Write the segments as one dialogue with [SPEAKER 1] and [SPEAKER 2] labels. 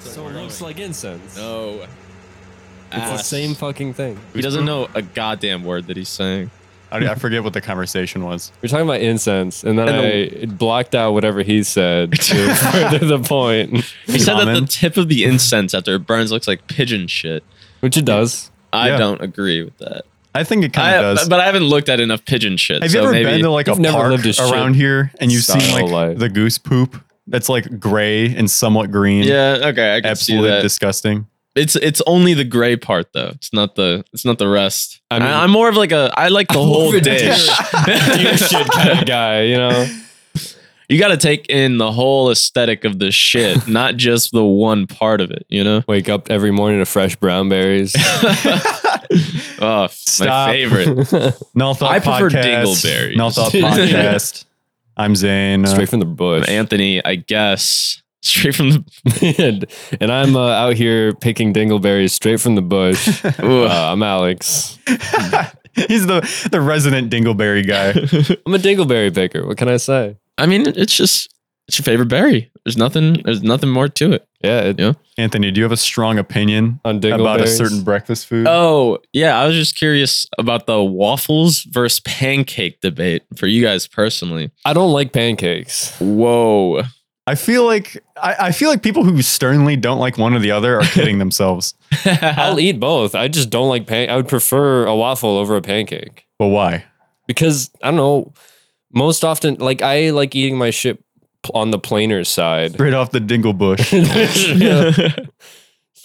[SPEAKER 1] So it looks like incense.
[SPEAKER 2] No.
[SPEAKER 1] It's the same fucking thing.
[SPEAKER 2] He doesn't know a goddamn word that he's saying.
[SPEAKER 3] I, I forget what the conversation was.
[SPEAKER 1] We're talking about incense, and then
[SPEAKER 2] And
[SPEAKER 1] I
[SPEAKER 2] the-
[SPEAKER 1] blocked out whatever he said to further the point,
[SPEAKER 2] He said that the
[SPEAKER 3] Ramen?
[SPEAKER 2] tip of the incense after it burns looks like pigeon shit.
[SPEAKER 1] which it does.
[SPEAKER 2] I
[SPEAKER 3] Yeah.
[SPEAKER 2] don't agree with that.
[SPEAKER 3] I think it kind
[SPEAKER 2] I,
[SPEAKER 3] of does.
[SPEAKER 2] But I haven't looked at enough pigeon shit.
[SPEAKER 3] Have
[SPEAKER 2] so
[SPEAKER 3] you ever
[SPEAKER 2] maybe
[SPEAKER 3] been to like a
[SPEAKER 1] You've never
[SPEAKER 3] park
[SPEAKER 1] lived a shit
[SPEAKER 3] around here and you've
[SPEAKER 1] style
[SPEAKER 3] seen like
[SPEAKER 1] life.
[SPEAKER 3] the goose poop that's like gray and somewhat green?
[SPEAKER 2] Yeah, okay, I can see
[SPEAKER 3] absolutely
[SPEAKER 2] that.
[SPEAKER 3] disgusting.
[SPEAKER 2] it's it's only the gray part though. It's not the it's not the rest.
[SPEAKER 1] I
[SPEAKER 2] I
[SPEAKER 1] mean-
[SPEAKER 2] I, am more of like a I like the whole
[SPEAKER 1] more of a
[SPEAKER 2] dish.
[SPEAKER 1] You shit kind of guy, you know.
[SPEAKER 2] you got to take in the whole aesthetic of the shit, not just the one part of it. You know?
[SPEAKER 1] Wake up every morning to fresh brown berries.
[SPEAKER 2] Oh,
[SPEAKER 3] Stop.
[SPEAKER 2] my favorite.
[SPEAKER 3] Null Thought
[SPEAKER 2] I prefer
[SPEAKER 3] Podcast.
[SPEAKER 2] dingleberries.
[SPEAKER 3] Null Thought Podcast. I'm Zane. Uh,
[SPEAKER 1] Straight from the bush.
[SPEAKER 2] Anthony, I guess. Straight from the
[SPEAKER 1] and, and I'm uh, out here picking dingleberries straight from the bush. Uh,
[SPEAKER 2] Ooh.
[SPEAKER 1] I'm Alex.
[SPEAKER 3] Uh, he's the, the resident dingleberry guy.
[SPEAKER 1] I'm a dingleberry picker. What can I say?
[SPEAKER 2] I mean, it's just it's your favorite berry. There's nothing. There's nothing more to it.
[SPEAKER 1] Yeah, it,
[SPEAKER 2] Yeah.
[SPEAKER 3] Anthony, do you have a strong opinion
[SPEAKER 1] on dingleberries.
[SPEAKER 3] about a certain breakfast food?
[SPEAKER 2] Oh yeah, I was just curious about the waffles versus pancake debate for you guys personally.
[SPEAKER 1] I don't like pancakes.
[SPEAKER 2] Whoa,
[SPEAKER 3] I feel like I, I feel like people who sternly don't like one or the other are kidding themselves.
[SPEAKER 1] I'll eat both. I just don't like pan. I would prefer a waffle over a pancake
[SPEAKER 3] But why?
[SPEAKER 1] because I don't know. Most often, like I like eating my shit p- on the planer side,
[SPEAKER 3] Straight off the dingle bush.
[SPEAKER 1] Yeah.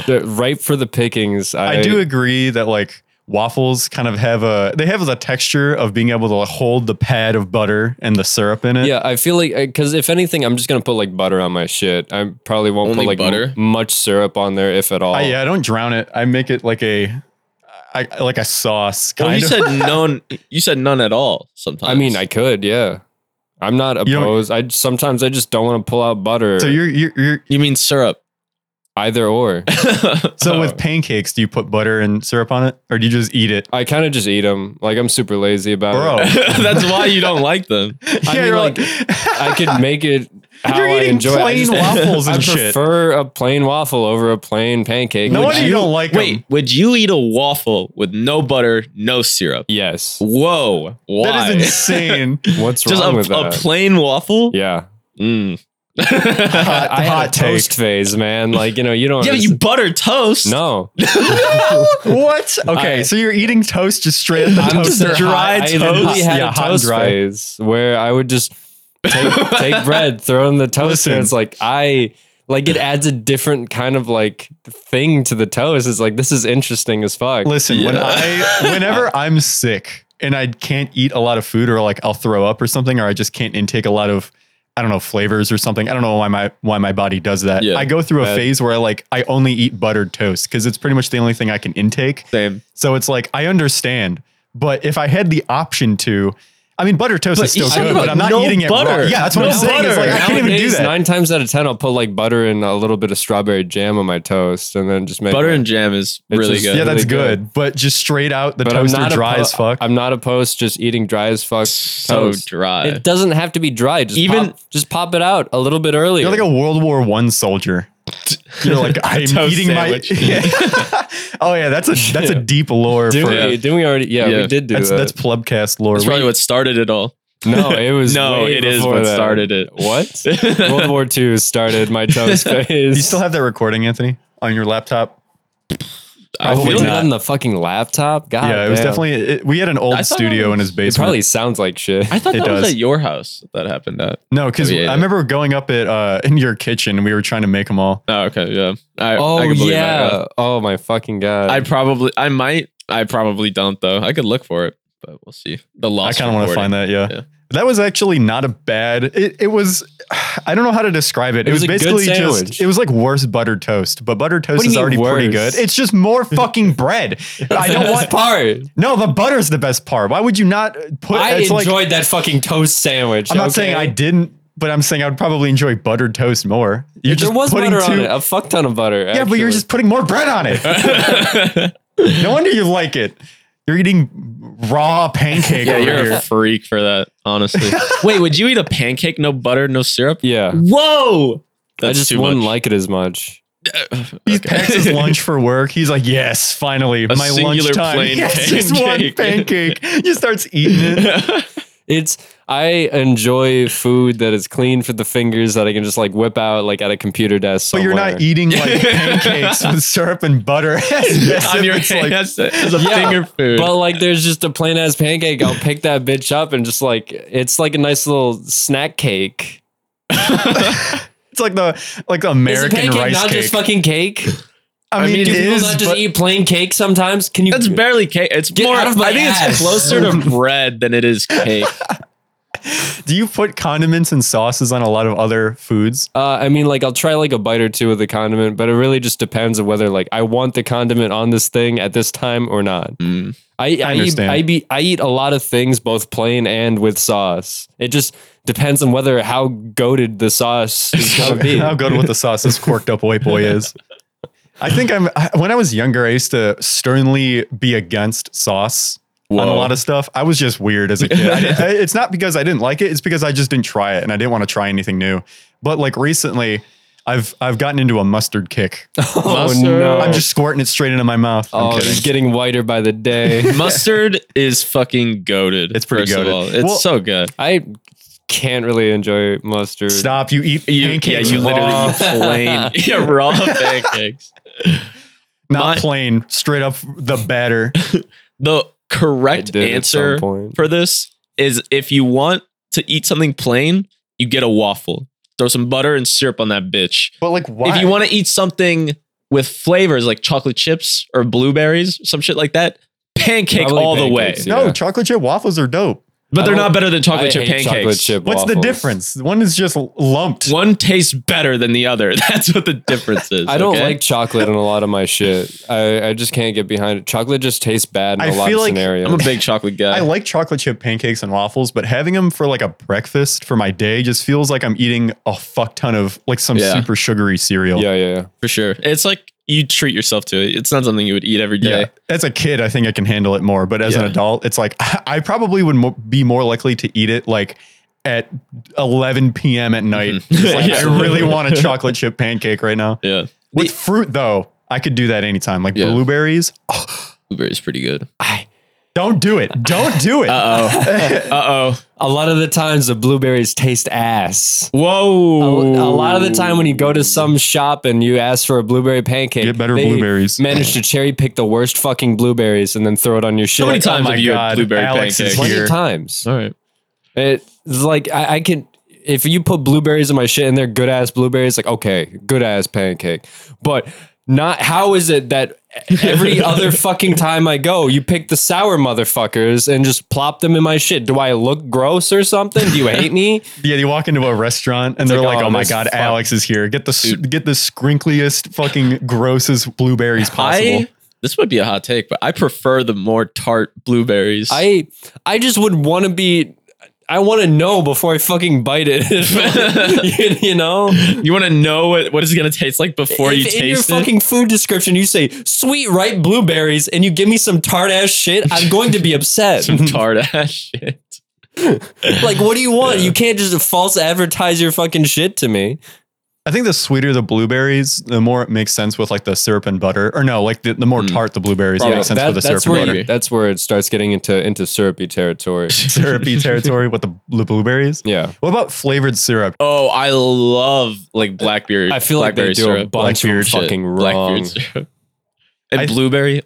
[SPEAKER 1] They're ripe for the pickings. I,
[SPEAKER 3] I do agree that like waffles kind of have a they have the texture of being able to hold the pad of butter and the syrup in it.
[SPEAKER 1] Yeah, I feel like because if anything, I'm just gonna put like butter on my shit. I probably won't
[SPEAKER 2] Only
[SPEAKER 1] put like
[SPEAKER 2] butter?
[SPEAKER 1] m- much syrup on there, if at all.
[SPEAKER 3] I, Ah, yeah, I don't drown it. I make it like a I, like a sauce kind
[SPEAKER 2] well, you
[SPEAKER 3] of.
[SPEAKER 2] said none. You said none at all. Sometimes
[SPEAKER 1] I mean, I could. Yeah, I'm not
[SPEAKER 3] You don't-
[SPEAKER 1] opposed. I sometimes I just don't want to pull out butter.
[SPEAKER 3] so you're, you're you're
[SPEAKER 2] You mean syrup?
[SPEAKER 1] either or.
[SPEAKER 3] so
[SPEAKER 1] Uh,
[SPEAKER 3] with pancakes, do you put butter and syrup on it, or do you just eat it,
[SPEAKER 1] I kind of just eat them. Like I'm super lazy about
[SPEAKER 3] bro?
[SPEAKER 1] it.
[SPEAKER 2] That's why you don't like them.
[SPEAKER 3] yeah,
[SPEAKER 1] mean,
[SPEAKER 3] you're
[SPEAKER 1] like,
[SPEAKER 3] like,
[SPEAKER 1] I could make it how
[SPEAKER 3] You're
[SPEAKER 1] I
[SPEAKER 3] eating
[SPEAKER 1] enjoy. it. I
[SPEAKER 3] plain
[SPEAKER 1] just-
[SPEAKER 3] waffles
[SPEAKER 1] I
[SPEAKER 3] and shit.
[SPEAKER 1] prefer a plain waffle over a plain pancake.
[SPEAKER 3] no
[SPEAKER 1] Would
[SPEAKER 3] wonder you, don't like 'em.
[SPEAKER 2] Wait, would you eat a waffle with no butter, no syrup?
[SPEAKER 1] Yes.
[SPEAKER 2] Whoa, why?
[SPEAKER 3] That is insane.
[SPEAKER 1] What's
[SPEAKER 2] Just
[SPEAKER 1] wrong
[SPEAKER 2] a,
[SPEAKER 1] with
[SPEAKER 2] a
[SPEAKER 1] that?
[SPEAKER 2] plain waffle?
[SPEAKER 1] yeah.
[SPEAKER 2] Mm.
[SPEAKER 3] hot,
[SPEAKER 1] I had
[SPEAKER 3] hot
[SPEAKER 1] a
[SPEAKER 3] take.
[SPEAKER 1] toast phase, man. Like you know, you don't.
[SPEAKER 2] Yeah, but you butter toast.
[SPEAKER 1] No,
[SPEAKER 3] what? Okay,
[SPEAKER 1] I-
[SPEAKER 3] so you're eating toast just straight at the
[SPEAKER 1] I'm just
[SPEAKER 3] toaster.
[SPEAKER 2] dry
[SPEAKER 1] I literally
[SPEAKER 2] toast?
[SPEAKER 1] had
[SPEAKER 3] Yeah,
[SPEAKER 1] a
[SPEAKER 3] hot and
[SPEAKER 1] toast
[SPEAKER 3] dry.
[SPEAKER 1] phase where I would just take, take bread, throw it in the toaster.
[SPEAKER 3] Listen.
[SPEAKER 1] It's like I like it adds a different kind of like thing to the toast. It's like this is interesting as fuck.
[SPEAKER 3] Listen, when
[SPEAKER 2] Yeah.
[SPEAKER 3] I whenever I'm sick and I can't eat a lot of food or like I'll throw up or something or I just can't intake a lot of I don't know flavors or something. I don't know why my why my body does that.
[SPEAKER 2] Yeah.
[SPEAKER 3] I go through a
[SPEAKER 1] Bad.
[SPEAKER 3] phase where I like I only eat buttered toast cuz it's pretty much the only thing I can intake.
[SPEAKER 2] Same.
[SPEAKER 3] So it's like I understand, but if I had the option to I mean, butter toast is
[SPEAKER 2] But you
[SPEAKER 3] still
[SPEAKER 2] said
[SPEAKER 3] good,
[SPEAKER 2] about
[SPEAKER 3] but I'm not
[SPEAKER 2] no
[SPEAKER 3] eating it.
[SPEAKER 2] butter.
[SPEAKER 3] Raw. Yeah, that's what
[SPEAKER 2] No
[SPEAKER 3] I'm saying. It's
[SPEAKER 2] butter.
[SPEAKER 3] like I can't even do
[SPEAKER 1] Nowadays,
[SPEAKER 3] that.
[SPEAKER 1] Nine times out of ten, I'll put like butter and a little bit of strawberry jam on my toast, and then just make
[SPEAKER 2] Butter
[SPEAKER 1] it.
[SPEAKER 2] and jam is
[SPEAKER 1] It's
[SPEAKER 2] really
[SPEAKER 1] just-
[SPEAKER 2] good.
[SPEAKER 3] yeah, that's
[SPEAKER 1] really
[SPEAKER 3] good.
[SPEAKER 1] good.
[SPEAKER 3] But just straight out, the
[SPEAKER 1] But I'm
[SPEAKER 3] toaster
[SPEAKER 1] not
[SPEAKER 3] dry
[SPEAKER 1] oppo-
[SPEAKER 3] as fuck.
[SPEAKER 1] I'm not opposed to just eating dry as fuck.
[SPEAKER 2] so
[SPEAKER 1] toast.
[SPEAKER 2] dry.
[SPEAKER 1] It doesn't have to be dry. Just
[SPEAKER 2] Even-
[SPEAKER 1] pop, just pop it out a little bit earlier.
[SPEAKER 3] You're like a World War One soldier. You're like I'm
[SPEAKER 2] Toast
[SPEAKER 3] eating
[SPEAKER 2] sandwich.
[SPEAKER 3] my. Yeah. oh yeah, that's a that's a deep lore
[SPEAKER 1] Didn't
[SPEAKER 3] for
[SPEAKER 1] we, didn't we already? Yeah,
[SPEAKER 2] Yeah.
[SPEAKER 1] we did do
[SPEAKER 3] that's
[SPEAKER 1] that.
[SPEAKER 3] that's plebcast lore.
[SPEAKER 2] That's probably what started it all.
[SPEAKER 1] no, it was
[SPEAKER 2] No,
[SPEAKER 1] way
[SPEAKER 2] it is
[SPEAKER 1] before
[SPEAKER 2] what
[SPEAKER 1] that.
[SPEAKER 2] started it.
[SPEAKER 1] What? World War II started my toast phase.
[SPEAKER 3] you still have that recording, Anthony, on your laptop.
[SPEAKER 2] I
[SPEAKER 1] Probably
[SPEAKER 2] feel
[SPEAKER 1] not
[SPEAKER 2] not.
[SPEAKER 1] on the fucking laptop. God,
[SPEAKER 3] yeah, it was
[SPEAKER 1] Ah, damn.
[SPEAKER 3] definitely. It, we had an
[SPEAKER 2] I
[SPEAKER 3] old
[SPEAKER 2] thought
[SPEAKER 3] studio
[SPEAKER 2] it
[SPEAKER 3] in his
[SPEAKER 1] It
[SPEAKER 3] basement.
[SPEAKER 1] probably sounds like shit.
[SPEAKER 2] I thought
[SPEAKER 3] It
[SPEAKER 2] that was
[SPEAKER 3] does.
[SPEAKER 2] at your house that happened at.
[SPEAKER 3] no, because
[SPEAKER 2] Oh, yeah.
[SPEAKER 3] I remember going up at uh, in your kitchen and we were trying to make them all.
[SPEAKER 2] Oh, okay, yeah. I,
[SPEAKER 1] oh
[SPEAKER 2] I can believe that,
[SPEAKER 1] yeah. Oh my fucking god.
[SPEAKER 2] I probably, I might, I probably don't though. I could look for it, but we'll see. The
[SPEAKER 3] I
[SPEAKER 2] lost.
[SPEAKER 3] kind of want to find that. Yeah.
[SPEAKER 2] Yeah.
[SPEAKER 3] That was actually not a bad. It, it was, I don't know how to describe it. It,
[SPEAKER 1] It
[SPEAKER 3] was,
[SPEAKER 1] was a good
[SPEAKER 3] basically
[SPEAKER 1] sandwich.
[SPEAKER 3] just. It was like worse buttered toast, but buttered toast
[SPEAKER 1] What do
[SPEAKER 3] is
[SPEAKER 1] you
[SPEAKER 3] already
[SPEAKER 1] mean
[SPEAKER 3] pretty
[SPEAKER 1] worse?
[SPEAKER 3] good. It's just more fucking bread. I don't want
[SPEAKER 1] part.
[SPEAKER 3] No, the butter's the best part. Why would you not put?
[SPEAKER 1] I
[SPEAKER 3] it's
[SPEAKER 1] enjoyed
[SPEAKER 3] like, I'm
[SPEAKER 1] that fucking toast sandwich.
[SPEAKER 3] not
[SPEAKER 1] okay?
[SPEAKER 3] saying I didn't, but I'm saying I would probably enjoy buttered toast more. You're
[SPEAKER 1] There was
[SPEAKER 3] putting
[SPEAKER 1] butter on
[SPEAKER 3] two-
[SPEAKER 1] it. A fuck ton of butter.
[SPEAKER 3] Yeah, but you're just putting more bread on it. no wonder you like it. You're eating raw pancake
[SPEAKER 2] Yeah,
[SPEAKER 3] over
[SPEAKER 2] you're a
[SPEAKER 3] here.
[SPEAKER 2] freak for that. Honestly. Wait, would you eat a pancake, no butter, no syrup?
[SPEAKER 1] Yeah.
[SPEAKER 2] Whoa.
[SPEAKER 1] I just wouldn't like it as much.
[SPEAKER 3] He
[SPEAKER 2] Okay.
[SPEAKER 3] packs his lunch for work. He's like, yes, finally,
[SPEAKER 2] A
[SPEAKER 3] my
[SPEAKER 2] singular
[SPEAKER 3] lunchtime.
[SPEAKER 2] plain
[SPEAKER 3] yes, just one
[SPEAKER 2] pancake.
[SPEAKER 3] pancake. He starts eating it.
[SPEAKER 1] It's I enjoy food that is clean for the fingers that I can just like whip out like at a computer desk.
[SPEAKER 3] But
[SPEAKER 1] Somewhere.
[SPEAKER 3] you're not eating like pancakes with syrup and butter.
[SPEAKER 2] on your
[SPEAKER 3] It's like-
[SPEAKER 2] hand as a, as a
[SPEAKER 1] Yeah,
[SPEAKER 2] finger food.
[SPEAKER 1] But like, there's just a plain ass pancake. I'll pick that bitch up and just like, it's like a nice little snack cake.
[SPEAKER 3] It's like the like the
[SPEAKER 1] is a
[SPEAKER 3] American
[SPEAKER 1] pancake
[SPEAKER 3] rice
[SPEAKER 1] not
[SPEAKER 3] cake.
[SPEAKER 1] just fucking cake?
[SPEAKER 3] I mean,
[SPEAKER 2] mean,
[SPEAKER 3] it
[SPEAKER 1] Do people
[SPEAKER 3] is.
[SPEAKER 1] not just
[SPEAKER 3] but
[SPEAKER 1] eat plain cake sometimes? Can you?
[SPEAKER 2] That's barely cake. It's
[SPEAKER 1] Get
[SPEAKER 2] more.
[SPEAKER 1] out of my
[SPEAKER 2] I think
[SPEAKER 1] ass.
[SPEAKER 2] it's closer to bread than it is cake.
[SPEAKER 3] do you put condiments and sauces on a lot of other foods?
[SPEAKER 1] uh, I mean, like I'll try like a bite or two of the condiment, but it really just depends on whether like I want the condiment on this thing at this time or not.
[SPEAKER 2] Mm.
[SPEAKER 1] I, I, eat,
[SPEAKER 3] understand.
[SPEAKER 1] I, be, I eat a lot of things, both plain and with sauce. It just depends on whether how goaded the sauce is
[SPEAKER 3] How,
[SPEAKER 1] gonna be.
[SPEAKER 3] how good with the sauce this corked up white boy is. I think I'm. I, when I was younger, I used to sternly be against sauce on a
[SPEAKER 2] Whoa.
[SPEAKER 3] lot of stuff. I was just weird as a kid. I didn't- I- it's not because I didn't like it; it's because I just didn't try it, and I didn't want to try anything new. But like recently, I've I've gotten into a mustard kick.
[SPEAKER 1] oh
[SPEAKER 2] Mustard.
[SPEAKER 1] no!
[SPEAKER 3] I'm just squirting it straight into my mouth. I'm
[SPEAKER 1] oh,
[SPEAKER 3] kidding.
[SPEAKER 1] it's getting whiter by the day.
[SPEAKER 2] Mustard is fucking goaded.
[SPEAKER 3] It's pretty
[SPEAKER 2] first of
[SPEAKER 3] goated.
[SPEAKER 2] all. It's
[SPEAKER 3] Well-
[SPEAKER 2] so good.
[SPEAKER 1] I can't really enjoy mustard.
[SPEAKER 3] Stop! You eat
[SPEAKER 2] You, yeah,
[SPEAKER 3] pancakes
[SPEAKER 2] you
[SPEAKER 3] raw.
[SPEAKER 2] literally eat plain. yeah, raw pancakes.
[SPEAKER 3] not
[SPEAKER 2] My-
[SPEAKER 3] plain, straight up the batter.
[SPEAKER 2] The
[SPEAKER 1] I
[SPEAKER 2] correct
[SPEAKER 1] did at some
[SPEAKER 2] answer
[SPEAKER 1] point.
[SPEAKER 2] for this is if you want to eat something plain, you get a waffle. Throw some butter and syrup on that bitch.
[SPEAKER 3] But like, why?
[SPEAKER 2] If you want to eat something with flavors like chocolate chips or blueberries, some shit like that, pancake
[SPEAKER 1] Probably
[SPEAKER 2] all the way.
[SPEAKER 1] pancakes,
[SPEAKER 3] no
[SPEAKER 1] Yeah.
[SPEAKER 3] chocolate chip waffles are dope.
[SPEAKER 2] But they're
[SPEAKER 1] I don't-
[SPEAKER 2] not better than
[SPEAKER 1] I
[SPEAKER 2] chocolate chip
[SPEAKER 1] hate
[SPEAKER 2] pancakes.
[SPEAKER 1] Chocolate chip
[SPEAKER 3] What's the
[SPEAKER 1] waffles.
[SPEAKER 3] difference? One is just lumped.
[SPEAKER 2] One tastes better than the other. That's what the difference is.
[SPEAKER 1] I don't
[SPEAKER 2] okay?
[SPEAKER 1] like chocolate in a lot of my shit. I, I just can't get behind it. Chocolate just tastes bad in
[SPEAKER 3] I
[SPEAKER 1] a lot
[SPEAKER 3] feel
[SPEAKER 1] of
[SPEAKER 3] like
[SPEAKER 1] scenarios.
[SPEAKER 2] I'm a big chocolate
[SPEAKER 3] I
[SPEAKER 2] guy.
[SPEAKER 3] like chocolate chip pancakes and waffles, but having them for like a breakfast for my day just feels like I'm eating a fuck ton of like some
[SPEAKER 2] Yeah.
[SPEAKER 3] super sugary cereal.
[SPEAKER 1] yeah, yeah, yeah.
[SPEAKER 2] for sure. It's like you treat yourself to it. It's not something you would eat every day.
[SPEAKER 3] Yeah. As a kid, I think I can handle it more, but as an
[SPEAKER 2] Yeah.
[SPEAKER 3] adult, it's like I probably would mo- be more likely to eat it like at 11 p.m. at night.
[SPEAKER 2] Mhm.
[SPEAKER 3] It's like,
[SPEAKER 2] Yeah.
[SPEAKER 3] I really want a chocolate chip pancake right now.
[SPEAKER 2] Yeah.
[SPEAKER 3] With
[SPEAKER 2] The-
[SPEAKER 3] fruit though, I could do that anytime. Like
[SPEAKER 2] Yeah.
[SPEAKER 3] blueberries,
[SPEAKER 2] Blueberry's pretty good.
[SPEAKER 3] don't do it. Don't do it.
[SPEAKER 2] Uh oh. uh oh.
[SPEAKER 1] A lot of the times the blueberries taste ass. A,
[SPEAKER 2] Whoa.
[SPEAKER 1] a lot of the time when you go to some shop and you ask for a blueberry pancake,
[SPEAKER 3] Get better
[SPEAKER 1] they
[SPEAKER 3] blueberries.
[SPEAKER 1] Manage to cherry pick the worst fucking blueberries and then throw it on your shit.
[SPEAKER 2] So many
[SPEAKER 1] Like,
[SPEAKER 2] times
[SPEAKER 3] Oh my
[SPEAKER 2] have you
[SPEAKER 3] God,
[SPEAKER 2] had blueberry
[SPEAKER 3] Alex is
[SPEAKER 2] pancakes?
[SPEAKER 1] plenty
[SPEAKER 3] here.
[SPEAKER 1] of times.
[SPEAKER 2] All right.
[SPEAKER 1] It's like I, I can if you put blueberries in my shit and they're good ass blueberries, like okay, good ass pancake. But not how is it that every other fucking time I go, you pick the sour motherfuckers and just plop them in my shit. Do I look gross or something? Do you hate me?
[SPEAKER 3] Yeah, you walk into a restaurant and they're
[SPEAKER 1] like,
[SPEAKER 3] like, "Oh,
[SPEAKER 1] "Oh,
[SPEAKER 3] my
[SPEAKER 1] this
[SPEAKER 3] god,
[SPEAKER 1] fuck."
[SPEAKER 3] Alex is here. Get the s get the scrinkliest, fucking grossest blueberries possible."
[SPEAKER 2] I this might be a hot take, but I prefer the more tart blueberries.
[SPEAKER 1] I I just would want to be I want to know before I fucking bite it. you, you know?
[SPEAKER 2] you want to know what, what it's gonna taste like before
[SPEAKER 1] if
[SPEAKER 2] you
[SPEAKER 1] in
[SPEAKER 2] taste
[SPEAKER 1] your
[SPEAKER 2] it.
[SPEAKER 1] fucking food description you say sweet ripe blueberries and you give me some tart ass shit, I'm going to be upset.
[SPEAKER 2] Some tart ass shit.
[SPEAKER 1] like, what do you want?
[SPEAKER 2] Yeah.
[SPEAKER 1] You can't just false advertise your fucking shit to me.
[SPEAKER 3] I think the sweeter the blueberries, the more it makes sense with like the syrup and butter. Or no, like the, the more
[SPEAKER 2] Mm.
[SPEAKER 3] tart the blueberries
[SPEAKER 2] Probably.
[SPEAKER 3] makes sense
[SPEAKER 1] That-
[SPEAKER 3] for the syrup
[SPEAKER 1] that's
[SPEAKER 3] and
[SPEAKER 1] where
[SPEAKER 3] butter.
[SPEAKER 1] you- that's where it starts getting into into syrupy territory.
[SPEAKER 3] Syrupy territory with the bl- blueberries.
[SPEAKER 1] Yeah,
[SPEAKER 3] What about flavored syrup?
[SPEAKER 2] Oh, I love like blackberry.
[SPEAKER 1] I feel like they
[SPEAKER 2] blackberry
[SPEAKER 1] do a
[SPEAKER 2] syrup,
[SPEAKER 1] bunch of
[SPEAKER 3] Blackbeard shit.
[SPEAKER 1] fucking
[SPEAKER 2] blackberry
[SPEAKER 1] wrong.
[SPEAKER 2] syrup, and
[SPEAKER 3] I-
[SPEAKER 2] blueberry.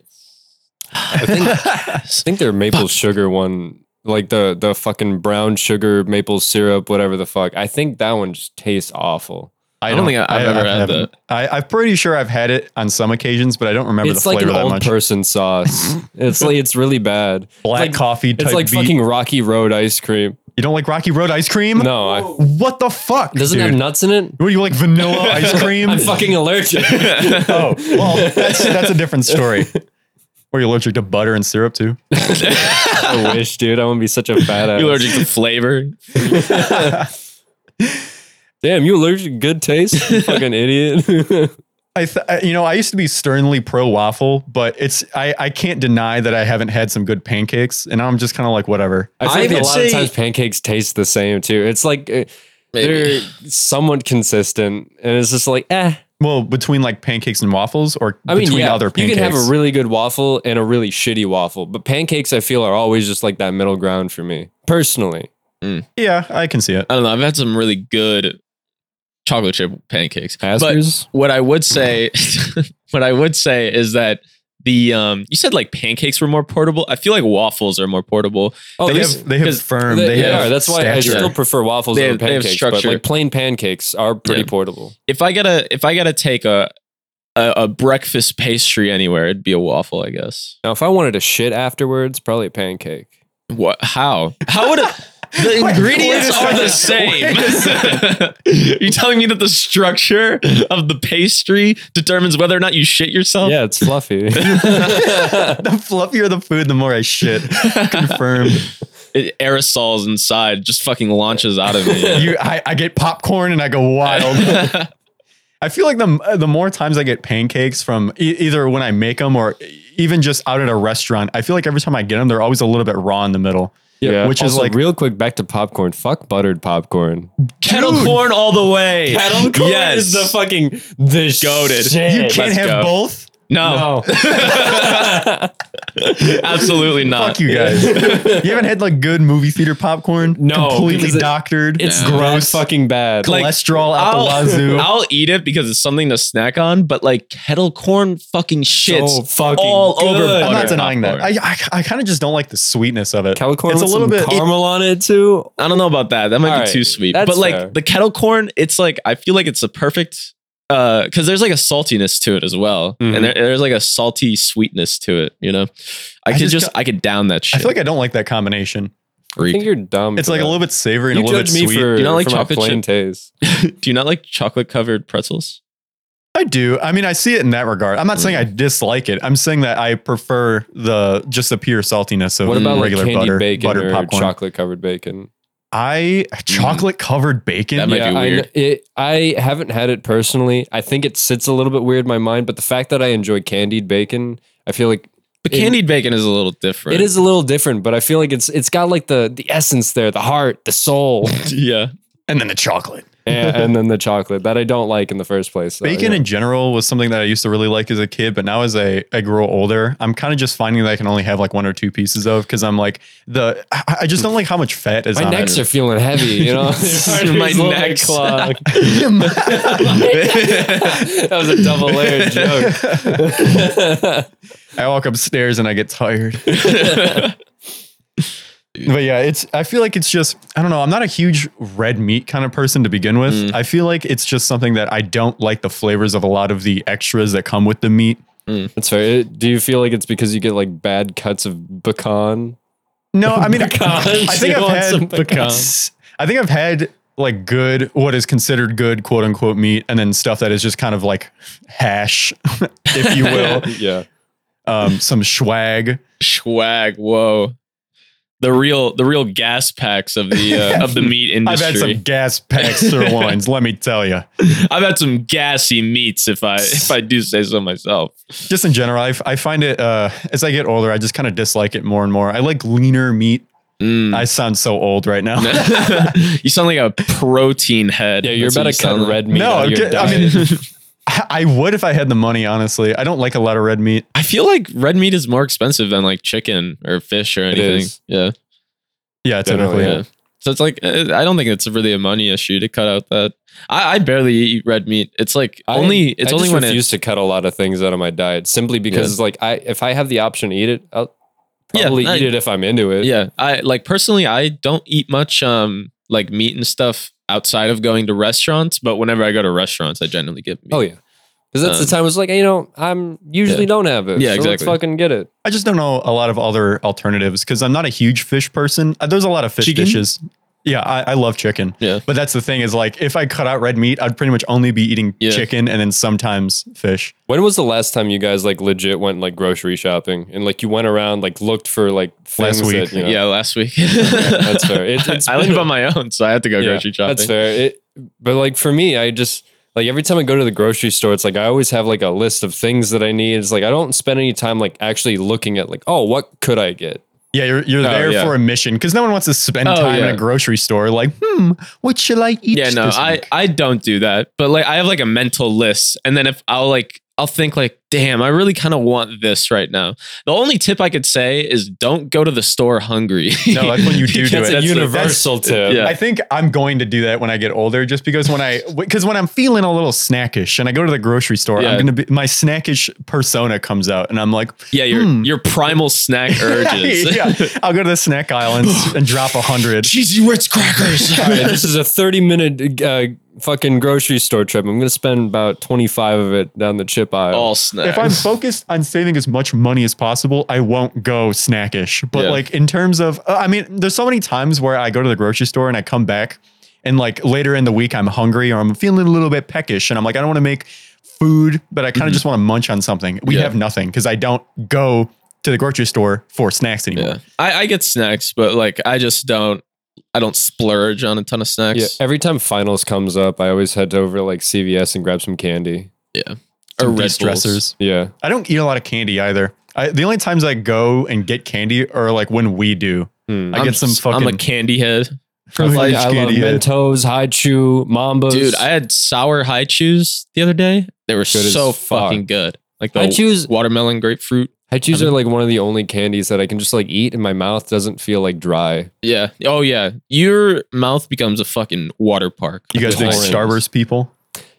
[SPEAKER 1] I think their maple sugar one, like the the fucking brown sugar maple syrup, whatever the fuck. I think that one just tastes awful.
[SPEAKER 2] I don't think I- I've ever had
[SPEAKER 3] haven't- I, I'm pretty sure I've had it on some occasions, but I don't remember
[SPEAKER 1] it's
[SPEAKER 3] the
[SPEAKER 1] like an
[SPEAKER 3] flavor that
[SPEAKER 1] old
[SPEAKER 3] much.
[SPEAKER 1] person sauce. it's like it's really bad.
[SPEAKER 3] Black
[SPEAKER 1] like-
[SPEAKER 3] coffee type
[SPEAKER 1] It's like
[SPEAKER 3] beat.
[SPEAKER 1] fucking Rocky Road ice cream.
[SPEAKER 3] you don't like Rocky Road ice cream?
[SPEAKER 1] No, I,
[SPEAKER 3] What the fuck?
[SPEAKER 1] doesn't
[SPEAKER 3] dude?
[SPEAKER 1] have nuts in it.
[SPEAKER 3] What do you like vanilla ice cream?
[SPEAKER 1] I'm fucking allergic.
[SPEAKER 3] oh, well, that's that's a different story. Were you allergic to butter and syrup too?
[SPEAKER 1] I wish, dude. I want to be such a badass.
[SPEAKER 2] You allergic to flavor?
[SPEAKER 1] Damn, you allergic to good taste? You fucking idiot.
[SPEAKER 3] I, th- I- you know, I used to be sternly pro waffle, but it's I, I can't deny that I haven't had some good pancakes, and I'm just kind of like whatever.
[SPEAKER 1] I
[SPEAKER 2] I
[SPEAKER 1] think a
[SPEAKER 2] would
[SPEAKER 1] lot
[SPEAKER 2] say-
[SPEAKER 1] of times pancakes taste the same too. It's like uh,
[SPEAKER 2] Maybe.
[SPEAKER 1] they're somewhat consistent, and it's just like, eh.
[SPEAKER 3] Well, between like pancakes and waffles, or
[SPEAKER 1] I mean,
[SPEAKER 3] between
[SPEAKER 1] yeah,
[SPEAKER 3] other
[SPEAKER 1] you
[SPEAKER 3] pancakes.
[SPEAKER 1] can have a really good waffle and a really shitty waffle, but pancakes I feel are always just like that middle ground for me personally.
[SPEAKER 3] yeah, I can see it.
[SPEAKER 2] I don't know. I've had some really good chocolate chip pancakes. But
[SPEAKER 1] Askers,
[SPEAKER 2] what I would say, what I would say is that the um, you said like pancakes were more portable. I feel like waffles are more portable.
[SPEAKER 1] oh,
[SPEAKER 3] they,
[SPEAKER 1] these-
[SPEAKER 3] have, they have
[SPEAKER 2] 'cause
[SPEAKER 3] firm.
[SPEAKER 1] they,
[SPEAKER 3] They,
[SPEAKER 1] they
[SPEAKER 3] have
[SPEAKER 1] are. That's why I
[SPEAKER 3] stature.
[SPEAKER 1] still prefer waffles
[SPEAKER 2] They
[SPEAKER 1] over
[SPEAKER 2] have- they have
[SPEAKER 1] pancakes. But
[SPEAKER 2] structure.
[SPEAKER 1] like plain pancakes are pretty
[SPEAKER 2] Yeah.
[SPEAKER 1] portable.
[SPEAKER 2] If I gotta, if I gotta take a a, a breakfast pastry anywhere, it'd be a waffle, I guess.
[SPEAKER 1] Now, if I wanted to shit afterwards, probably a pancake.
[SPEAKER 2] What? How? How would a, the ingredients
[SPEAKER 3] wait a
[SPEAKER 2] are the same?
[SPEAKER 3] second.
[SPEAKER 2] You're telling me that the structure of the pastry determines whether or not you shit yourself?
[SPEAKER 1] Yeah, it's fluffy.
[SPEAKER 3] the fluffier the food, the more I shit. Confirmed.
[SPEAKER 2] It aerosols inside just fucking launches out of me.
[SPEAKER 3] you, I, I get popcorn and I go wild. I feel like the the more times I get pancakes from e- either when I make them or even just out at a restaurant, I feel like every time I get them, they're always a little bit raw in the middle. which is
[SPEAKER 1] Also,
[SPEAKER 3] like-
[SPEAKER 1] real quick back to popcorn. Fuck buttered popcorn.
[SPEAKER 2] Kettle corn all the way.
[SPEAKER 1] Kettle corn
[SPEAKER 2] yes.
[SPEAKER 1] is the fucking the
[SPEAKER 2] Goated.
[SPEAKER 1] shit.
[SPEAKER 3] You can't
[SPEAKER 2] let's
[SPEAKER 3] have
[SPEAKER 2] go.
[SPEAKER 3] both.
[SPEAKER 2] no,
[SPEAKER 1] No.
[SPEAKER 2] absolutely
[SPEAKER 1] Uh,
[SPEAKER 2] not.
[SPEAKER 3] Fuck you guys. you haven't had like good movie theater popcorn.
[SPEAKER 1] No,
[SPEAKER 3] completely
[SPEAKER 1] because it-
[SPEAKER 3] doctored.
[SPEAKER 1] It's
[SPEAKER 2] No.
[SPEAKER 1] gross, fucking bad.
[SPEAKER 2] Like,
[SPEAKER 3] cholesterol out
[SPEAKER 2] I'll,
[SPEAKER 3] the wazoo.
[SPEAKER 2] I'll eat it because it's something to snack on, but like kettle corn fucking shits
[SPEAKER 1] So fucking
[SPEAKER 2] all
[SPEAKER 1] good.
[SPEAKER 2] over butter.
[SPEAKER 1] I'm
[SPEAKER 3] I'm not denying that.
[SPEAKER 2] popcorn.
[SPEAKER 3] I I, I kind of just don't like the sweetness of it.
[SPEAKER 1] kettle corn
[SPEAKER 3] It's a
[SPEAKER 1] with
[SPEAKER 3] little
[SPEAKER 1] some
[SPEAKER 3] bit.
[SPEAKER 1] caramel on it too.
[SPEAKER 2] I don't know about that. That might
[SPEAKER 1] All
[SPEAKER 2] be
[SPEAKER 1] right,
[SPEAKER 2] too sweet.
[SPEAKER 1] that's
[SPEAKER 2] But like
[SPEAKER 1] fair.
[SPEAKER 2] the kettle corn, it's like I feel like it's the perfect uh because there's like a saltiness to it as well.
[SPEAKER 1] Mhm.
[SPEAKER 3] Mm-hmm.
[SPEAKER 2] And there, there's like a salty sweetness to it, you know? I,
[SPEAKER 3] I
[SPEAKER 2] could
[SPEAKER 3] just
[SPEAKER 2] just,
[SPEAKER 3] don't-
[SPEAKER 2] I could down that
[SPEAKER 3] I
[SPEAKER 2] shit.
[SPEAKER 3] feel like I don't like that combination.
[SPEAKER 1] I think you're dumb.
[SPEAKER 3] It's
[SPEAKER 1] for
[SPEAKER 3] like a
[SPEAKER 1] that.
[SPEAKER 3] little bit savory and
[SPEAKER 1] You
[SPEAKER 3] a little bit
[SPEAKER 1] judge me
[SPEAKER 3] sweet.
[SPEAKER 1] for
[SPEAKER 2] You don't like
[SPEAKER 1] for my
[SPEAKER 2] chocolate
[SPEAKER 1] plain
[SPEAKER 2] chip?
[SPEAKER 1] taste.
[SPEAKER 2] Do you not like chocolate covered pretzels?
[SPEAKER 3] I do. I mean, I see it in that regard. I'm not saying
[SPEAKER 2] Mm.
[SPEAKER 3] I dislike it. I'm saying that I prefer the just the pure saltiness of
[SPEAKER 1] What about like
[SPEAKER 3] regular
[SPEAKER 1] candy
[SPEAKER 3] butter,
[SPEAKER 1] bacon
[SPEAKER 3] buttered
[SPEAKER 1] or Mm-hmm.
[SPEAKER 3] popcorn.
[SPEAKER 1] chocolate covered bacon?
[SPEAKER 3] I chocolate covered bacon.
[SPEAKER 2] That might be
[SPEAKER 1] I kn-
[SPEAKER 2] weird.
[SPEAKER 1] it- I haven't had it personally. I think it sits a little bit weird in my mind, but the fact that I enjoy candied bacon, I feel like
[SPEAKER 2] But
[SPEAKER 1] It-
[SPEAKER 2] candied bacon is a little different.
[SPEAKER 1] it is a little different. But I feel like it's it's got like the the essence there, the heart, the soul,
[SPEAKER 2] yeah.
[SPEAKER 3] and then the chocolate.
[SPEAKER 1] and, and then the chocolate that I don't like in the first place. so,
[SPEAKER 3] Bacon
[SPEAKER 1] Oh, yeah.
[SPEAKER 3] in general was something that I used to really like as a kid, but now as I, I grow older, I'm kind of just finding that I can only have like one or two pieces of because I'm like the I, I just don't like how much fat is
[SPEAKER 1] Hmm. my
[SPEAKER 3] on
[SPEAKER 1] necks
[SPEAKER 3] it.
[SPEAKER 1] are feeling heavy. You know,
[SPEAKER 2] My
[SPEAKER 1] It's a little bit
[SPEAKER 2] necks.
[SPEAKER 1] clogged.
[SPEAKER 2] I
[SPEAKER 1] that was a double layered joke.
[SPEAKER 3] I walk upstairs and I get tired. But yeah, it's I feel like it's just I don't know, I'm not a huge red meat kind of person to begin with.
[SPEAKER 1] Mm.
[SPEAKER 3] I feel like it's just something that I don't like the flavors of a lot of the extras that come with the meat.
[SPEAKER 1] That's fair. It- Do you feel like it's because you get like bad cuts of pecan?
[SPEAKER 3] No, I mean
[SPEAKER 1] Pecans.
[SPEAKER 3] I think
[SPEAKER 1] You
[SPEAKER 3] I've
[SPEAKER 1] want
[SPEAKER 3] had
[SPEAKER 1] some
[SPEAKER 3] pecans. I think I've had like good what is considered good quote unquote meat and then stuff that is just kind of like hash, if you will.
[SPEAKER 1] Yeah.
[SPEAKER 3] um some swag.
[SPEAKER 2] Schwag, whoa. The real the real gas packs of the uh, of the meat
[SPEAKER 3] I've
[SPEAKER 2] industry.
[SPEAKER 3] had some gas pack sirloins, let me tell you.
[SPEAKER 2] I've had some gassy meats if I if I do say so myself.
[SPEAKER 3] just in general, I, f- I find it uh, as I get older, I just kind of dislike it more and more. I like leaner meat.
[SPEAKER 2] Mm.
[SPEAKER 3] I sound so old right now.
[SPEAKER 2] you sound like a protein head.
[SPEAKER 1] Yeah, you're
[SPEAKER 2] That's
[SPEAKER 1] about
[SPEAKER 2] what
[SPEAKER 1] to
[SPEAKER 2] you
[SPEAKER 1] cut
[SPEAKER 2] sound like.
[SPEAKER 1] red meat.
[SPEAKER 3] no,
[SPEAKER 1] out of your
[SPEAKER 3] I
[SPEAKER 1] diet.
[SPEAKER 3] mean, I I would if I had the money. Honestly, I don't like a lot of red meat.
[SPEAKER 2] I feel like red meat is more expensive than like chicken or fish or anything.
[SPEAKER 1] is. Oh,
[SPEAKER 2] Yeah,
[SPEAKER 3] Yeah,
[SPEAKER 1] Definitely,
[SPEAKER 3] typically.
[SPEAKER 2] yeah. So it's like uh, I don't think it's really a money issue to cut out that. I, I barely eat red meat. It's like
[SPEAKER 1] I-
[SPEAKER 2] only it's
[SPEAKER 1] I
[SPEAKER 2] only
[SPEAKER 1] just
[SPEAKER 2] when
[SPEAKER 1] refuse
[SPEAKER 2] it's
[SPEAKER 1] to cut a lot of things out of my diet simply because
[SPEAKER 2] Yeah.
[SPEAKER 1] it's like I if I have the option to eat it, I'll
[SPEAKER 2] Yeah,
[SPEAKER 1] probably
[SPEAKER 2] I-
[SPEAKER 1] eat it if I'm into it.
[SPEAKER 2] yeah. I like personally I don't eat much um like meat and stuff outside of going to restaurants. But whenever I go to restaurants, I generally get meat.
[SPEAKER 1] Oh yeah. Because that's
[SPEAKER 2] Um,
[SPEAKER 1] the time it's like, you know, I'm usually
[SPEAKER 2] yeah.
[SPEAKER 1] don't have it.
[SPEAKER 2] Yeah,
[SPEAKER 1] so Let's
[SPEAKER 2] exactly.
[SPEAKER 1] fucking get it.
[SPEAKER 3] I just don't know a lot of other alternatives because I'm not a huge fish person. Uh, There's a lot of fish
[SPEAKER 2] Chicken?
[SPEAKER 3] dishes. Yeah, I, I love chicken.
[SPEAKER 2] Yeah.
[SPEAKER 3] But that's the thing is like if I cut out red meat, I'd pretty much only be eating
[SPEAKER 2] Yeah.
[SPEAKER 3] chicken and then sometimes fish.
[SPEAKER 1] When was the last time you guys like legit went like grocery shopping and like you went around like looked for like
[SPEAKER 3] Last
[SPEAKER 1] things
[SPEAKER 3] week.
[SPEAKER 1] that, you know,
[SPEAKER 2] Yeah, last week.
[SPEAKER 1] that's fair. It- it's
[SPEAKER 2] I
[SPEAKER 1] been
[SPEAKER 2] live
[SPEAKER 1] a-
[SPEAKER 2] on my own, so I have to go grocery shopping.
[SPEAKER 1] That's fair. It, but like for me, I just like every time I go to the grocery store, it's like I always have like a list of things that I need. It's like I don't spend any time like actually looking at like, oh, what could I get?
[SPEAKER 3] Yeah, you're, you're
[SPEAKER 2] Oh,
[SPEAKER 3] there
[SPEAKER 2] yeah.
[SPEAKER 3] for a mission because no one wants to spend
[SPEAKER 2] Oh,
[SPEAKER 3] time in
[SPEAKER 2] yeah.
[SPEAKER 3] a grocery store. Like, hmm, what should I eat?
[SPEAKER 2] yeah no
[SPEAKER 3] this
[SPEAKER 2] i
[SPEAKER 3] week?"
[SPEAKER 2] i don't do that but like i have like a mental list and then if i'll like i'll think like damn i really kind of want this right now the only tip i could say is don't go to the store hungry
[SPEAKER 3] No, that's when you do do
[SPEAKER 1] That's
[SPEAKER 3] it.
[SPEAKER 1] a
[SPEAKER 2] That's like-
[SPEAKER 1] universal tip.
[SPEAKER 2] Yeah.
[SPEAKER 3] I think I'm going to do that when I get older, just because when I because when I'm feeling a little snackish and I go to the grocery store,
[SPEAKER 2] Yeah.
[SPEAKER 3] I'm gonna be my snackish persona comes out, and I'm like,
[SPEAKER 2] yeah your
[SPEAKER 3] Hmm.
[SPEAKER 2] your primal snack urges
[SPEAKER 3] yeah, I'll go to the snack aisle and, and drop a hundred.
[SPEAKER 2] cheesy ritz crackers
[SPEAKER 1] All right, this is a 30 minute uh, fucking grocery store trip. I'm going to spend about 25 of it down the chip aisle.
[SPEAKER 2] all snacks
[SPEAKER 3] If I'm focused on saving as much money as possible, I won't go snackish. But
[SPEAKER 2] Yeah.
[SPEAKER 3] like in terms of, uh, I mean, there's so many times where I go to the grocery store and I come back, and like later in the week I'm hungry or I'm feeling a little bit peckish, and I'm like I don't want to make food, but I kind of just want to munch on something. We
[SPEAKER 2] Mm-hmm. Yeah.
[SPEAKER 3] have nothing because I don't go to the grocery store for snacks anymore.
[SPEAKER 2] yeah I, I get snacks but like i just don't i don't splurge on a ton of snacks
[SPEAKER 1] Yeah, every time finals comes up, I always head over to like CVS and grab some candy.
[SPEAKER 2] or
[SPEAKER 3] Some
[SPEAKER 2] red stressors
[SPEAKER 3] de-stressors.
[SPEAKER 1] Yeah.
[SPEAKER 3] I don't eat a lot of candy either. I, the only times I go and get candy are like when we do.
[SPEAKER 1] Hmm.
[SPEAKER 3] I get some fucking.
[SPEAKER 2] i'm a candy head
[SPEAKER 1] Like,
[SPEAKER 3] privileged
[SPEAKER 1] I love
[SPEAKER 3] candy head.
[SPEAKER 1] Mentos, High Chew, Mambas.
[SPEAKER 2] Dude, I had sour high chews the other day. They were
[SPEAKER 1] Good as
[SPEAKER 2] so
[SPEAKER 1] fuck.
[SPEAKER 2] fucking good. Like the
[SPEAKER 1] High Chews-
[SPEAKER 2] watermelon grapefruit.
[SPEAKER 1] High Chews are like one of the only candies that I can just like eat and my mouth doesn't feel like dry.
[SPEAKER 2] Yeah. Oh yeah. Your mouth becomes a fucking water park.
[SPEAKER 3] you guys
[SPEAKER 2] It's
[SPEAKER 3] think
[SPEAKER 1] Horns.
[SPEAKER 3] Starburst people?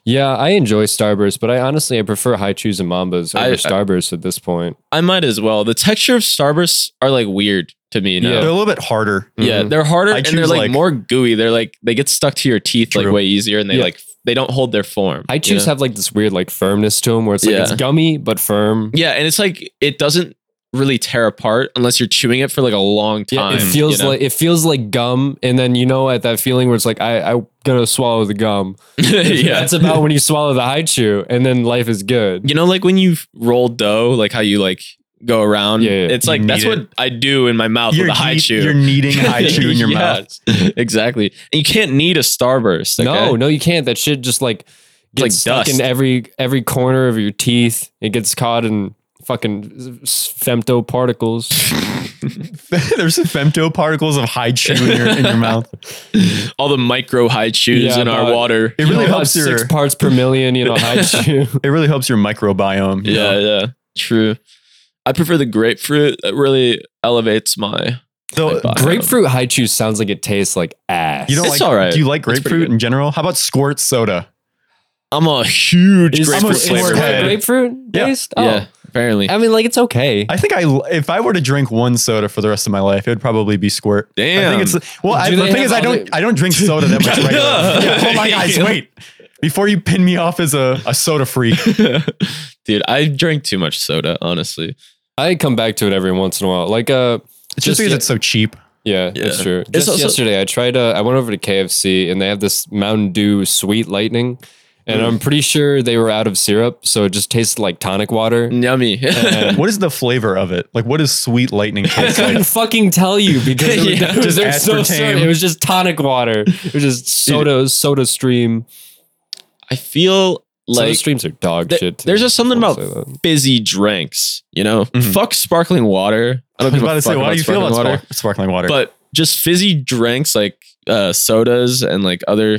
[SPEAKER 1] Yeah, I enjoy Starburst, but I honestly I prefer High Chews and Mambas
[SPEAKER 2] I-
[SPEAKER 1] over
[SPEAKER 2] I-
[SPEAKER 1] Starburst at this point.
[SPEAKER 2] I might as well. The texture of Starbursts are like weird to me now.
[SPEAKER 3] They're
[SPEAKER 2] Yeah.
[SPEAKER 3] a little bit harder.
[SPEAKER 1] Mhm.
[SPEAKER 2] they're harder
[SPEAKER 3] Mm-hmm. I
[SPEAKER 2] and they're
[SPEAKER 3] choose,
[SPEAKER 2] like,
[SPEAKER 3] like-
[SPEAKER 2] more gooey. They're like they get stuck to your teeth
[SPEAKER 3] True.
[SPEAKER 2] like way easier, and they
[SPEAKER 1] Yeah.
[SPEAKER 2] like they don't hold their form.
[SPEAKER 1] High
[SPEAKER 2] you
[SPEAKER 1] Chews
[SPEAKER 2] know?
[SPEAKER 1] have like this weird like firmness to them where it's like
[SPEAKER 2] Yeah.
[SPEAKER 1] it's gummy but firm.
[SPEAKER 2] yeah, and it's like it doesn't really tear apart unless you're chewing it for like a long
[SPEAKER 1] Yeah,
[SPEAKER 2] time.
[SPEAKER 1] it
[SPEAKER 2] you
[SPEAKER 1] feels
[SPEAKER 2] know?
[SPEAKER 1] like it feels like gum, and then you know at that feeling where it's like I I gotta swallow the gum.
[SPEAKER 2] yeah.
[SPEAKER 1] that's about when you swallow the high chew, and then life is good.
[SPEAKER 2] You know, like when you roll dough, like how you like go around.
[SPEAKER 1] Yeah, yeah.
[SPEAKER 2] It's
[SPEAKER 3] You
[SPEAKER 2] like
[SPEAKER 3] knead
[SPEAKER 2] that's
[SPEAKER 3] it.
[SPEAKER 2] what I do in my mouth with a high
[SPEAKER 3] need-
[SPEAKER 2] chew.
[SPEAKER 3] You're kneading high chew in your mouth.
[SPEAKER 2] Yes, exactly. And you can't need a starburst. okay?
[SPEAKER 1] No, no, you can't. That shit just like gets
[SPEAKER 2] eh. like
[SPEAKER 1] stuck
[SPEAKER 2] dust.
[SPEAKER 1] in every every corner of your teeth. It gets caught in fucking s- femto particles.
[SPEAKER 3] There's some femto particles of high chew in your, in your mouth.
[SPEAKER 2] all the micro high chews
[SPEAKER 1] Yeah,
[SPEAKER 2] in our
[SPEAKER 1] but-
[SPEAKER 2] water.
[SPEAKER 3] It really
[SPEAKER 1] About
[SPEAKER 3] helps your
[SPEAKER 1] six parts per million. You know, high chew.
[SPEAKER 3] it really helps your microbiome. you
[SPEAKER 2] Yeah,
[SPEAKER 3] know?
[SPEAKER 2] yeah. True. I prefer the grapefruit. That really elevates my
[SPEAKER 3] Though,
[SPEAKER 2] Like,
[SPEAKER 1] Grapefruit high chew sounds like it tastes like ass.
[SPEAKER 3] you don't
[SPEAKER 2] It's
[SPEAKER 3] like
[SPEAKER 2] all right.
[SPEAKER 3] do you like
[SPEAKER 2] It's pretty
[SPEAKER 3] grapefruit
[SPEAKER 2] good.
[SPEAKER 3] in general? How about squirt soda?
[SPEAKER 2] I'm a huge
[SPEAKER 1] Is-
[SPEAKER 2] grapefruit
[SPEAKER 1] is
[SPEAKER 2] flavor.
[SPEAKER 1] squirt
[SPEAKER 3] head.
[SPEAKER 2] man.
[SPEAKER 1] grapefruit
[SPEAKER 3] Yeah.
[SPEAKER 1] based. Oh,
[SPEAKER 2] Yeah,
[SPEAKER 3] Oh.
[SPEAKER 2] apparently.
[SPEAKER 1] I mean, like it's okay.
[SPEAKER 3] I think I if I were to drink one soda for the rest of my life, it would probably be squirt.
[SPEAKER 2] Damn.
[SPEAKER 3] I think it's well. I,
[SPEAKER 1] Do
[SPEAKER 3] the
[SPEAKER 1] they
[SPEAKER 3] thing
[SPEAKER 1] have
[SPEAKER 3] is, I don't.
[SPEAKER 1] other-
[SPEAKER 3] I don't drink soda that much. Regularly.
[SPEAKER 2] Yeah.
[SPEAKER 3] Yeah, Oh my guys, wait! Before you pin me off as a, a soda freak,
[SPEAKER 2] Dude, I drink too much soda, honestly.
[SPEAKER 1] I come back to it every once in a while. Like, uh,
[SPEAKER 3] it's just, because it's so cheap.
[SPEAKER 1] yeah, that's
[SPEAKER 2] Yeah.
[SPEAKER 1] true.
[SPEAKER 2] It's
[SPEAKER 1] Just
[SPEAKER 2] also-
[SPEAKER 1] yesterday, I tried. Uh, I went over to KFC and they have this Mountain Dew Sweet Lightning, and
[SPEAKER 2] Mm.
[SPEAKER 1] I'm pretty sure they were out of syrup, so it just tasted like tonic water.
[SPEAKER 2] Yummy.
[SPEAKER 1] And
[SPEAKER 3] What is the flavor of it? Like, what is sweet lightning
[SPEAKER 1] I
[SPEAKER 3] taste like?
[SPEAKER 1] couldn't fucking tell you because it was,
[SPEAKER 2] Yeah.
[SPEAKER 1] because there was no
[SPEAKER 3] Aspartame.
[SPEAKER 1] syrup. It was just tonic water. It was just soda, soda stream.
[SPEAKER 2] I feel
[SPEAKER 1] soda
[SPEAKER 2] like
[SPEAKER 1] streams are dog
[SPEAKER 2] There-
[SPEAKER 1] shit. too.
[SPEAKER 2] there's just something
[SPEAKER 1] I'll
[SPEAKER 2] about
[SPEAKER 1] say that.
[SPEAKER 2] fizzy drinks, you know?
[SPEAKER 3] Mhm.
[SPEAKER 2] Fuck sparkling water. I
[SPEAKER 3] I
[SPEAKER 2] don't
[SPEAKER 3] was
[SPEAKER 2] give
[SPEAKER 3] about
[SPEAKER 2] a
[SPEAKER 3] to
[SPEAKER 2] fuck
[SPEAKER 3] say, why do you feel
[SPEAKER 2] sparkling
[SPEAKER 3] about
[SPEAKER 2] water.
[SPEAKER 3] water? sparkling water?
[SPEAKER 2] But just fizzy drinks like uh, sodas and like other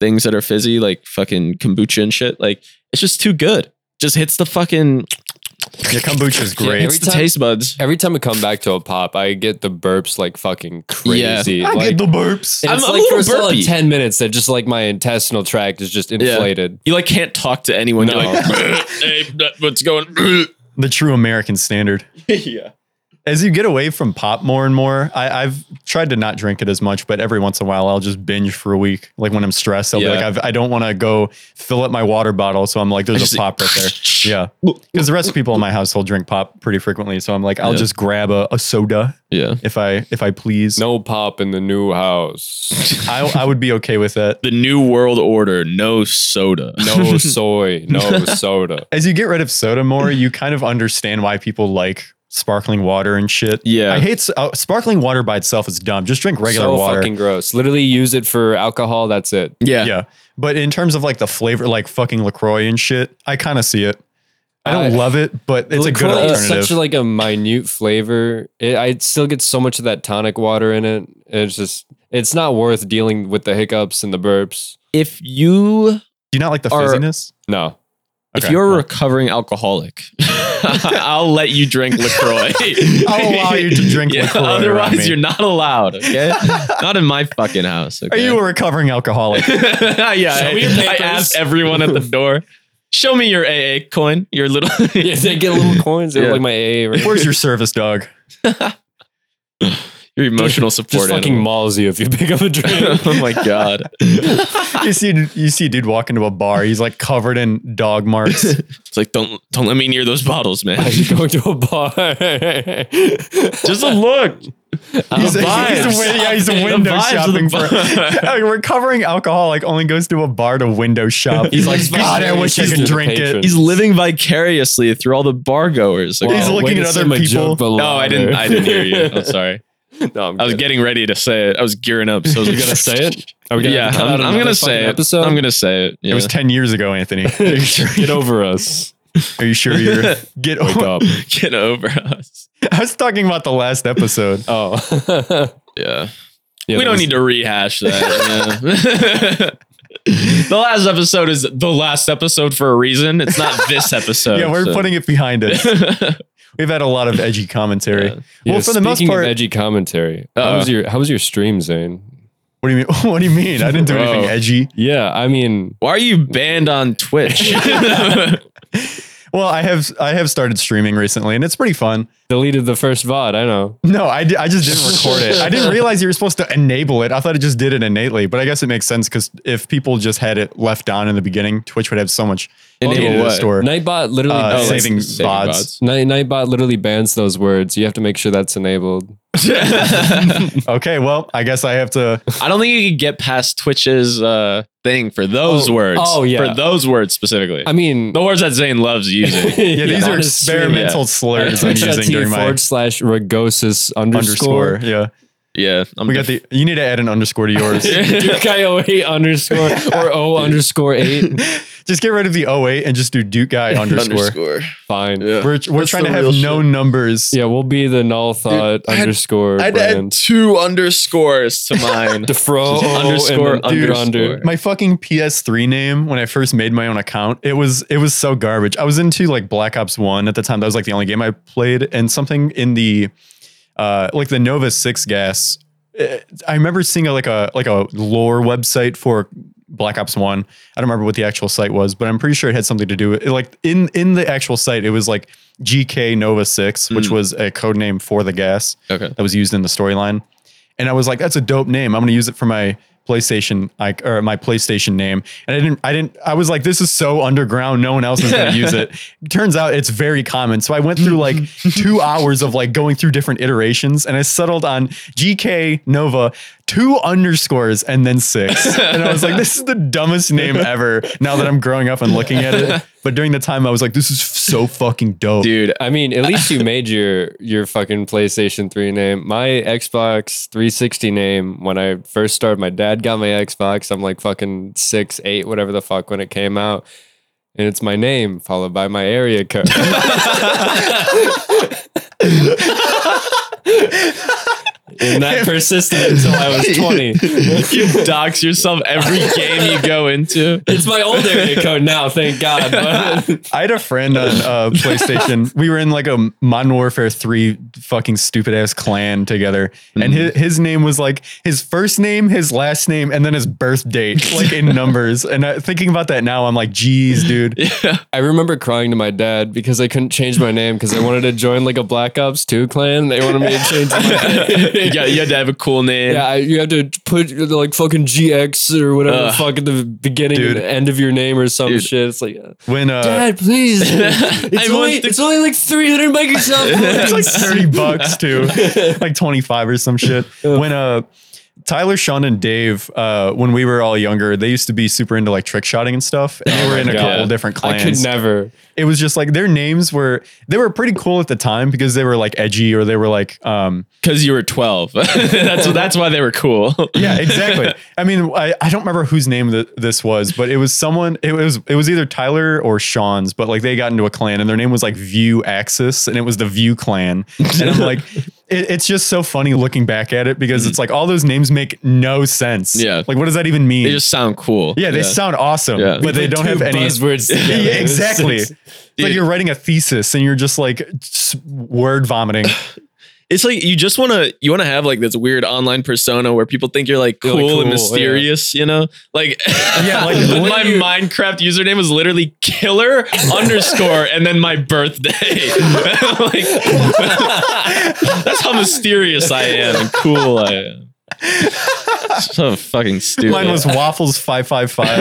[SPEAKER 2] things that are fizzy, like fucking kombucha and shit. Like it's just too good. Just hits the fucking
[SPEAKER 3] yeah, kombucha is great.
[SPEAKER 1] every
[SPEAKER 2] hits the
[SPEAKER 1] time-
[SPEAKER 2] taste buds.
[SPEAKER 1] Every time I come back to a pop, I get the burps like fucking crazy.
[SPEAKER 3] I
[SPEAKER 1] Like,
[SPEAKER 3] get the burps.
[SPEAKER 1] And
[SPEAKER 2] I'm
[SPEAKER 1] it's
[SPEAKER 2] a
[SPEAKER 1] like
[SPEAKER 2] little
[SPEAKER 1] for a solid
[SPEAKER 2] burpy.
[SPEAKER 1] 10 minutes that just like my intestinal tract is just inflated.
[SPEAKER 2] You like can't talk to anyone. You're
[SPEAKER 1] No.
[SPEAKER 2] like, hey, that- what's going?
[SPEAKER 3] The true American standard.
[SPEAKER 2] yeah.
[SPEAKER 3] As you get away from pop more and more, I, I've tried to not drink it as much, but every once in a while I'll just binge for a week. Like when I'm stressed, I'll
[SPEAKER 2] Yeah.
[SPEAKER 3] be like, I've, I don't want to go fill up my water bottle. So I'm like, there's
[SPEAKER 2] Just-
[SPEAKER 3] a pop right there. Yeah. Because the rest of people in my household drink pop pretty frequently. So I'm like, I'll
[SPEAKER 2] Yeah.
[SPEAKER 3] just grab a, a soda
[SPEAKER 2] Yeah.
[SPEAKER 3] if I if I please.
[SPEAKER 1] No pop in the new house.
[SPEAKER 3] I, I would be okay with that.
[SPEAKER 2] The new world order, no soda.
[SPEAKER 1] No soy, no soda.
[SPEAKER 3] As you get rid of soda more, you kind of understand why people like sparkling water and shit.
[SPEAKER 2] Yeah.
[SPEAKER 3] I hate s- uh, sparkling water by itself is dumb. Just drink regular
[SPEAKER 1] so
[SPEAKER 3] water.
[SPEAKER 1] fucking gross. Literally use it for alcohol. That's it.
[SPEAKER 2] Yeah.
[SPEAKER 3] Yeah. But in terms of like the flavor, like fucking LaCroix and shit, I kind of see it. I don't
[SPEAKER 1] I-
[SPEAKER 3] love it, but it's a good
[SPEAKER 1] LaCroix
[SPEAKER 3] alternative.
[SPEAKER 1] is such like a minute flavor. It, I still get so much of that tonic water in it. It's just it's not worth dealing with the hiccups and the burps.
[SPEAKER 2] If you
[SPEAKER 3] Do you not like the
[SPEAKER 2] Or-
[SPEAKER 3] fizziness?
[SPEAKER 1] No.
[SPEAKER 2] if
[SPEAKER 3] Okay.
[SPEAKER 2] you're a recovering alcoholic, I'll let you drink LaCroix.
[SPEAKER 3] I'll allow you to drink LaCroix around
[SPEAKER 2] Otherwise,
[SPEAKER 3] me.
[SPEAKER 2] you're not allowed, okay? not in my fucking house.
[SPEAKER 3] Are
[SPEAKER 2] Okay?
[SPEAKER 3] you a recovering alcoholic?
[SPEAKER 2] yeah,
[SPEAKER 1] Show
[SPEAKER 2] I,
[SPEAKER 1] me your
[SPEAKER 2] I
[SPEAKER 1] papers.
[SPEAKER 2] asked everyone at the door, show me your AA coin, your little.
[SPEAKER 1] Yeah, they get little coins. They're
[SPEAKER 2] Yeah.
[SPEAKER 1] like my AA. Right?
[SPEAKER 3] Where's your service dog?
[SPEAKER 2] your emotional support.
[SPEAKER 1] Just fucking
[SPEAKER 2] animal.
[SPEAKER 1] mauls you if you pick up a drink.
[SPEAKER 2] oh my god.
[SPEAKER 3] You see, you see, a dude walk into a bar. He's like covered in dog marks.
[SPEAKER 2] It's like don't don't let me near those bottles, man.
[SPEAKER 1] As you going to a bar. Just
[SPEAKER 2] Just a look.
[SPEAKER 1] Oh,
[SPEAKER 3] He's,
[SPEAKER 2] The
[SPEAKER 3] he's,
[SPEAKER 2] vibes.
[SPEAKER 3] win- yeah, he's
[SPEAKER 2] The
[SPEAKER 3] window
[SPEAKER 2] vibes of the
[SPEAKER 3] shopping for
[SPEAKER 2] bar.
[SPEAKER 3] a recovering alcoholic. Only goes to a bar to window shop. He's like,
[SPEAKER 1] He's
[SPEAKER 3] God, I wish I
[SPEAKER 1] vibing
[SPEAKER 3] could
[SPEAKER 1] to the
[SPEAKER 3] drink it.
[SPEAKER 1] patron.
[SPEAKER 2] He's living vicariously through all the bar goers. Like,
[SPEAKER 3] He's
[SPEAKER 2] wow.
[SPEAKER 3] looking
[SPEAKER 1] way to
[SPEAKER 3] at other
[SPEAKER 1] send my
[SPEAKER 3] people.
[SPEAKER 1] joke below
[SPEAKER 2] Oh, no, I didn't.
[SPEAKER 1] there.
[SPEAKER 2] I didn't hear you. I'm sorry.
[SPEAKER 1] no, I'm
[SPEAKER 2] I was
[SPEAKER 1] good.
[SPEAKER 2] getting ready to say it. I was gearing up. So I was
[SPEAKER 1] You gonna say it? Are we gonna
[SPEAKER 2] yeah,
[SPEAKER 1] have to cut
[SPEAKER 2] I'm,
[SPEAKER 1] out
[SPEAKER 2] I'm
[SPEAKER 1] another
[SPEAKER 2] gonna say
[SPEAKER 1] fucking
[SPEAKER 2] it.
[SPEAKER 1] Episode.
[SPEAKER 2] I'm gonna say it. Yeah.
[SPEAKER 3] It was ten years ago, Anthony. Are you sure?
[SPEAKER 1] get over us.
[SPEAKER 3] Are you sure you're get?
[SPEAKER 1] Wake up.
[SPEAKER 2] Get over us.
[SPEAKER 3] I was talking about the last episode.
[SPEAKER 1] Oh. Yeah,
[SPEAKER 2] Yeah. we
[SPEAKER 1] that
[SPEAKER 2] don't
[SPEAKER 1] was-
[SPEAKER 2] need to rehash that. yeah. the last episode is the last episode for a reason. It's not this episode.
[SPEAKER 3] yeah, we're
[SPEAKER 2] so-
[SPEAKER 3] putting it behind us. We've had a lot of edgy commentary.
[SPEAKER 2] Yeah.
[SPEAKER 1] Yeah,
[SPEAKER 3] Well, for the most
[SPEAKER 1] speaking of
[SPEAKER 3] part,
[SPEAKER 1] edgy commentary.
[SPEAKER 2] Uh-oh.
[SPEAKER 1] How was your How was your stream, Zane?
[SPEAKER 3] what do you mean? What do you mean? I didn't do anything
[SPEAKER 2] Whoa.
[SPEAKER 3] edgy.
[SPEAKER 1] Yeah, I mean,
[SPEAKER 2] Why are you banned on Twitch?
[SPEAKER 3] Well, I have I have started streaming recently, and it's pretty fun.
[SPEAKER 1] deleted the first VOD. I know.
[SPEAKER 3] No, I, di- I just didn't record it. I didn't realize you were supposed to enable it. I thought it just did it innately, but I guess it makes sense because if people just had it left down in the beginning, Twitch would have so much
[SPEAKER 2] Enable
[SPEAKER 3] data to
[SPEAKER 2] what?
[SPEAKER 3] store.
[SPEAKER 1] Nightbot literally
[SPEAKER 3] Uh,
[SPEAKER 1] bans,
[SPEAKER 3] saving
[SPEAKER 2] saving
[SPEAKER 3] bots.
[SPEAKER 1] Night, Nightbot literally bans those words. You have to make sure that's enabled.
[SPEAKER 3] Okay, well, I guess I have to.
[SPEAKER 2] I don't think you could get past Twitch's uh, thing for those
[SPEAKER 1] Oh,
[SPEAKER 2] words.
[SPEAKER 1] oh, yeah.
[SPEAKER 2] For those words specifically.
[SPEAKER 1] I mean,
[SPEAKER 2] the words that Zane loves using.
[SPEAKER 3] Yeah, these are
[SPEAKER 1] on his stream,
[SPEAKER 3] experimental slurs I'm
[SPEAKER 1] Twitch.tv
[SPEAKER 3] using during my
[SPEAKER 1] forward slash regosis underscore.
[SPEAKER 3] underscore. Yeah,
[SPEAKER 2] yeah. I'm
[SPEAKER 3] we got the. You need to add an underscore to yours.
[SPEAKER 1] Duke IO eight underscore or O underscore eight.
[SPEAKER 3] just get rid of the 08 and just do Duke guy underscore.
[SPEAKER 1] Fine. Yeah.
[SPEAKER 2] Yeah.
[SPEAKER 3] We're, we're
[SPEAKER 2] That's
[SPEAKER 3] trying to
[SPEAKER 2] the
[SPEAKER 3] have
[SPEAKER 2] real
[SPEAKER 3] no numbers.
[SPEAKER 1] we'll be the null thought
[SPEAKER 2] I had-
[SPEAKER 1] underscore
[SPEAKER 2] I'd add
[SPEAKER 1] brand.
[SPEAKER 2] two underscores to mine.
[SPEAKER 1] Defro oh,
[SPEAKER 2] Just underscore,
[SPEAKER 1] underscore under under.
[SPEAKER 2] underscore.
[SPEAKER 3] My fucking PS3 name when I first made my own account, it was it was so garbage. I was into like Black Ops 1 at the time. That was like the only game I played and something in the uh like the Nova 6 gas. eh, I remember seeing a, like a like a lore website for Black Ops 1. I don't remember what the actual site was, but I'm pretty sure it had something to do with like in in the actual site it was like GK Nova 6, which
[SPEAKER 2] Mm.
[SPEAKER 3] was a code name for the gas
[SPEAKER 2] Okay.
[SPEAKER 3] that was used in the storyline. And I was like, that's a dope name. I'm gonna use it for my PlayStation like or my PlayStation name. And I didn't I didn't I was like, this is so underground, no one else is gonna use it. Turns out it's very common. So I went through like two hours of like going through different iterations and I settled on GK Nova, two underscores and then six. And I was like, this is the dumbest name ever now that I'm growing up and looking at it. But during the time I was like, this is so fucking dope.
[SPEAKER 2] Dude,
[SPEAKER 1] I mean, at least you made your your fucking PlayStation 3 name. My Xbox 360 name, when I first started, my dad got my Xbox. I'm like fucking six, eight, whatever the fuck when it came out. And it's my name followed by my area code. and that persisted until I was 20.
[SPEAKER 2] you dox yourself every game you go into.
[SPEAKER 1] It's my old area code now, thank God. but-
[SPEAKER 3] I had a friend on uh, PlayStation. we were in like a Modern Warfare 3 fucking stupid ass clan together. And his,
[SPEAKER 1] Mm-hmm.
[SPEAKER 3] his name was like his first name, his last name, and then his birth date, like in numbers. And I, thinking about that now, I'm like, geez, dude.
[SPEAKER 1] I remember crying to my dad because I couldn't change my name because I wanted to join like a Black Ops 2 clan. They wanted me to change my name.
[SPEAKER 2] you, got, you had to have a cool name.
[SPEAKER 1] Yeah, I, you have to put like fucking GX or whatever the
[SPEAKER 2] Ugh.
[SPEAKER 1] fuck at the beginning
[SPEAKER 3] Dude.
[SPEAKER 1] and end of your name or some
[SPEAKER 2] Dude.
[SPEAKER 1] shit. It's like,
[SPEAKER 3] When uh,
[SPEAKER 1] Dad, please. It's,
[SPEAKER 2] I want
[SPEAKER 1] only,
[SPEAKER 2] to-
[SPEAKER 1] it's only like 300 Microsoft
[SPEAKER 3] it's
[SPEAKER 1] points.
[SPEAKER 3] like 30 bucks too like 25 or some shit when uh Tyler, Sean, and Dave, uh, when we were all younger, they used to be super into like trick shotting and stuff. And they were in a
[SPEAKER 1] Oh God.
[SPEAKER 3] couple different
[SPEAKER 1] I
[SPEAKER 3] clans.
[SPEAKER 1] could never.
[SPEAKER 3] it was just like their names were they were pretty cool at the time because they were like edgy or they were like um
[SPEAKER 2] Because you were 12. that's, that's why they were cool.
[SPEAKER 3] Yeah, exactly. I mean, I, I don't remember whose name th- this was, but it was someone. It was it was either Tyler or Sean's, but like they got into a clan and their name was like View Axis, and it was the View Clan. And I'm like, it, it's just so funny looking back at it because it's like all those names make no sense.
[SPEAKER 2] Mm. Yeah.
[SPEAKER 3] like what does that even mean?
[SPEAKER 2] They just sound cool.
[SPEAKER 3] yeah, they sound awesome,
[SPEAKER 2] Yeah.
[SPEAKER 3] but they don't
[SPEAKER 1] Two
[SPEAKER 3] have any.
[SPEAKER 1] buzzwords.
[SPEAKER 3] Yeah,
[SPEAKER 1] together.
[SPEAKER 3] exactly. It's like
[SPEAKER 2] Dude.
[SPEAKER 3] you're writing a thesis and you're just like s- word vomiting.
[SPEAKER 2] It's like you just want to you want to have like this weird online persona where people think you're like
[SPEAKER 1] You're,
[SPEAKER 2] cool,
[SPEAKER 1] like, cool,
[SPEAKER 2] and mysterious, you know? Like,
[SPEAKER 3] Yeah, like, what
[SPEAKER 2] my
[SPEAKER 3] are you-
[SPEAKER 2] Minecraft username is literally killer underscore and then my birthday. like, that's how mysterious I am and cool I am. So fucking stupid.
[SPEAKER 3] Mine was waffles five five five.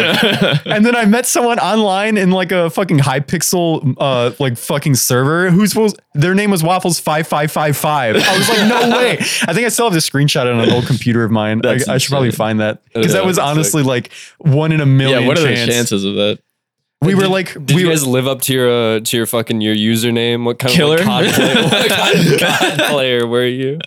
[SPEAKER 3] and then I met someone online in like a fucking Hypixel uh like fucking server who's was their name was Waffles five five five five. I was like, no way. I think I still have the screenshot on an old computer of mine. I,
[SPEAKER 2] That's
[SPEAKER 3] I should probably
[SPEAKER 2] insane. Oh,
[SPEAKER 3] find that because
[SPEAKER 2] Yeah,
[SPEAKER 3] that was
[SPEAKER 2] that's
[SPEAKER 3] honestly like one in a million.
[SPEAKER 2] yeah, what are
[SPEAKER 3] chance.
[SPEAKER 2] the chances of that?
[SPEAKER 3] We were
[SPEAKER 1] Did-
[SPEAKER 3] like,
[SPEAKER 1] Did
[SPEAKER 3] we
[SPEAKER 1] you
[SPEAKER 3] were.
[SPEAKER 1] guys live up to your uh, to your fucking your username? What kind
[SPEAKER 2] Killer?
[SPEAKER 1] of like, COD player, what kind of COD player were you?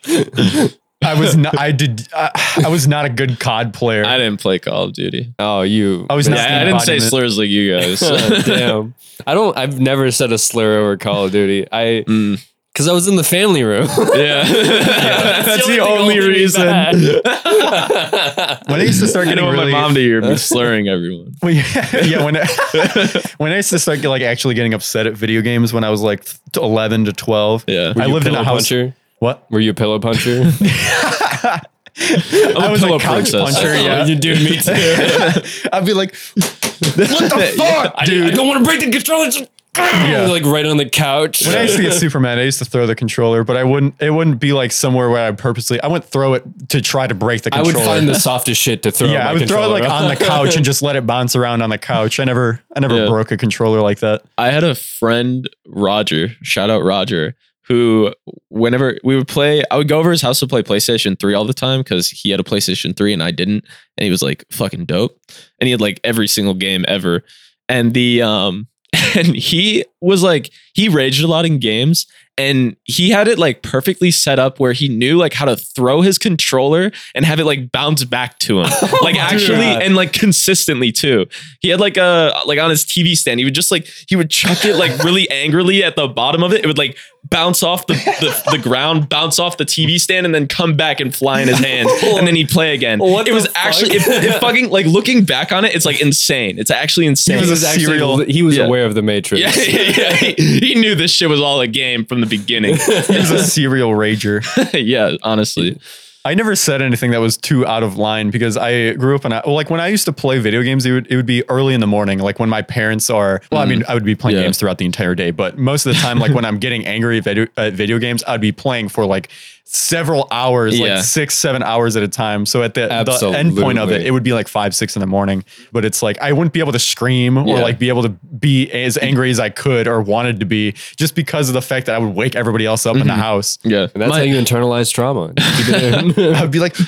[SPEAKER 3] I was not. I did. I, I was not a good COD player.
[SPEAKER 2] I didn't play Call of Duty.
[SPEAKER 1] Oh, you.
[SPEAKER 3] I was not-
[SPEAKER 2] Yeah, I didn't say
[SPEAKER 3] embodiment.
[SPEAKER 2] slurs like you guys.
[SPEAKER 1] Oh, damn. I don't. I've never said a slur over Call of Duty. I
[SPEAKER 2] Mm,
[SPEAKER 1] because I was in the family room.
[SPEAKER 2] yeah. That's the only reason.
[SPEAKER 3] when I used to start
[SPEAKER 2] I
[SPEAKER 3] getting
[SPEAKER 2] don't want
[SPEAKER 3] really,
[SPEAKER 2] my mom to hear me slurring everyone.
[SPEAKER 3] Well, yeah, yeah, when when I used to start like actually getting upset at video games when I was like eleven to twelve.
[SPEAKER 2] Yeah.
[SPEAKER 3] I lived in a house.
[SPEAKER 1] Puncher?
[SPEAKER 3] What?
[SPEAKER 1] Were you a pillow puncher?
[SPEAKER 3] I
[SPEAKER 2] a
[SPEAKER 3] was
[SPEAKER 2] pillow
[SPEAKER 3] a couch
[SPEAKER 2] princess.
[SPEAKER 3] puncher.
[SPEAKER 2] Oh,
[SPEAKER 3] Yeah,
[SPEAKER 1] you do me too.
[SPEAKER 3] I'd be like, what the fuck,
[SPEAKER 1] Dude, I
[SPEAKER 3] dude?
[SPEAKER 1] don't want to break the controller. Just- Like right on the couch.
[SPEAKER 3] When I used to get Superman, I used to throw the controller, but I wouldn't. It wouldn't be like somewhere where I purposely. I wouldn't throw it to try to break the
[SPEAKER 1] I
[SPEAKER 3] controller.
[SPEAKER 1] would find the softest shit to throw.
[SPEAKER 3] yeah,
[SPEAKER 1] my
[SPEAKER 3] I would throw it
[SPEAKER 1] controller
[SPEAKER 3] like on the couch and just let it bounce around on the couch. I never, I never
[SPEAKER 2] Yeah.
[SPEAKER 3] broke a controller like that.
[SPEAKER 2] I had a friend, Roger, shout out Roger, who whenever we would play, I would go over his house to play PlayStation 3 all the time because he had a PlayStation 3 and I didn't. And he was like fucking dope. And he had like every single game ever. And the um and he was like he raged a lot in games and he had it like perfectly set up where he knew like how to throw his controller and have it like bounce back to him like actually
[SPEAKER 1] God.
[SPEAKER 2] and like consistently too he had like a like on his tv stand he would just like he would chuck it like really angrily at the bottom of it it would like bounce off the, the, the ground bounce off the tv stand and then come back and fly in his hand and then he'd play again
[SPEAKER 1] What
[SPEAKER 2] it
[SPEAKER 1] the
[SPEAKER 2] was
[SPEAKER 1] fuck?
[SPEAKER 2] actually it, it fucking like looking back on it it's like insane it's actually insane
[SPEAKER 3] He was a serial-
[SPEAKER 1] He was
[SPEAKER 2] Yeah.
[SPEAKER 1] aware of the Matrix.
[SPEAKER 2] yeah, yeah, yeah. He, he knew this shit was all a game from the beginning.
[SPEAKER 3] He was a serial rager.
[SPEAKER 2] yeah, honestly.
[SPEAKER 3] I never said anything that was too out of line because I grew up in a, well, like when I used to play video games, it would, it would be early in the morning, like when my parents are. Well, I mean, I would be playing
[SPEAKER 2] Mm. Yeah.
[SPEAKER 3] games throughout the entire day, but most of the time, like when I'm getting angry at video, at video games, I'd be playing for like several hours,
[SPEAKER 2] Yeah.
[SPEAKER 3] like six, seven hours at a time. So at the, the end point of it,
[SPEAKER 1] Absolutely.
[SPEAKER 3] it would be like five, six in the morning. But it's like I wouldn't be able to scream or
[SPEAKER 2] Yeah.
[SPEAKER 3] like be able to be as angry as I could or wanted to be, just because of the fact that I would wake everybody else up
[SPEAKER 2] Mm-hmm.
[SPEAKER 3] in the house.
[SPEAKER 2] Yeah.
[SPEAKER 1] And that's
[SPEAKER 2] my,
[SPEAKER 1] how you internalize trauma. Keep it in.
[SPEAKER 3] I'd be like.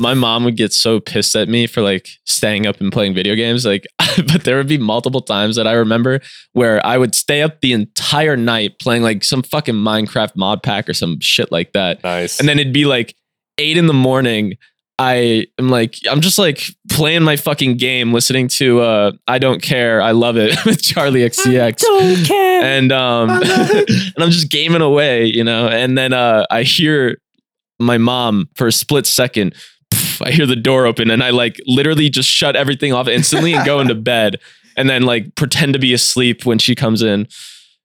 [SPEAKER 2] my mom would get so pissed at me for like staying up and playing video games. Like, but there would be multiple times that I remember where I would stay up the entire night playing like some fucking Minecraft mod pack or some shit like that.
[SPEAKER 1] nice.
[SPEAKER 2] And then it'd be like eight in the morning. I am like, I'm just like playing my fucking game, listening to uh I Don't Care, I Love It with Charlie XCX.
[SPEAKER 1] don't care.
[SPEAKER 2] And um and I'm just gaming away, you know. And then uh I hear my mom for a split second. pff, I hear the door open and I like literally just shut everything off instantly and go into bed and then like pretend to be asleep when she comes in.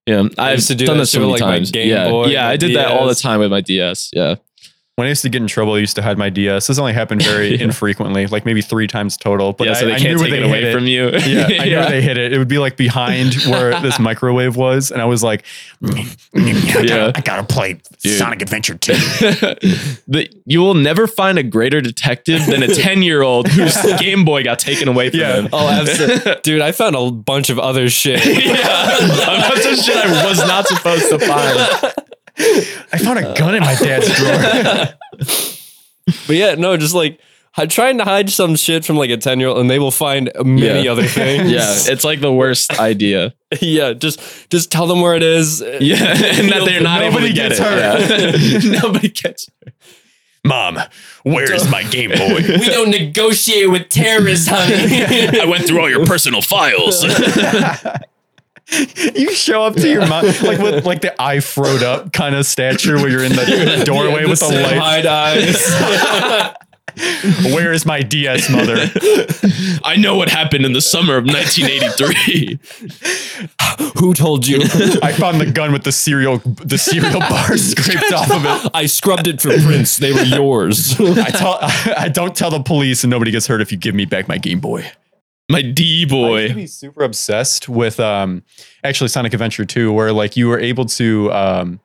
[SPEAKER 2] Yeah,
[SPEAKER 1] I
[SPEAKER 2] I've
[SPEAKER 1] used to do
[SPEAKER 2] done
[SPEAKER 1] that
[SPEAKER 2] this so
[SPEAKER 1] shit
[SPEAKER 2] many
[SPEAKER 1] with, like, my
[SPEAKER 2] times.
[SPEAKER 1] Game
[SPEAKER 2] yeah,
[SPEAKER 1] Boy,
[SPEAKER 2] yeah,
[SPEAKER 1] my
[SPEAKER 2] I did that all the
[SPEAKER 1] DS.
[SPEAKER 2] time with my DS. Yeah,
[SPEAKER 3] When I used to get in trouble, I used to hide my DS. This only happened very
[SPEAKER 2] Yeah.
[SPEAKER 3] infrequently, like maybe three times total. But
[SPEAKER 2] yeah,
[SPEAKER 3] I,
[SPEAKER 2] so they
[SPEAKER 3] I
[SPEAKER 2] can't
[SPEAKER 3] knew where
[SPEAKER 2] take
[SPEAKER 3] they
[SPEAKER 2] it
[SPEAKER 3] hid
[SPEAKER 2] away from you.
[SPEAKER 3] Yeah, I knew where they hid it. It would be like behind where this microwave was, and I was like,
[SPEAKER 2] Yeah.
[SPEAKER 4] yeah. I gotta play
[SPEAKER 2] Dude.
[SPEAKER 4] Sonic Adventure 2.
[SPEAKER 2] The- you will never find a greater detective than a 10 year old whose Game Boy got taken away from
[SPEAKER 3] Yeah.
[SPEAKER 2] him.
[SPEAKER 1] oh, absolutely. Dude, I found a bunch of other shit.
[SPEAKER 2] yeah. That's some shit I was not supposed to find.
[SPEAKER 3] I found a gun in my dad's drawer.
[SPEAKER 1] But yeah, no, just like hi- trying to hide some shit from like a 10 year old and they will find many
[SPEAKER 2] Yeah.
[SPEAKER 1] other things.
[SPEAKER 2] Yeah, it's like the worst idea.
[SPEAKER 1] yeah. Just just tell them where it is.
[SPEAKER 2] Yeah, and that they're not able
[SPEAKER 3] Nobody
[SPEAKER 2] to get
[SPEAKER 3] gets
[SPEAKER 2] it.
[SPEAKER 3] hurt.
[SPEAKER 2] Yeah. Nobody gets
[SPEAKER 4] Mom, where is my Game Boy?
[SPEAKER 1] We don't negotiate with terrorists, honey.
[SPEAKER 4] I went through all your personal files.
[SPEAKER 3] You show up to your mom like with like the eye frowed up kind of stature where you're in the doorway with the
[SPEAKER 1] Same
[SPEAKER 3] light.
[SPEAKER 1] hide eyes.
[SPEAKER 3] Where is my DS mother?
[SPEAKER 2] I know what happened in the summer of 1983.
[SPEAKER 1] Who told you?
[SPEAKER 3] I found the gun with the cereal the cereal bar scraped off of it.
[SPEAKER 1] I scrubbed it for prints. They were yours.
[SPEAKER 3] I tell I don't tell the police and nobody gets hurt if you give me back my Game Boy.
[SPEAKER 2] My D
[SPEAKER 3] I used to
[SPEAKER 2] boy.
[SPEAKER 3] be super obsessed with um actually Sonic Adventure 2 where like you were able to um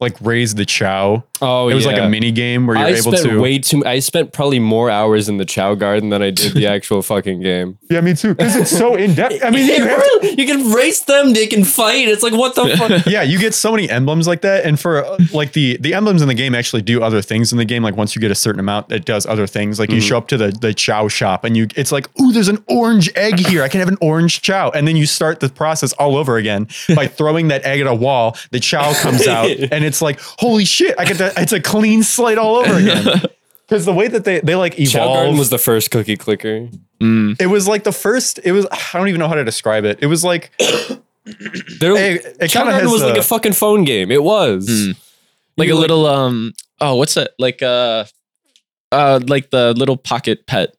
[SPEAKER 3] like raise the chow.
[SPEAKER 1] Oh,
[SPEAKER 3] it was like
[SPEAKER 1] yeah.
[SPEAKER 3] a mini game where you were
[SPEAKER 1] I
[SPEAKER 3] able
[SPEAKER 1] spent
[SPEAKER 3] to
[SPEAKER 1] way too. I spent probably more hours in the Chow Garden than I did the actual fucking game.
[SPEAKER 3] Yeah, me too. Cuz it's so in depth. I mean, you have to
[SPEAKER 1] you can race them. They can fight. It's like what the fuck.
[SPEAKER 3] yeah, you get so many emblems like that, and for uh, like the the emblems in the game actually do other things in the game. Like once you get a certain amount, it does other things. Like you
[SPEAKER 1] Mm-hmm.
[SPEAKER 3] show up to the the chow shop, and you it's like, ooh, there's an orange egg here. I can have an orange chow, and then you start the process all over again by throwing that egg at a wall. The chow comes out, and it's like, holy shit! I get that. It's a clean slate all over again. Because the way that they they like
[SPEAKER 1] Chow Garden
[SPEAKER 3] evolve
[SPEAKER 1] was the first cookie clicker.
[SPEAKER 2] Mm-hmm.
[SPEAKER 3] it was like the first. It was I don't even know how to describe it. It was like
[SPEAKER 1] There,
[SPEAKER 3] It- it
[SPEAKER 1] Chow
[SPEAKER 3] kinda
[SPEAKER 1] Garden
[SPEAKER 3] has
[SPEAKER 1] was like
[SPEAKER 3] the- Hmm.
[SPEAKER 1] a fucking phone game. It was.
[SPEAKER 2] Like a
[SPEAKER 1] You,
[SPEAKER 2] little um oh, what's that? Like uh uh like the little pocket pet.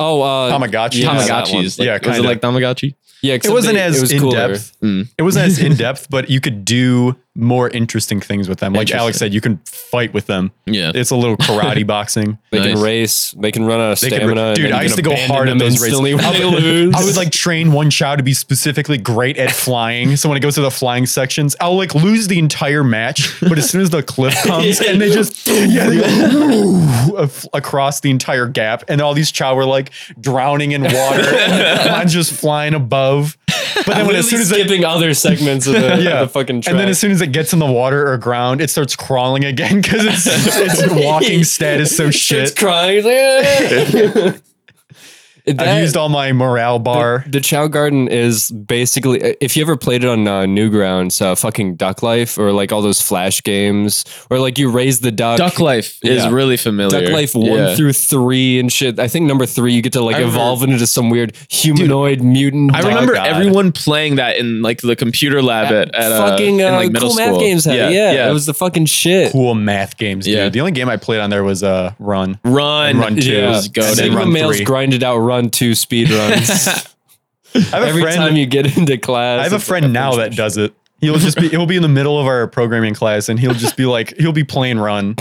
[SPEAKER 1] Oh, uh,
[SPEAKER 3] Tamagotchi.
[SPEAKER 1] Yeah, that one.
[SPEAKER 2] Tamagotchis. Like,
[SPEAKER 3] Yeah,
[SPEAKER 2] was it
[SPEAKER 3] kinda.
[SPEAKER 2] like Tamagotchi?
[SPEAKER 1] yeah.
[SPEAKER 3] it
[SPEAKER 1] except
[SPEAKER 3] wasn't
[SPEAKER 1] that
[SPEAKER 3] as in
[SPEAKER 1] cooler.
[SPEAKER 3] depth.
[SPEAKER 2] Mm.
[SPEAKER 3] It wasn't as in depth, but you could do more interesting things with them. Like Alex
[SPEAKER 2] Interesting.
[SPEAKER 3] said, you can fight with them.
[SPEAKER 2] Yeah.
[SPEAKER 3] It's a little karate boxing.
[SPEAKER 1] They
[SPEAKER 2] Nice.
[SPEAKER 1] can race. They can run out of
[SPEAKER 3] They can-
[SPEAKER 1] stamina. and
[SPEAKER 3] dude,
[SPEAKER 1] then
[SPEAKER 3] I
[SPEAKER 1] you
[SPEAKER 3] used
[SPEAKER 1] can
[SPEAKER 3] to go
[SPEAKER 1] abandon
[SPEAKER 3] hard at
[SPEAKER 1] them
[SPEAKER 3] those races.
[SPEAKER 1] instantly when
[SPEAKER 3] I
[SPEAKER 1] they
[SPEAKER 3] would-
[SPEAKER 1] lose.
[SPEAKER 3] I would like train one chow to be specifically great at flying. So when it goes to the flying sections, I'll like lose the entire match. But as soon as the cliff comes and they just yeah, they go, af- across the entire gap, and all these chow were like drowning in water. Mine's just flying above. But then when as soon as they
[SPEAKER 1] skipping other segments of the,
[SPEAKER 3] yeah.
[SPEAKER 1] the fucking track.
[SPEAKER 3] And then as soon as it gets in the water or ground, it starts crawling again because it's its walking stat is so
[SPEAKER 1] Starts
[SPEAKER 3] shit.
[SPEAKER 1] crying. He's like, "Eh." That-
[SPEAKER 3] I've used all my morale bar.
[SPEAKER 1] the Chow Garden is basically if you ever played it on uh, Newgrounds, uh, fucking Duck Life, or like all those Flash games, or like you raise the duck.
[SPEAKER 2] Duck Life is
[SPEAKER 1] Yeah.
[SPEAKER 2] really familiar.
[SPEAKER 1] Duck Life one
[SPEAKER 2] Yeah.
[SPEAKER 1] through three and shit. I think number three, you get to like
[SPEAKER 2] I remember-
[SPEAKER 1] evolve into some weird humanoid mutant.
[SPEAKER 2] I
[SPEAKER 1] duck.
[SPEAKER 2] remember
[SPEAKER 3] God.
[SPEAKER 2] everyone playing that in like the computer lab at, at uh,
[SPEAKER 1] fucking
[SPEAKER 2] in,
[SPEAKER 1] uh,
[SPEAKER 2] like, middle
[SPEAKER 1] cool
[SPEAKER 2] school.
[SPEAKER 1] math games. Had, yeah, yeah, it was the fucking shit.
[SPEAKER 3] Cool math games, dude.
[SPEAKER 2] Yeah.
[SPEAKER 3] The only game I played on there was uh, Run.
[SPEAKER 2] Run,
[SPEAKER 3] Run two.
[SPEAKER 1] Yeah,
[SPEAKER 2] was goated.
[SPEAKER 3] then
[SPEAKER 1] Sigma
[SPEAKER 3] run
[SPEAKER 1] males
[SPEAKER 3] three.
[SPEAKER 1] grinded out run two speed runs
[SPEAKER 3] I have
[SPEAKER 1] every
[SPEAKER 3] a friend.
[SPEAKER 1] time you get into class.
[SPEAKER 3] I have a
[SPEAKER 1] it's
[SPEAKER 3] friend
[SPEAKER 1] like,
[SPEAKER 3] now that does it. He'll just be. He'll be in the middle of our programming class, and he'll just be like, he'll be playing Run.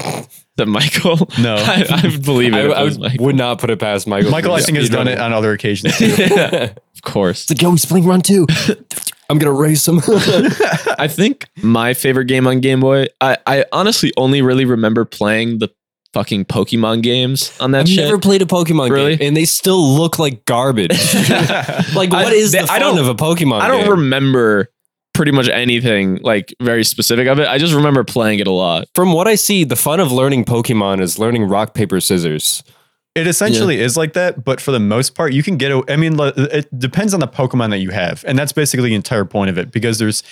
[SPEAKER 2] That Michael?
[SPEAKER 3] No.
[SPEAKER 2] I, I would believe it.
[SPEAKER 1] I,
[SPEAKER 2] if
[SPEAKER 1] I
[SPEAKER 2] it was
[SPEAKER 1] would,
[SPEAKER 2] Michael.
[SPEAKER 1] would not put it past Michael.
[SPEAKER 3] Michael,
[SPEAKER 1] for
[SPEAKER 3] I think, has
[SPEAKER 1] speed
[SPEAKER 3] done it
[SPEAKER 1] running.
[SPEAKER 3] on other occasions. Too.
[SPEAKER 2] of course.
[SPEAKER 1] It's like, yo, he's playing run two. I'm gonna race him.
[SPEAKER 2] I think my favorite game on Game Boy. I, I honestly only really remember playing the fucking Pokemon games on that
[SPEAKER 1] I've
[SPEAKER 2] shit.
[SPEAKER 1] never played a Pokemon
[SPEAKER 2] Really?
[SPEAKER 1] game, and they still look like garbage. like,
[SPEAKER 2] I-
[SPEAKER 1] what is
[SPEAKER 2] they-
[SPEAKER 1] the
[SPEAKER 2] I
[SPEAKER 1] fun
[SPEAKER 2] don't-
[SPEAKER 1] of a Pokemon?
[SPEAKER 2] I don't
[SPEAKER 1] game?
[SPEAKER 2] remember pretty much anything like very specific of it. I just remember playing it a lot.
[SPEAKER 1] From what I see, the fun of learning Pokemon is learning rock paper scissors.
[SPEAKER 3] It essentially is like that, but for the most part, you can get. a- I mean, li- it depends on the Pokemon that you have, and that's basically the entire point of it. Because there's,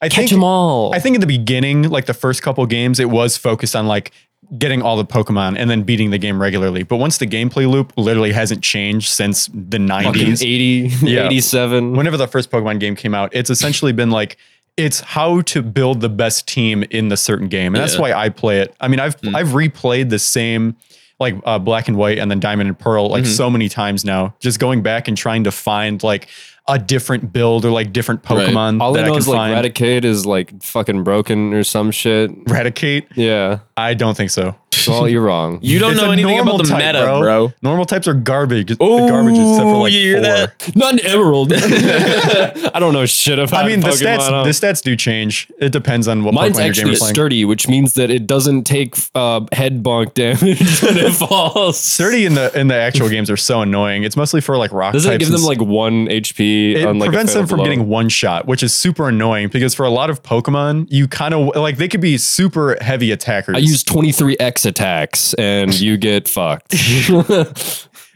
[SPEAKER 3] I
[SPEAKER 1] Catch
[SPEAKER 3] think,
[SPEAKER 1] them all.
[SPEAKER 3] I think in the beginning, like the first couple games, it was focused on like getting all the Pokemon and then beating the game regularly. But once the gameplay loop literally hasn't changed since the
[SPEAKER 1] Fucking
[SPEAKER 3] nineties,
[SPEAKER 1] 80,
[SPEAKER 3] Yeah.
[SPEAKER 1] 87.
[SPEAKER 2] Mm-hmm.
[SPEAKER 3] whenever the first Pokemon game came out, it's essentially been like it's how to build the best team in the certain game, and that's
[SPEAKER 2] Yeah. Mm.
[SPEAKER 3] why I play it. I mean, I've I've replayed the same like uh, Black and White and then Diamond and Pearl like
[SPEAKER 2] Mm-hmm.
[SPEAKER 3] so many times now, just going back and trying to find like a different build or like different
[SPEAKER 2] Right.
[SPEAKER 3] Pokemon.
[SPEAKER 1] all
[SPEAKER 3] that
[SPEAKER 1] I know
[SPEAKER 3] can
[SPEAKER 1] is like
[SPEAKER 3] find.
[SPEAKER 1] Raticate is like fucking broken or some shit.
[SPEAKER 3] Raticate.
[SPEAKER 1] Yeah.
[SPEAKER 3] I don't think so.
[SPEAKER 1] Well, you're wrong.
[SPEAKER 2] You don't
[SPEAKER 3] It's
[SPEAKER 2] know
[SPEAKER 3] a
[SPEAKER 2] anything
[SPEAKER 3] normal
[SPEAKER 2] about the
[SPEAKER 3] type,
[SPEAKER 2] meta, bro.
[SPEAKER 3] Normal types are garbage.
[SPEAKER 2] Oh,
[SPEAKER 3] Oh, garbage except for like
[SPEAKER 2] you hear
[SPEAKER 3] four.
[SPEAKER 2] that?
[SPEAKER 1] Not an emerald. I don't know shit about.
[SPEAKER 3] I mean, the
[SPEAKER 1] Pokemon.
[SPEAKER 3] stats the stats do change. It depends on what
[SPEAKER 1] Mine's
[SPEAKER 3] Pokemon your game
[SPEAKER 1] actually
[SPEAKER 3] is playing.
[SPEAKER 1] sturdy, which means that it doesn't take uh, head bonk damage when it falls.
[SPEAKER 3] Sturdy in the in the actual games are so annoying. It's mostly for like rock
[SPEAKER 1] Doesn't it
[SPEAKER 3] types
[SPEAKER 1] give them
[SPEAKER 3] and-
[SPEAKER 1] like one HP?
[SPEAKER 3] it
[SPEAKER 1] on, like, a
[SPEAKER 3] prevents them
[SPEAKER 1] fatal
[SPEAKER 3] from
[SPEAKER 1] blow?
[SPEAKER 3] getting one shot, which is super annoying because for a lot of Pokemon, you kind of like they could be super heavy attackers.
[SPEAKER 1] I use 23x attacks and you get fucked.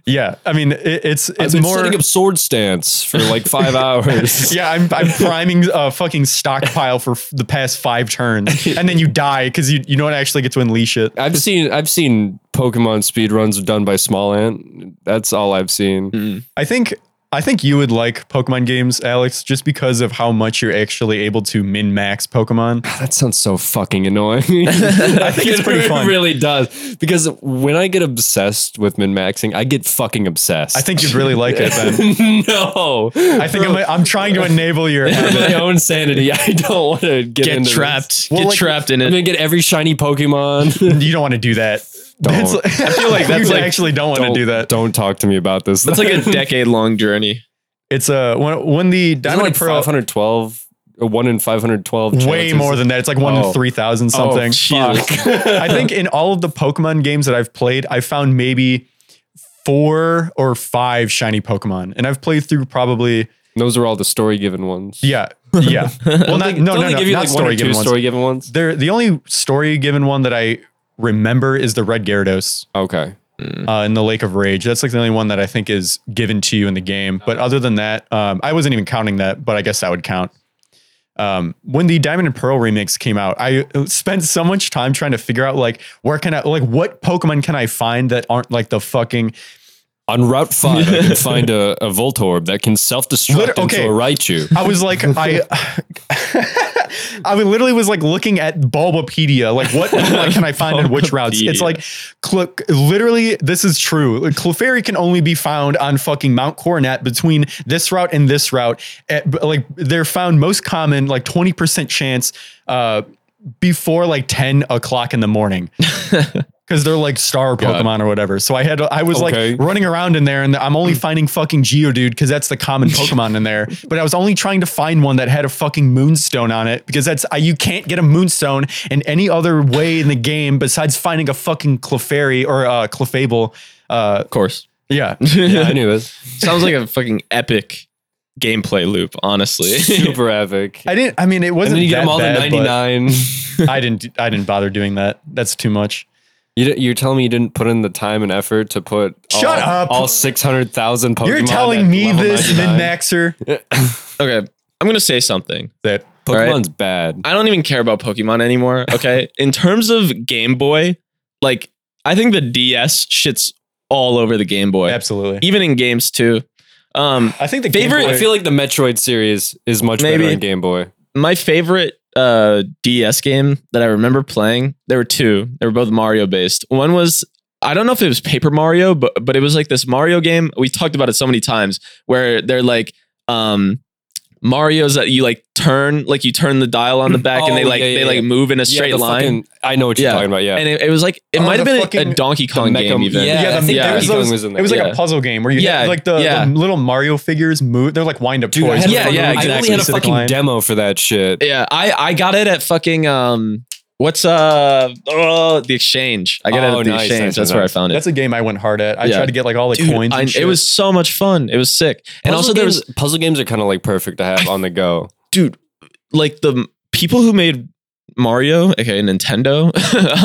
[SPEAKER 3] Yeah, I mean it, it's
[SPEAKER 1] I've
[SPEAKER 3] it's
[SPEAKER 1] been
[SPEAKER 3] more.
[SPEAKER 1] setting up sword stance for like five hours.
[SPEAKER 3] Yeah, I'm I'm priming a fucking stockpile for f- the past five turns, and then you die because you you don't actually get to unleash it.
[SPEAKER 1] I've seen I've seen Pokemon speedruns done by Small Ant. That's all I've seen.
[SPEAKER 3] I think I think you would like Pokemon games, Alex, just because of how much you're actually able to min max Pokemon.
[SPEAKER 1] That sounds so fucking annoying. I
[SPEAKER 3] think it's pretty fun.
[SPEAKER 1] It really does. Because when I get obsessed with min maxing, I get fucking obsessed.
[SPEAKER 3] I think you'd really like it. Then
[SPEAKER 1] no.
[SPEAKER 3] I think I'm, I'm trying to enable your.
[SPEAKER 1] For my own sanity. I don't want to get,
[SPEAKER 2] Get
[SPEAKER 1] into
[SPEAKER 2] trapped.
[SPEAKER 3] Well,
[SPEAKER 2] get
[SPEAKER 3] like-
[SPEAKER 2] trapped in
[SPEAKER 1] This.
[SPEAKER 2] it.
[SPEAKER 1] I'm gonna get every shiny Pokemon.
[SPEAKER 3] You don't want to do that. That's
[SPEAKER 1] Don't.
[SPEAKER 3] like- I feel like
[SPEAKER 2] that's
[SPEAKER 3] you
[SPEAKER 2] like-
[SPEAKER 3] actually don't want to
[SPEAKER 1] Don't-
[SPEAKER 3] do that.
[SPEAKER 1] Don't talk to me about this.
[SPEAKER 2] That's like a decade long journey.
[SPEAKER 3] It's a when, when the
[SPEAKER 1] Isn't it
[SPEAKER 3] Diamond
[SPEAKER 1] like
[SPEAKER 3] and Pearl
[SPEAKER 1] 512. uh, One in 512.
[SPEAKER 3] way
[SPEAKER 1] chances?
[SPEAKER 3] more than that. It's like one
[SPEAKER 1] Oh.
[SPEAKER 3] in three thousand
[SPEAKER 1] Oh,
[SPEAKER 3] something.
[SPEAKER 1] fuck.
[SPEAKER 3] I think in all of the Pokemon games that I've played, I found maybe four or five shiny Pokemon, and I've played through probably
[SPEAKER 1] Those are all the story given ones.
[SPEAKER 3] yeah, yeah. Well, not, no,
[SPEAKER 1] Don't
[SPEAKER 3] no,
[SPEAKER 1] they
[SPEAKER 3] no,
[SPEAKER 1] give you
[SPEAKER 3] not
[SPEAKER 1] like one or
[SPEAKER 3] story
[SPEAKER 1] two
[SPEAKER 3] given ones.
[SPEAKER 1] story given ones.
[SPEAKER 3] There, the only story given one that I remember is the Red Gyarados
[SPEAKER 1] Okay.
[SPEAKER 3] uh, in the Lake of Rage. That's like the only one that I think is given to you in the game. But other than that, um, I wasn't even counting that, but I guess that would count. Um, when the Diamond and Pearl remix came out, I uh, spent so much time trying to figure out like where can I like what Pokemon can I find that aren't like the fucking
[SPEAKER 1] On Route 5, I can find a, a Voltorb that can self
[SPEAKER 3] Lit-
[SPEAKER 1] destruct into
[SPEAKER 3] okay.
[SPEAKER 1] a Raichu.
[SPEAKER 3] I was like, I, I mean, literally was like looking at Bulbapedia, like what Pokemon can I find and which routes? It's like, cl- literally, this is true. Like, Clefairy can only be found on fucking Mount Coronet between this route and this route. At- but, like they're found most common, like twenty percent chance, uh, before like ten o'clock in the morning. Because they're like star Pokemon or whatever. So I had, I was
[SPEAKER 1] Okay. Hmm.
[SPEAKER 3] like running around in there and I'm only finding fucking Geodude because that's the common Pokemon in there. But I was only trying to find one that had a fucking Moonstone on it because that's, uh, you can't get a Moonstone in any other way in the game besides finding a fucking Clefairy or uh, Clefable. Uh,
[SPEAKER 2] Of course.
[SPEAKER 3] yeah.
[SPEAKER 1] Yeah, I knew this.
[SPEAKER 2] Sounds like a fucking epic gameplay loop, honestly.
[SPEAKER 1] Super epic.
[SPEAKER 3] I didn't, I mean, it
[SPEAKER 1] and
[SPEAKER 3] wasn't
[SPEAKER 1] then you get
[SPEAKER 3] that
[SPEAKER 1] them all
[SPEAKER 3] bad,
[SPEAKER 1] the
[SPEAKER 3] but
[SPEAKER 1] 99.
[SPEAKER 3] I didn't, I didn't bother doing that. That's too much.
[SPEAKER 1] You, di- you're telling me you didn't put in the time and effort to put all,
[SPEAKER 3] Shut up.
[SPEAKER 1] all 600,000 Pokemon.
[SPEAKER 3] You're
[SPEAKER 1] at
[SPEAKER 3] telling me
[SPEAKER 1] level
[SPEAKER 3] this,
[SPEAKER 1] 99?
[SPEAKER 3] min-maxer.
[SPEAKER 2] okay. I'm gonna say something.
[SPEAKER 3] That
[SPEAKER 2] right?
[SPEAKER 1] Pokemon's bad.
[SPEAKER 2] I don't even care about Pokemon anymore. Okay. In terms of Game Boy, like I think the DS shits all over the Game Boy.
[SPEAKER 3] Absolutely.
[SPEAKER 2] Even in games too. Um
[SPEAKER 3] I think the
[SPEAKER 2] Favorite-
[SPEAKER 3] Game Boy-
[SPEAKER 1] I feel like the Metroid series is much
[SPEAKER 2] Maybe.
[SPEAKER 1] better on Game Boy.
[SPEAKER 2] my favorite uh DS game that I remember playing, there were two. They were both Mario based. One was I don't know if it was Paper Mario, but but it was like this Mario game. We've talked about it so many times where they're like um Mario's that you like turn, like you turn the dial on the back and
[SPEAKER 1] Oh,
[SPEAKER 2] they like
[SPEAKER 1] yeah, yeah,
[SPEAKER 2] they
[SPEAKER 1] yeah.
[SPEAKER 2] like move in a
[SPEAKER 1] Yeah,
[SPEAKER 2] straight
[SPEAKER 1] the
[SPEAKER 2] line.
[SPEAKER 1] fucking- I know what you're
[SPEAKER 2] Yeah.
[SPEAKER 1] talking about. Yeah.
[SPEAKER 2] And it, it was like it
[SPEAKER 3] Oh,
[SPEAKER 2] might have
[SPEAKER 3] the
[SPEAKER 2] been
[SPEAKER 3] fucking-
[SPEAKER 2] a Donkey Kong
[SPEAKER 1] Mecha-
[SPEAKER 2] game even.
[SPEAKER 1] yeah.
[SPEAKER 3] Yeah,
[SPEAKER 1] I
[SPEAKER 3] the,
[SPEAKER 1] think
[SPEAKER 3] there
[SPEAKER 1] Donkey
[SPEAKER 3] was
[SPEAKER 1] Kong
[SPEAKER 3] those-
[SPEAKER 1] was in there.
[SPEAKER 3] It was like
[SPEAKER 2] Yeah.
[SPEAKER 3] a puzzle game where you
[SPEAKER 2] Yeah,
[SPEAKER 3] had like the, the
[SPEAKER 2] yeah.
[SPEAKER 3] little Mario figures move. They're like wind up
[SPEAKER 1] Dude, I
[SPEAKER 3] toys.
[SPEAKER 1] had a
[SPEAKER 2] Yeah,
[SPEAKER 1] fucking-
[SPEAKER 2] yeah,
[SPEAKER 1] I only
[SPEAKER 2] exactly.
[SPEAKER 1] had a
[SPEAKER 3] Specific
[SPEAKER 1] fucking
[SPEAKER 3] line.
[SPEAKER 1] demo for that shit.
[SPEAKER 2] Yeah, I I got it at fucking um what's uh oh, the exchange. I got
[SPEAKER 1] Oh,
[SPEAKER 2] it at the
[SPEAKER 1] nice,
[SPEAKER 2] exchange.
[SPEAKER 1] nice,
[SPEAKER 2] That's
[SPEAKER 1] nice,
[SPEAKER 2] where
[SPEAKER 1] nice.
[SPEAKER 2] I found it.
[SPEAKER 3] That's a game I went hard at. I
[SPEAKER 2] Yeah.
[SPEAKER 3] tried to get like all the
[SPEAKER 2] Dude,
[SPEAKER 3] coins.
[SPEAKER 2] I-
[SPEAKER 3] and shit.
[SPEAKER 2] it was so much fun. It was sick. And also there was
[SPEAKER 1] there's puzzle games are kind of like perfect to have on the go.
[SPEAKER 2] dude, like the m- people who made Mario, okay, Nintendo,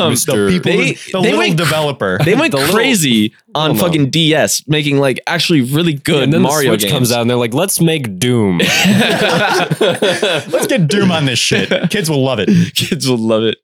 [SPEAKER 2] um,
[SPEAKER 3] the people,
[SPEAKER 2] They-
[SPEAKER 3] the
[SPEAKER 2] they
[SPEAKER 3] little
[SPEAKER 2] went-
[SPEAKER 3] developer.
[SPEAKER 2] they went
[SPEAKER 1] The little-
[SPEAKER 2] crazy on
[SPEAKER 1] no.
[SPEAKER 2] fucking DS, making like actually really good
[SPEAKER 1] and then
[SPEAKER 2] Mario
[SPEAKER 1] the Switch
[SPEAKER 2] games.
[SPEAKER 1] comes out and they're like, "Let's make Doom."
[SPEAKER 3] Let's get Doom on this shit. Kids will love it.
[SPEAKER 2] Kids will love it.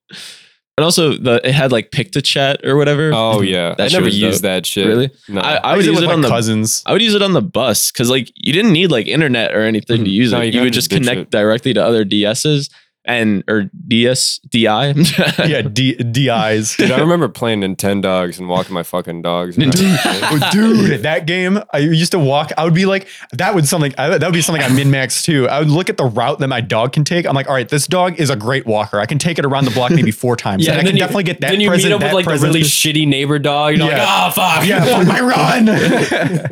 [SPEAKER 2] And also the it had like PictoChat or whatever.
[SPEAKER 1] oh yeah,
[SPEAKER 2] That
[SPEAKER 1] I
[SPEAKER 2] shit
[SPEAKER 1] never
[SPEAKER 2] was
[SPEAKER 1] used
[SPEAKER 2] dope.
[SPEAKER 1] that shit.
[SPEAKER 2] Really?
[SPEAKER 1] No.
[SPEAKER 2] I, I
[SPEAKER 3] I
[SPEAKER 2] would
[SPEAKER 3] was
[SPEAKER 2] use
[SPEAKER 3] with
[SPEAKER 2] it
[SPEAKER 3] my
[SPEAKER 2] on the
[SPEAKER 3] cousins.
[SPEAKER 2] I would use it on the bus because like you didn't need like internet or anything to use
[SPEAKER 1] Mm-hmm. No,
[SPEAKER 2] it.
[SPEAKER 1] you
[SPEAKER 2] You,
[SPEAKER 1] kinda
[SPEAKER 2] would just
[SPEAKER 1] ditch
[SPEAKER 2] connect
[SPEAKER 1] it.
[SPEAKER 2] directly to other DSs and or DS DI.
[SPEAKER 3] Yeah, D, DIs.
[SPEAKER 1] Dude, I remember playing Nintendogs and walking my fucking dogs. around.
[SPEAKER 3] Oh, Dude, that game, I used to walk. I would be like, that would something. I, that would be something I min max too. I would look at the route that my dog can take. I'm like, all right, this dog is a great walker. I can take it around the block maybe four times.
[SPEAKER 1] Yeah,
[SPEAKER 3] and
[SPEAKER 1] and
[SPEAKER 3] I can
[SPEAKER 1] then you-
[SPEAKER 3] definitely get that
[SPEAKER 1] then you
[SPEAKER 3] present.
[SPEAKER 1] meet up with
[SPEAKER 3] that
[SPEAKER 1] like a
[SPEAKER 3] present.
[SPEAKER 1] really shitty neighbor dog. You're
[SPEAKER 3] Yeah.
[SPEAKER 1] like, "Oh fuck,
[SPEAKER 3] yeah, fuck my run.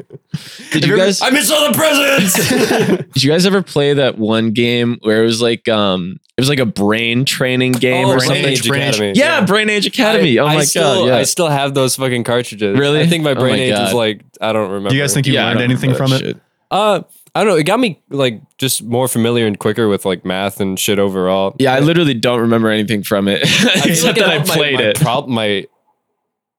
[SPEAKER 2] Did you guys
[SPEAKER 1] I miss all the presents."
[SPEAKER 2] did you guys ever play that one game where it was like um it was like a brain training game
[SPEAKER 1] Oh,
[SPEAKER 2] or
[SPEAKER 1] Brain
[SPEAKER 2] something?
[SPEAKER 1] Age Academy.
[SPEAKER 2] Yeah, Brain Age Academy.
[SPEAKER 1] I-
[SPEAKER 2] oh my
[SPEAKER 1] I
[SPEAKER 2] god,
[SPEAKER 1] still,
[SPEAKER 2] yeah.
[SPEAKER 1] I still have those fucking cartridges.
[SPEAKER 2] Really?
[SPEAKER 1] I think my
[SPEAKER 2] Oh
[SPEAKER 1] brain
[SPEAKER 2] my
[SPEAKER 1] age is
[SPEAKER 2] God.
[SPEAKER 1] like I don't remember.
[SPEAKER 3] Do you guys think you
[SPEAKER 2] Yeah, I
[SPEAKER 3] learned
[SPEAKER 2] don't
[SPEAKER 3] anything
[SPEAKER 2] remember
[SPEAKER 3] from
[SPEAKER 2] that
[SPEAKER 3] it?
[SPEAKER 2] shit.
[SPEAKER 1] Uh, I don't know. It got me like just more familiar and quicker with like math and shit overall.
[SPEAKER 2] Yeah, I literally don't remember anything from it.
[SPEAKER 1] I feel
[SPEAKER 2] Except
[SPEAKER 1] like it
[SPEAKER 2] that I
[SPEAKER 1] helped my-
[SPEAKER 2] played
[SPEAKER 1] my
[SPEAKER 2] it.
[SPEAKER 1] prob- my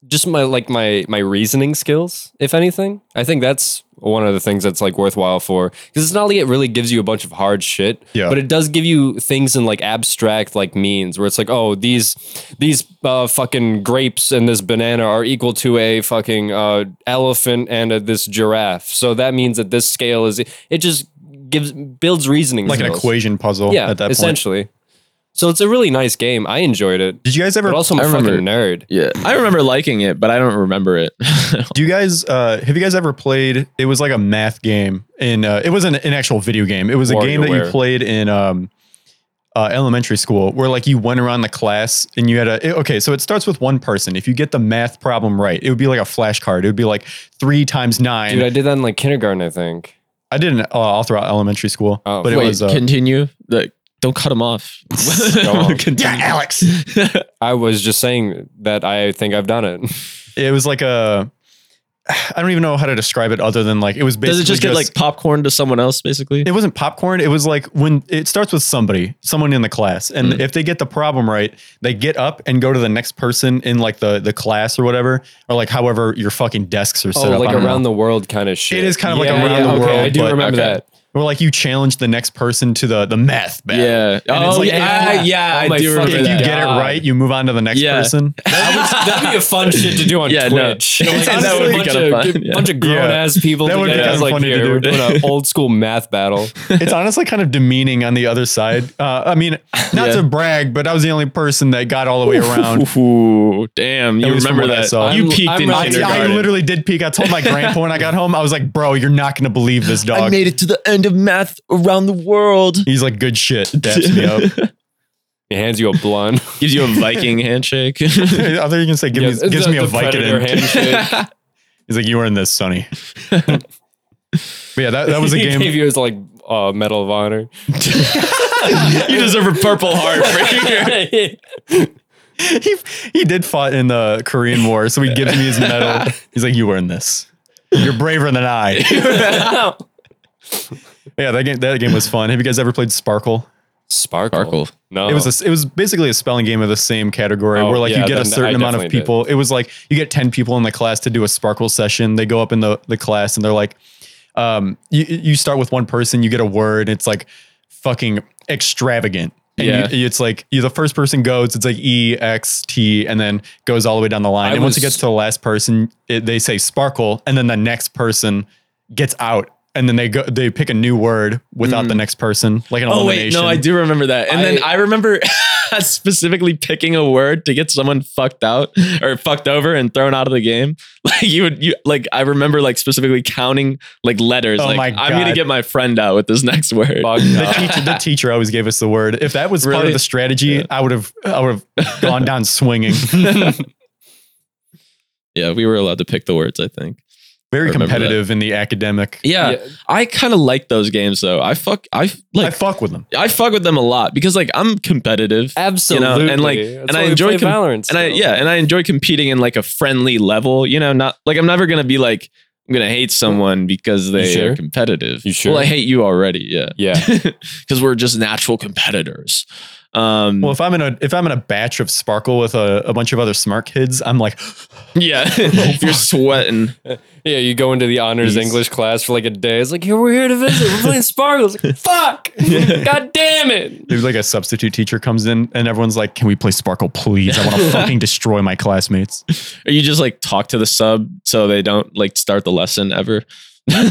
[SPEAKER 1] just my like my my reasoning skills, if anything. I think that's one of the things that's like worthwhile for because it's not like it really gives you a bunch of hard shit,
[SPEAKER 3] Yeah.
[SPEAKER 1] but it does give you things in like abstract like means where it's like, oh, these these uh, fucking grapes and this banana are equal to a fucking uh, elephant and a, this giraffe, so that means that this scale is it just gives builds reasoning
[SPEAKER 3] like an
[SPEAKER 1] skills.
[SPEAKER 3] equation puzzle
[SPEAKER 1] yeah,
[SPEAKER 3] at that point.
[SPEAKER 1] essentially. So it's a really nice game. I enjoyed it,
[SPEAKER 3] Did you guys ever
[SPEAKER 1] but also I'm
[SPEAKER 2] I
[SPEAKER 1] a fucking
[SPEAKER 2] remember-
[SPEAKER 1] nerd.
[SPEAKER 2] Yeah, I remember liking it, but I don't remember it.
[SPEAKER 3] Do you guys uh, have you guys ever played? It was like a math game, and uh, it wasn't an actual video game. It was a game that you
[SPEAKER 1] WarioWare.
[SPEAKER 3] played in um, uh, elementary school, where like you went around the class and you had a it- okay. So it starts with one person. If you get the math problem right, it would be like a flashcard. It would be like three times nine.
[SPEAKER 1] Dude, I
[SPEAKER 3] I,
[SPEAKER 1] did that in like kindergarten, I think.
[SPEAKER 3] didn't uh, all throughout elementary school,
[SPEAKER 1] Oh.
[SPEAKER 3] but it
[SPEAKER 2] Wait,
[SPEAKER 3] was uh,
[SPEAKER 2] continue. Like, don't cut him off.
[SPEAKER 1] Go on.
[SPEAKER 3] yeah, Alex.
[SPEAKER 1] I was just saying that I think I've done it.
[SPEAKER 3] It was like a. I don't even know how to describe it other than like it was basically
[SPEAKER 2] Does it just get like popcorn to someone else, basically?
[SPEAKER 3] it wasn't popcorn. It was like when it starts with somebody, someone in the class, and
[SPEAKER 2] Mm.
[SPEAKER 3] if they get the problem right, they get up and go to the next person in like the the class or whatever, or like however your fucking desks are set
[SPEAKER 1] Oh,
[SPEAKER 3] up. I
[SPEAKER 1] like
[SPEAKER 3] don't
[SPEAKER 1] around
[SPEAKER 3] know.
[SPEAKER 1] the world kind of shit.
[SPEAKER 3] is kind of like around the
[SPEAKER 1] okay,
[SPEAKER 3] world,
[SPEAKER 1] I do
[SPEAKER 3] but-
[SPEAKER 1] remember
[SPEAKER 2] okay.
[SPEAKER 1] that.
[SPEAKER 3] or like you challenge the next person to the the math battle.
[SPEAKER 2] Yeah.
[SPEAKER 3] And it's
[SPEAKER 2] Oh,
[SPEAKER 3] like,
[SPEAKER 2] yeah.
[SPEAKER 3] ah,
[SPEAKER 2] yeah,
[SPEAKER 1] oh
[SPEAKER 2] I
[SPEAKER 1] my
[SPEAKER 2] do remember
[SPEAKER 3] If
[SPEAKER 1] fucking
[SPEAKER 3] you
[SPEAKER 2] that.
[SPEAKER 1] God.
[SPEAKER 3] get it right, you move on to the next
[SPEAKER 2] Yeah.
[SPEAKER 3] person.
[SPEAKER 1] That would, that'd be a fun shit to do on
[SPEAKER 2] Yeah, no.
[SPEAKER 1] Twitch.
[SPEAKER 2] It's-
[SPEAKER 1] Like,
[SPEAKER 2] that would be
[SPEAKER 1] a bunch
[SPEAKER 2] kinda
[SPEAKER 1] of-
[SPEAKER 2] fun,
[SPEAKER 1] get-
[SPEAKER 2] yeah.
[SPEAKER 1] bunch of grown ass people
[SPEAKER 3] That would be
[SPEAKER 1] together. It's
[SPEAKER 3] kinda
[SPEAKER 1] like,
[SPEAKER 3] funny to
[SPEAKER 1] here,
[SPEAKER 3] do.
[SPEAKER 1] we're doing an old school math battle.
[SPEAKER 3] it's honestly kind of demeaning on the other side. Uh, I mean, not
[SPEAKER 2] Yeah.
[SPEAKER 3] to brag, but I was the only person that got all the way around.
[SPEAKER 2] Ooh, damn. You
[SPEAKER 3] least from
[SPEAKER 2] remember
[SPEAKER 3] what I
[SPEAKER 2] that.
[SPEAKER 3] saw.
[SPEAKER 2] You
[SPEAKER 1] I'm-
[SPEAKER 2] peaked
[SPEAKER 1] I'm
[SPEAKER 2] in
[SPEAKER 1] not-
[SPEAKER 3] I, I
[SPEAKER 2] kindergarten.
[SPEAKER 3] literally did peek. I told my grandpa when I got home, I was like, "Bro, you're not gonna believe this dog."
[SPEAKER 2] it to the end of math around the world.
[SPEAKER 3] He's like, good shit. Daps me up.
[SPEAKER 1] He hands you a blunt.
[SPEAKER 2] Gives you a Viking handshake.
[SPEAKER 3] I thought you were gonna say, give
[SPEAKER 1] Yeah,
[SPEAKER 3] me, gives
[SPEAKER 1] the-
[SPEAKER 3] me a
[SPEAKER 1] the predator
[SPEAKER 3] Vicodin.
[SPEAKER 1] handshake.
[SPEAKER 3] He's like, you earned this, Sonny. but yeah, that, that was a
[SPEAKER 1] he
[SPEAKER 3] game.
[SPEAKER 1] gave you his like uh, Medal of Honor.
[SPEAKER 2] you deserve a purple heart for your
[SPEAKER 3] he, he did fought in the Korean War, so he gives me his medal. He's like, you earned this. You're braver than I. yeah, that game that game was fun. Have you guys ever played Sparkle?
[SPEAKER 1] Sparkle.
[SPEAKER 2] sparkle.
[SPEAKER 1] No.
[SPEAKER 3] It was a, it was basically a spelling game of the same category
[SPEAKER 1] Oh,
[SPEAKER 3] where like you
[SPEAKER 1] yeah,
[SPEAKER 3] get a
[SPEAKER 1] then I
[SPEAKER 3] certain amount of
[SPEAKER 1] definitely did.
[SPEAKER 3] people. It was like you get 10 people in the class to do a sparkle session. They go up in the the class and they're like um you you start with one person, you get a word, it's like fucking extravagant. And
[SPEAKER 2] Yeah.
[SPEAKER 3] you, it's like you the first person goes, it's like E X T and then goes all the way down the line.
[SPEAKER 1] I
[SPEAKER 3] and once it
[SPEAKER 1] was-
[SPEAKER 3] gets to the last person, it, they say sparkle and then the next person gets out. And then they go. They pick a new word without
[SPEAKER 1] Mm.
[SPEAKER 3] the next person, like an
[SPEAKER 2] Oh wait,
[SPEAKER 3] elimination.
[SPEAKER 2] no, I do remember that. And then
[SPEAKER 1] I-
[SPEAKER 2] I remember specifically picking a word to get someone fucked out or fucked over and thrown out of the game. Like you would, you like I remember like specifically counting like letters.
[SPEAKER 3] Oh
[SPEAKER 2] like
[SPEAKER 3] my
[SPEAKER 2] I'm gonna
[SPEAKER 3] God.
[SPEAKER 2] get my friend out with this next word.
[SPEAKER 1] Bug
[SPEAKER 3] the teacher, the teacher always gave us the word. If that was part of
[SPEAKER 2] Really?
[SPEAKER 3] the strategy, I would have I would have gone down swinging.
[SPEAKER 2] Yeah, we were allowed to pick the words. I think.
[SPEAKER 3] Very
[SPEAKER 2] I remember
[SPEAKER 3] competitive in the academic.
[SPEAKER 2] Yeah,
[SPEAKER 1] Yeah.
[SPEAKER 2] I kind of like those games though. I fuck, I
[SPEAKER 3] I
[SPEAKER 2] like,
[SPEAKER 3] fuck with them.
[SPEAKER 2] I fuck with them a lot because like I'm competitive.
[SPEAKER 1] Absolutely.
[SPEAKER 2] and, like,
[SPEAKER 1] That's
[SPEAKER 2] and I
[SPEAKER 1] why we
[SPEAKER 2] enjoy
[SPEAKER 1] play
[SPEAKER 2] com-
[SPEAKER 1] Valorant.
[SPEAKER 2] and I
[SPEAKER 1] still.
[SPEAKER 2] yeah, and I enjoy competing in like a friendly level. You know, not like I'm never gonna be like I'm gonna hate someone because they
[SPEAKER 1] sure?
[SPEAKER 2] are competitive.
[SPEAKER 1] You sure?
[SPEAKER 2] Well, I hate you already. Yeah,
[SPEAKER 1] Yeah.
[SPEAKER 2] because we're just natural competitors. Um,
[SPEAKER 3] Well, if I'm in a if I'm in a batch of Sparkle with a, a bunch of other smart kids, I'm like,
[SPEAKER 2] yeah, you're sweating.
[SPEAKER 1] Yeah, you go into the honors
[SPEAKER 2] Please.
[SPEAKER 1] English class for like a day. It's like, here we're here to visit. We're playing Sparkles. Like, Fuck! God damn it!
[SPEAKER 3] maybe like a substitute teacher comes in and everyone's like, "Can we play Sparkle, please? I want to fucking destroy my classmates."
[SPEAKER 2] Or you just like talk to the sub so they don't like start the lesson ever. you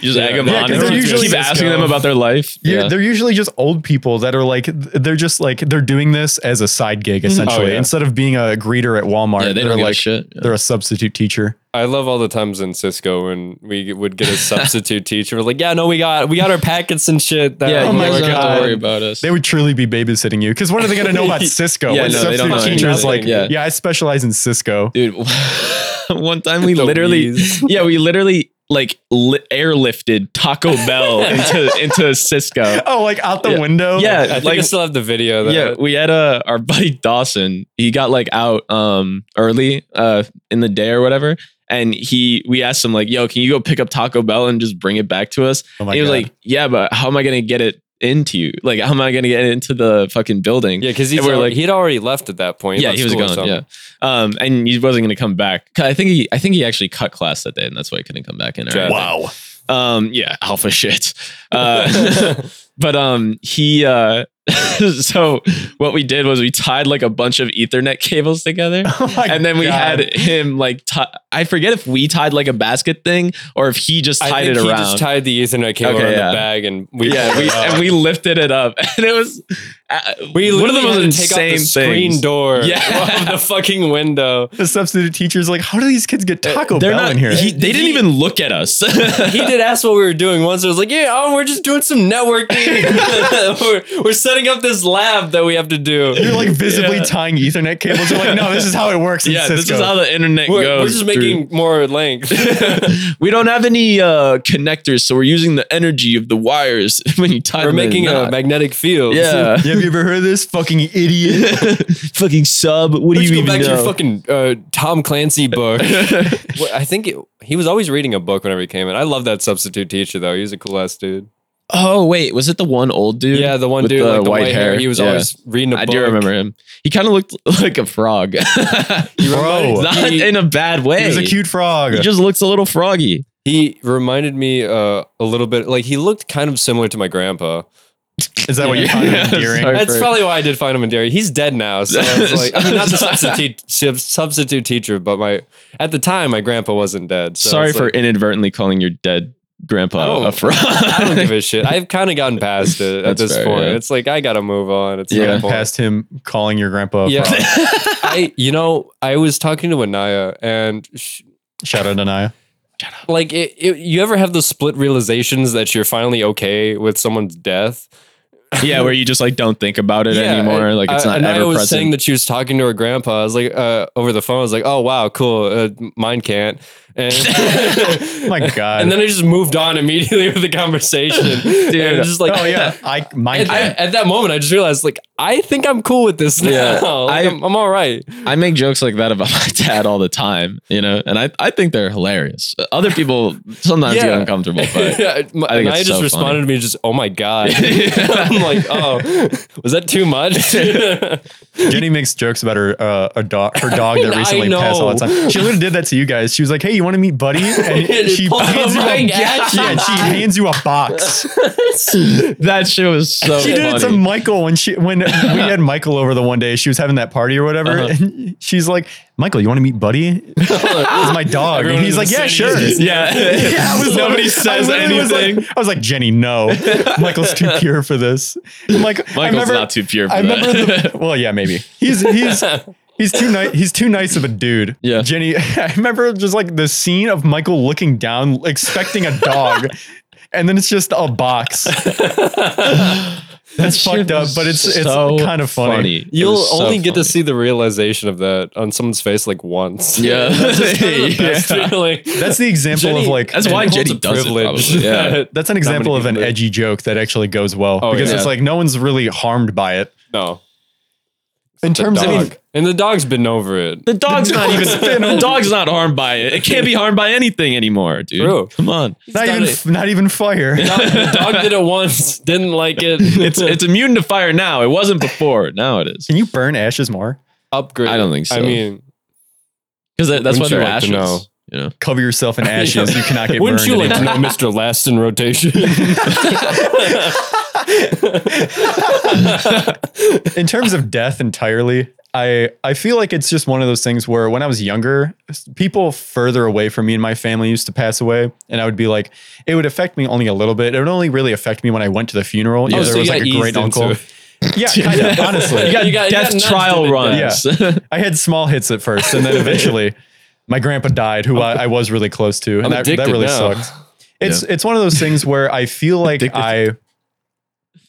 [SPEAKER 2] just egg them
[SPEAKER 3] Yeah,
[SPEAKER 2] on. And
[SPEAKER 3] 'cause they're
[SPEAKER 2] keep-
[SPEAKER 3] usually
[SPEAKER 2] keep
[SPEAKER 3] just
[SPEAKER 2] asking
[SPEAKER 3] go.
[SPEAKER 2] them about their life.
[SPEAKER 3] Yeah,
[SPEAKER 2] Yeah.
[SPEAKER 3] they're usually just old people that are like, they're just like they're doing this as a side gig essentially
[SPEAKER 1] yeah.
[SPEAKER 3] instead of being a greeter at Walmart.
[SPEAKER 2] Oh, Yeah, they
[SPEAKER 3] are
[SPEAKER 2] don't give a
[SPEAKER 3] like
[SPEAKER 2] shit. Yeah.
[SPEAKER 3] they're a substitute teacher.
[SPEAKER 1] I love all the times in Cisco when we would get a substitute teacher. We're like, yeah, no, we got we got our packets and shit. That
[SPEAKER 2] Yeah,
[SPEAKER 3] Oh
[SPEAKER 2] you
[SPEAKER 3] my
[SPEAKER 2] guys don't have
[SPEAKER 3] God.
[SPEAKER 2] to worry about us.
[SPEAKER 3] They would truly be babysitting you because what are they going to know about Cisco?
[SPEAKER 2] Yeah,
[SPEAKER 3] when
[SPEAKER 2] no, they don't
[SPEAKER 3] substitute
[SPEAKER 2] know
[SPEAKER 3] teachers
[SPEAKER 2] anything.
[SPEAKER 3] like, yeah.
[SPEAKER 2] Yeah.
[SPEAKER 3] I specialize in Cisco.
[SPEAKER 2] dude one time we
[SPEAKER 1] The
[SPEAKER 2] literally
[SPEAKER 1] wheeze.
[SPEAKER 2] yeah we literally like li- airlifted taco bell into into cisco
[SPEAKER 3] Oh, like out the window?
[SPEAKER 1] I
[SPEAKER 2] yeah
[SPEAKER 1] think I
[SPEAKER 2] like
[SPEAKER 1] still have the video. That
[SPEAKER 2] yeah we had uh, our buddy dawson he got like out um early uh in the day or whatever and he we asked him like yo can you go pick up taco bell and just bring it back to us
[SPEAKER 3] Oh my
[SPEAKER 2] and he was
[SPEAKER 3] God.
[SPEAKER 2] like yeah but how am i gonna get it into you? Like, how am I going to get into the fucking building?
[SPEAKER 1] Yeah, because
[SPEAKER 2] And we're like-
[SPEAKER 1] he'd already left at that point.
[SPEAKER 2] yeah,
[SPEAKER 1] left
[SPEAKER 2] he was
[SPEAKER 1] school or
[SPEAKER 2] gone.
[SPEAKER 1] something.
[SPEAKER 2] Yeah, um, and he wasn't going to come back. 'Cause I think he, I think he actually cut class that day, and that's why he couldn't come back in. or
[SPEAKER 1] Wow.
[SPEAKER 2] anything.
[SPEAKER 4] Wow.
[SPEAKER 2] Um, yeah, alpha shit. Uh, but um, he. Uh, so what we did was we tied like a bunch of Ethernet cables together.
[SPEAKER 3] Oh my
[SPEAKER 2] and then we
[SPEAKER 3] God.
[SPEAKER 2] had him like ti- I forget if we tied like a basket thing or if he just
[SPEAKER 1] I
[SPEAKER 2] tied
[SPEAKER 1] think
[SPEAKER 2] it
[SPEAKER 1] he
[SPEAKER 2] around.
[SPEAKER 1] just tied the Ethernet cable
[SPEAKER 2] Okay,
[SPEAKER 1] around
[SPEAKER 2] yeah.
[SPEAKER 1] the bag, and we
[SPEAKER 2] yeah, we, and we lifted it up, and it was uh,
[SPEAKER 1] we
[SPEAKER 2] one of the
[SPEAKER 1] literally
[SPEAKER 2] most
[SPEAKER 1] had to take out
[SPEAKER 2] insane
[SPEAKER 1] the screen
[SPEAKER 2] things.
[SPEAKER 1] door
[SPEAKER 2] Yeah.
[SPEAKER 1] of the fucking window.
[SPEAKER 3] the substitute teacher's like, how do these kids get Taco
[SPEAKER 2] Uh, They're
[SPEAKER 3] Bell
[SPEAKER 2] not
[SPEAKER 3] in here?
[SPEAKER 2] he- they didn't
[SPEAKER 1] He-
[SPEAKER 2] even look at us.
[SPEAKER 1] He did ask what we were doing once. I was like, "Yeah, oh, we're just doing some networking. we're, we're setting up this lab that we have to do.
[SPEAKER 3] You're like visibly
[SPEAKER 2] Yeah.
[SPEAKER 3] tying Ethernet cables. You're like, no, this is how it works. in
[SPEAKER 2] yeah, this
[SPEAKER 3] Cisco."
[SPEAKER 2] is how the internet
[SPEAKER 1] We're,
[SPEAKER 2] goes.
[SPEAKER 1] we're just
[SPEAKER 2] through-
[SPEAKER 1] making more length."
[SPEAKER 2] we don't have any uh, connectors, so we're using the energy of the wires when you tie
[SPEAKER 1] We're
[SPEAKER 2] them in a
[SPEAKER 1] making uh, a
[SPEAKER 2] knot.
[SPEAKER 1] magnetic field.
[SPEAKER 2] yeah.
[SPEAKER 3] Yeah, have you ever heard of this fucking idiot?
[SPEAKER 2] fucking sub. What do
[SPEAKER 1] Let's
[SPEAKER 2] you
[SPEAKER 1] go
[SPEAKER 2] even
[SPEAKER 1] back to your
[SPEAKER 2] know?
[SPEAKER 1] fucking uh, Tom Clancy book. Well, I think it, he was always reading a book whenever he came in. I love that substitute teacher though. He was a cool ass dude.
[SPEAKER 2] Oh wait, was it the one old dude?
[SPEAKER 1] Yeah, the one
[SPEAKER 2] with
[SPEAKER 1] dude
[SPEAKER 2] the
[SPEAKER 1] like the
[SPEAKER 2] white
[SPEAKER 1] white hair.
[SPEAKER 2] hair.
[SPEAKER 1] He was
[SPEAKER 2] Yeah.
[SPEAKER 1] always reading a
[SPEAKER 2] I
[SPEAKER 1] book.
[SPEAKER 2] do remember him. He kind of looked like a frog,
[SPEAKER 3] Bro,
[SPEAKER 2] not
[SPEAKER 1] He-
[SPEAKER 2] in a bad
[SPEAKER 3] he
[SPEAKER 2] way.
[SPEAKER 3] was a cute frog.
[SPEAKER 2] He just looks a little froggy.
[SPEAKER 1] He reminded me uh, a little bit. Like he looked kind of similar to my grandpa.
[SPEAKER 3] Is that what you
[SPEAKER 2] Yeah.
[SPEAKER 3] found
[SPEAKER 2] Yeah,
[SPEAKER 3] endearing?
[SPEAKER 2] sorry.
[SPEAKER 1] That's
[SPEAKER 2] Perfect.
[SPEAKER 1] probably why I did find him in Derry. He's dead now, so I was like, I mean, not the substitute sub- substitute teacher, but my at the time my grandpa wasn't dead. So
[SPEAKER 2] Sorry
[SPEAKER 1] it's
[SPEAKER 2] for
[SPEAKER 1] like,
[SPEAKER 2] inadvertently calling your dead grandpa
[SPEAKER 1] Oh,
[SPEAKER 2] a frog.
[SPEAKER 1] I don't give a shit. I've kind of gotten past it at
[SPEAKER 2] That's
[SPEAKER 1] this
[SPEAKER 2] fair,
[SPEAKER 1] point.
[SPEAKER 2] yeah.
[SPEAKER 1] It's like I gotta move on. It's
[SPEAKER 2] Yeah.
[SPEAKER 1] yeah.
[SPEAKER 3] Past him calling your grandpa. a
[SPEAKER 1] Yeah.
[SPEAKER 3] frog.
[SPEAKER 1] I, you know, I was talking to Anaya, and sh-
[SPEAKER 3] Shout out to Naya.
[SPEAKER 1] like, it, it, you ever have those split realizations that you're finally okay with someone's death?
[SPEAKER 2] yeah, where you just like don't think about it anymore.
[SPEAKER 1] and
[SPEAKER 2] like it's
[SPEAKER 1] I-
[SPEAKER 2] not
[SPEAKER 1] Anaya
[SPEAKER 2] ever
[SPEAKER 1] was
[SPEAKER 2] present.
[SPEAKER 1] saying that she was talking to her grandpa. I was like, uh, over the phone, I was like, oh wow, cool. Uh, mine can't. And,
[SPEAKER 3] Oh my God.
[SPEAKER 1] and then I just moved on immediately with the conversation, dude. And it's just like,
[SPEAKER 3] oh yeah, I my
[SPEAKER 1] At, I- at that moment, I just realized, like, I think I'm cool with this now.
[SPEAKER 2] Yeah,
[SPEAKER 1] Like,
[SPEAKER 2] I-
[SPEAKER 1] I'm, I'm all right.
[SPEAKER 2] I make jokes like that about my dad all the time, you know, and I, I think they're hilarious. Other people sometimes
[SPEAKER 1] Yeah.
[SPEAKER 2] get uncomfortable, but
[SPEAKER 1] yeah, it- my-
[SPEAKER 2] I think
[SPEAKER 1] and I
[SPEAKER 2] it's
[SPEAKER 1] just
[SPEAKER 2] so
[SPEAKER 1] responded
[SPEAKER 2] funny.
[SPEAKER 1] to me just, "Oh my god!"
[SPEAKER 2] Yeah.
[SPEAKER 1] I'm like, "Oh, was that too much?"
[SPEAKER 3] Jenny makes jokes about her uh, a dog her dog that
[SPEAKER 1] I
[SPEAKER 3] recently passed all the
[SPEAKER 1] know.
[SPEAKER 3] time. She literally did that to you guys. She was like, "Hey, you want to meet Buddy?" And
[SPEAKER 1] And
[SPEAKER 3] she
[SPEAKER 1] pulled
[SPEAKER 3] hands
[SPEAKER 1] the
[SPEAKER 3] you a
[SPEAKER 1] ring
[SPEAKER 3] yeah,
[SPEAKER 1] at you.
[SPEAKER 3] she hands you a box.
[SPEAKER 2] that shit was so
[SPEAKER 3] She did it to
[SPEAKER 2] funny.
[SPEAKER 3] Michael when she when we had Michael over the one day. She was having that party or whatever, and she's like, "Michael, you want to meet Buddy?" It's my dog.
[SPEAKER 1] Everyone
[SPEAKER 3] and he's
[SPEAKER 1] in the
[SPEAKER 3] like, "Yeah,
[SPEAKER 1] vicinity
[SPEAKER 3] sure."
[SPEAKER 1] is-
[SPEAKER 2] yeah.
[SPEAKER 3] Yeah, I was
[SPEAKER 2] Nobody
[SPEAKER 3] literally-
[SPEAKER 2] says
[SPEAKER 3] I literally was like-
[SPEAKER 2] anything.
[SPEAKER 3] I was like, Jenny, no. Michael's too pure for this. I'm like, I
[SPEAKER 2] Michael's
[SPEAKER 3] remember-
[SPEAKER 2] not too pure for
[SPEAKER 3] I
[SPEAKER 2] that.
[SPEAKER 3] remember. The, well, yeah, maybe he's he's he's too nice. He's too nice of a dude.
[SPEAKER 2] Yeah.
[SPEAKER 3] Jenny. I remember just like the scene of Michael looking down, expecting a dog, and then it's just a box. That's
[SPEAKER 2] Shit
[SPEAKER 3] fucked up,
[SPEAKER 2] was
[SPEAKER 3] but it's it's
[SPEAKER 2] so
[SPEAKER 3] kind of funny.
[SPEAKER 2] It
[SPEAKER 1] You'll
[SPEAKER 2] was so
[SPEAKER 1] only get to
[SPEAKER 2] funny.
[SPEAKER 1] see the realization of that on someone's face like once.
[SPEAKER 2] Yeah.
[SPEAKER 1] That's kind of the best
[SPEAKER 2] Yeah.
[SPEAKER 1] feeling.
[SPEAKER 3] That's the example
[SPEAKER 1] Jenny-
[SPEAKER 3] of like.
[SPEAKER 2] That's why
[SPEAKER 1] It holds
[SPEAKER 2] Jenny
[SPEAKER 1] a
[SPEAKER 2] does it,
[SPEAKER 1] privilege
[SPEAKER 2] probably. Yeah.
[SPEAKER 1] that-
[SPEAKER 3] That's an
[SPEAKER 1] not many
[SPEAKER 3] example of an
[SPEAKER 1] people do.
[SPEAKER 3] edgy joke that actually goes well
[SPEAKER 1] Oh,
[SPEAKER 3] because
[SPEAKER 2] yeah.
[SPEAKER 3] it's like no one's really harmed by it.
[SPEAKER 1] No,
[SPEAKER 3] In terms
[SPEAKER 1] I mean,
[SPEAKER 3] of
[SPEAKER 1] and the dog's been over it.
[SPEAKER 2] The dog's
[SPEAKER 3] The
[SPEAKER 2] not
[SPEAKER 3] dog's been
[SPEAKER 2] even. The
[SPEAKER 3] over.
[SPEAKER 2] dog's not harmed by it. It can't be harmed by anything anymore, dude.
[SPEAKER 1] True.
[SPEAKER 2] Come on.
[SPEAKER 3] not
[SPEAKER 1] He's done
[SPEAKER 3] even not even fire.
[SPEAKER 1] it. Dog- the dog did it once, didn't like it.
[SPEAKER 2] It's it's immune to fire now. It wasn't before. Now it is.
[SPEAKER 3] Can you burn ashes more?
[SPEAKER 1] upgrade.
[SPEAKER 2] I don't think so.
[SPEAKER 1] I mean,
[SPEAKER 2] Because that's why
[SPEAKER 1] Wouldn't you
[SPEAKER 2] they're
[SPEAKER 1] like to
[SPEAKER 2] ashes.
[SPEAKER 1] know?
[SPEAKER 2] You know.
[SPEAKER 3] Cover yourself in ashes. You cannot get
[SPEAKER 1] wouldn't
[SPEAKER 3] burned.
[SPEAKER 1] you like
[SPEAKER 3] anymore.
[SPEAKER 1] to know Mr. Last in rotation?
[SPEAKER 3] in terms of death entirely i i feel like it's just one of those things where when i was younger s- people further away from me and my family used to pass away and i would be like it would affect me only a little bit it would only really affect me when i went to the funeral yeah.
[SPEAKER 1] Oh,
[SPEAKER 3] there
[SPEAKER 1] so you
[SPEAKER 3] was
[SPEAKER 1] got
[SPEAKER 3] like a
[SPEAKER 1] eased
[SPEAKER 3] great
[SPEAKER 1] into
[SPEAKER 3] uncle
[SPEAKER 1] it.
[SPEAKER 3] yeah kind of, honestly
[SPEAKER 2] You got,
[SPEAKER 1] got- you
[SPEAKER 2] death
[SPEAKER 1] got nudged
[SPEAKER 2] trial
[SPEAKER 1] into that.
[SPEAKER 2] runs.
[SPEAKER 3] i had small hits at first and then eventually my grandpa died who I, I was really close to and
[SPEAKER 1] I'm
[SPEAKER 3] that, that
[SPEAKER 1] addicted
[SPEAKER 3] really
[SPEAKER 1] now.
[SPEAKER 3] sucked it's it's one of those things where I feel like I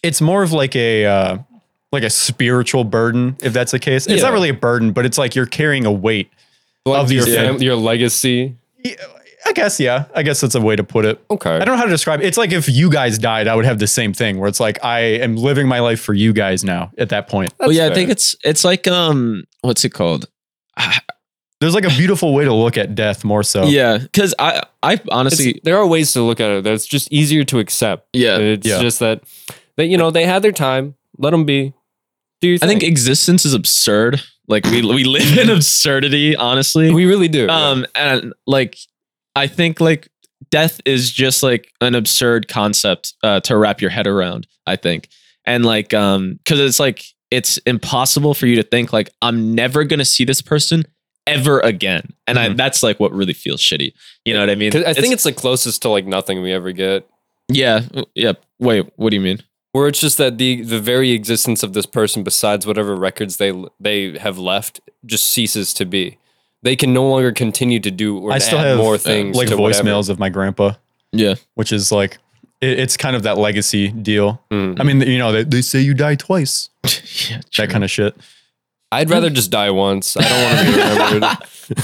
[SPEAKER 3] it's more of like a uh, like a spiritual burden if that's the case. It's
[SPEAKER 1] Yeah.
[SPEAKER 3] not really a burden, but it's like you're carrying a weight.
[SPEAKER 1] like
[SPEAKER 3] Of your
[SPEAKER 1] your,
[SPEAKER 3] fam-
[SPEAKER 1] fam- your legacy.
[SPEAKER 3] Yeah, I guess yeah. I guess that's a way to put it.
[SPEAKER 1] Okay.
[SPEAKER 3] I don't know how to describe it. It's like if you guys died, I would have the same thing where it's like I am living my life for you guys now at that point.
[SPEAKER 2] Well,
[SPEAKER 1] That's
[SPEAKER 2] yeah, I
[SPEAKER 1] fair.
[SPEAKER 2] think it's it's like um, what's it called?
[SPEAKER 3] There's like a beautiful way to look at death more so.
[SPEAKER 2] Yeah, because I I
[SPEAKER 1] It's-
[SPEAKER 2] honestly
[SPEAKER 1] there are ways to look at it that's just easier to accept.
[SPEAKER 2] Yeah.
[SPEAKER 1] It's
[SPEAKER 3] Yeah.
[SPEAKER 1] just that They you know they had their time. Let them be. Do you?
[SPEAKER 2] I
[SPEAKER 1] think
[SPEAKER 2] think existence is absurd. Like we we live in absurdity, honestly.
[SPEAKER 1] we really do.
[SPEAKER 2] um and like I think like death is just like an absurd concept uh to wrap your head around, I think. And like um cuz it's like it's impossible for you to think like I'm never going to see this person ever again. And I
[SPEAKER 3] Mhm.
[SPEAKER 2] that's like what really feels shitty. You know what I mean?
[SPEAKER 1] Mm-hmm. 'Cause I think it's the closest to like nothing we ever get.
[SPEAKER 2] yeah, yeah. Wait, what do you mean?
[SPEAKER 1] where it's just that the the very existence of this person besides whatever records they they have left just ceases to be they can no longer continue to do or
[SPEAKER 3] I still
[SPEAKER 1] add
[SPEAKER 3] have
[SPEAKER 1] more
[SPEAKER 3] uh,
[SPEAKER 1] things
[SPEAKER 3] like
[SPEAKER 1] to whatever.
[SPEAKER 3] voicemails of my grandpa,
[SPEAKER 2] Yeah.
[SPEAKER 3] which is like it, it's kind of that legacy deal.
[SPEAKER 1] Mm.
[SPEAKER 3] I mean, you know, they, they say you die twice,
[SPEAKER 2] yeah.
[SPEAKER 3] that kind of shit.
[SPEAKER 1] i'd rather just die once i don't want to be remembered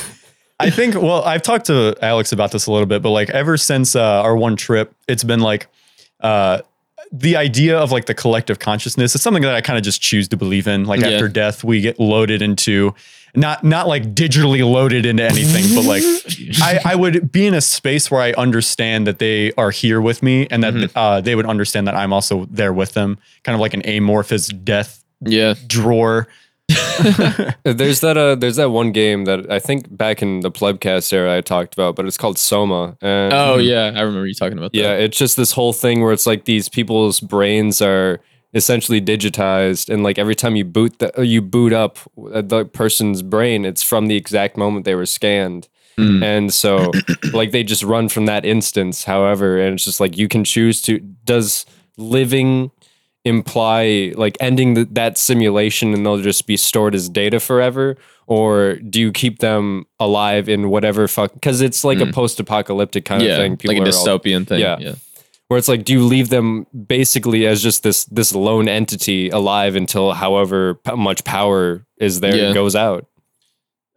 [SPEAKER 3] I think. Well, I've talked to Alex about this a little bit, but like ever since uh, our one trip, it's been like uh, the idea of like the collective consciousness. It's something that I kind of just choose to believe in. Like
[SPEAKER 2] Yeah.
[SPEAKER 3] after death, we get loaded into not not like digitally loaded into anything, but like I, I would be in a space where I understand that they are here with me, and that uh, they would understand that I'm also there with them. Kind of like an amorphous death
[SPEAKER 2] Yeah.
[SPEAKER 3] drawer.
[SPEAKER 1] there's that uh there's that one game that i think back in the plebcast era i talked about but it's called soma and
[SPEAKER 2] Oh yeah, I remember you talking about that.
[SPEAKER 1] Yeah, it's just this whole thing where it's like these people's brains are essentially digitized, and like every time you boot the, uh, you boot up uh, the person's brain, it's from the exact moment they were scanned,
[SPEAKER 2] Mm.
[SPEAKER 1] and so like they just run from that instance. However, and it's just like you can choose to does living imply like ending the, that simulation and they'll just be stored as data forever or do you keep them alive in whatever fuck because it's like a
[SPEAKER 2] Mm.
[SPEAKER 1] post-apocalyptic kind
[SPEAKER 2] yeah,
[SPEAKER 1] of thing
[SPEAKER 2] like a
[SPEAKER 1] are all-
[SPEAKER 2] dystopian thing.
[SPEAKER 1] Yeah.
[SPEAKER 2] yeah.
[SPEAKER 1] where it's like do you leave them basically as just this this lone entity alive until however p- much power is there
[SPEAKER 2] Yeah.
[SPEAKER 1] goes out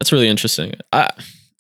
[SPEAKER 2] That's really interesting. I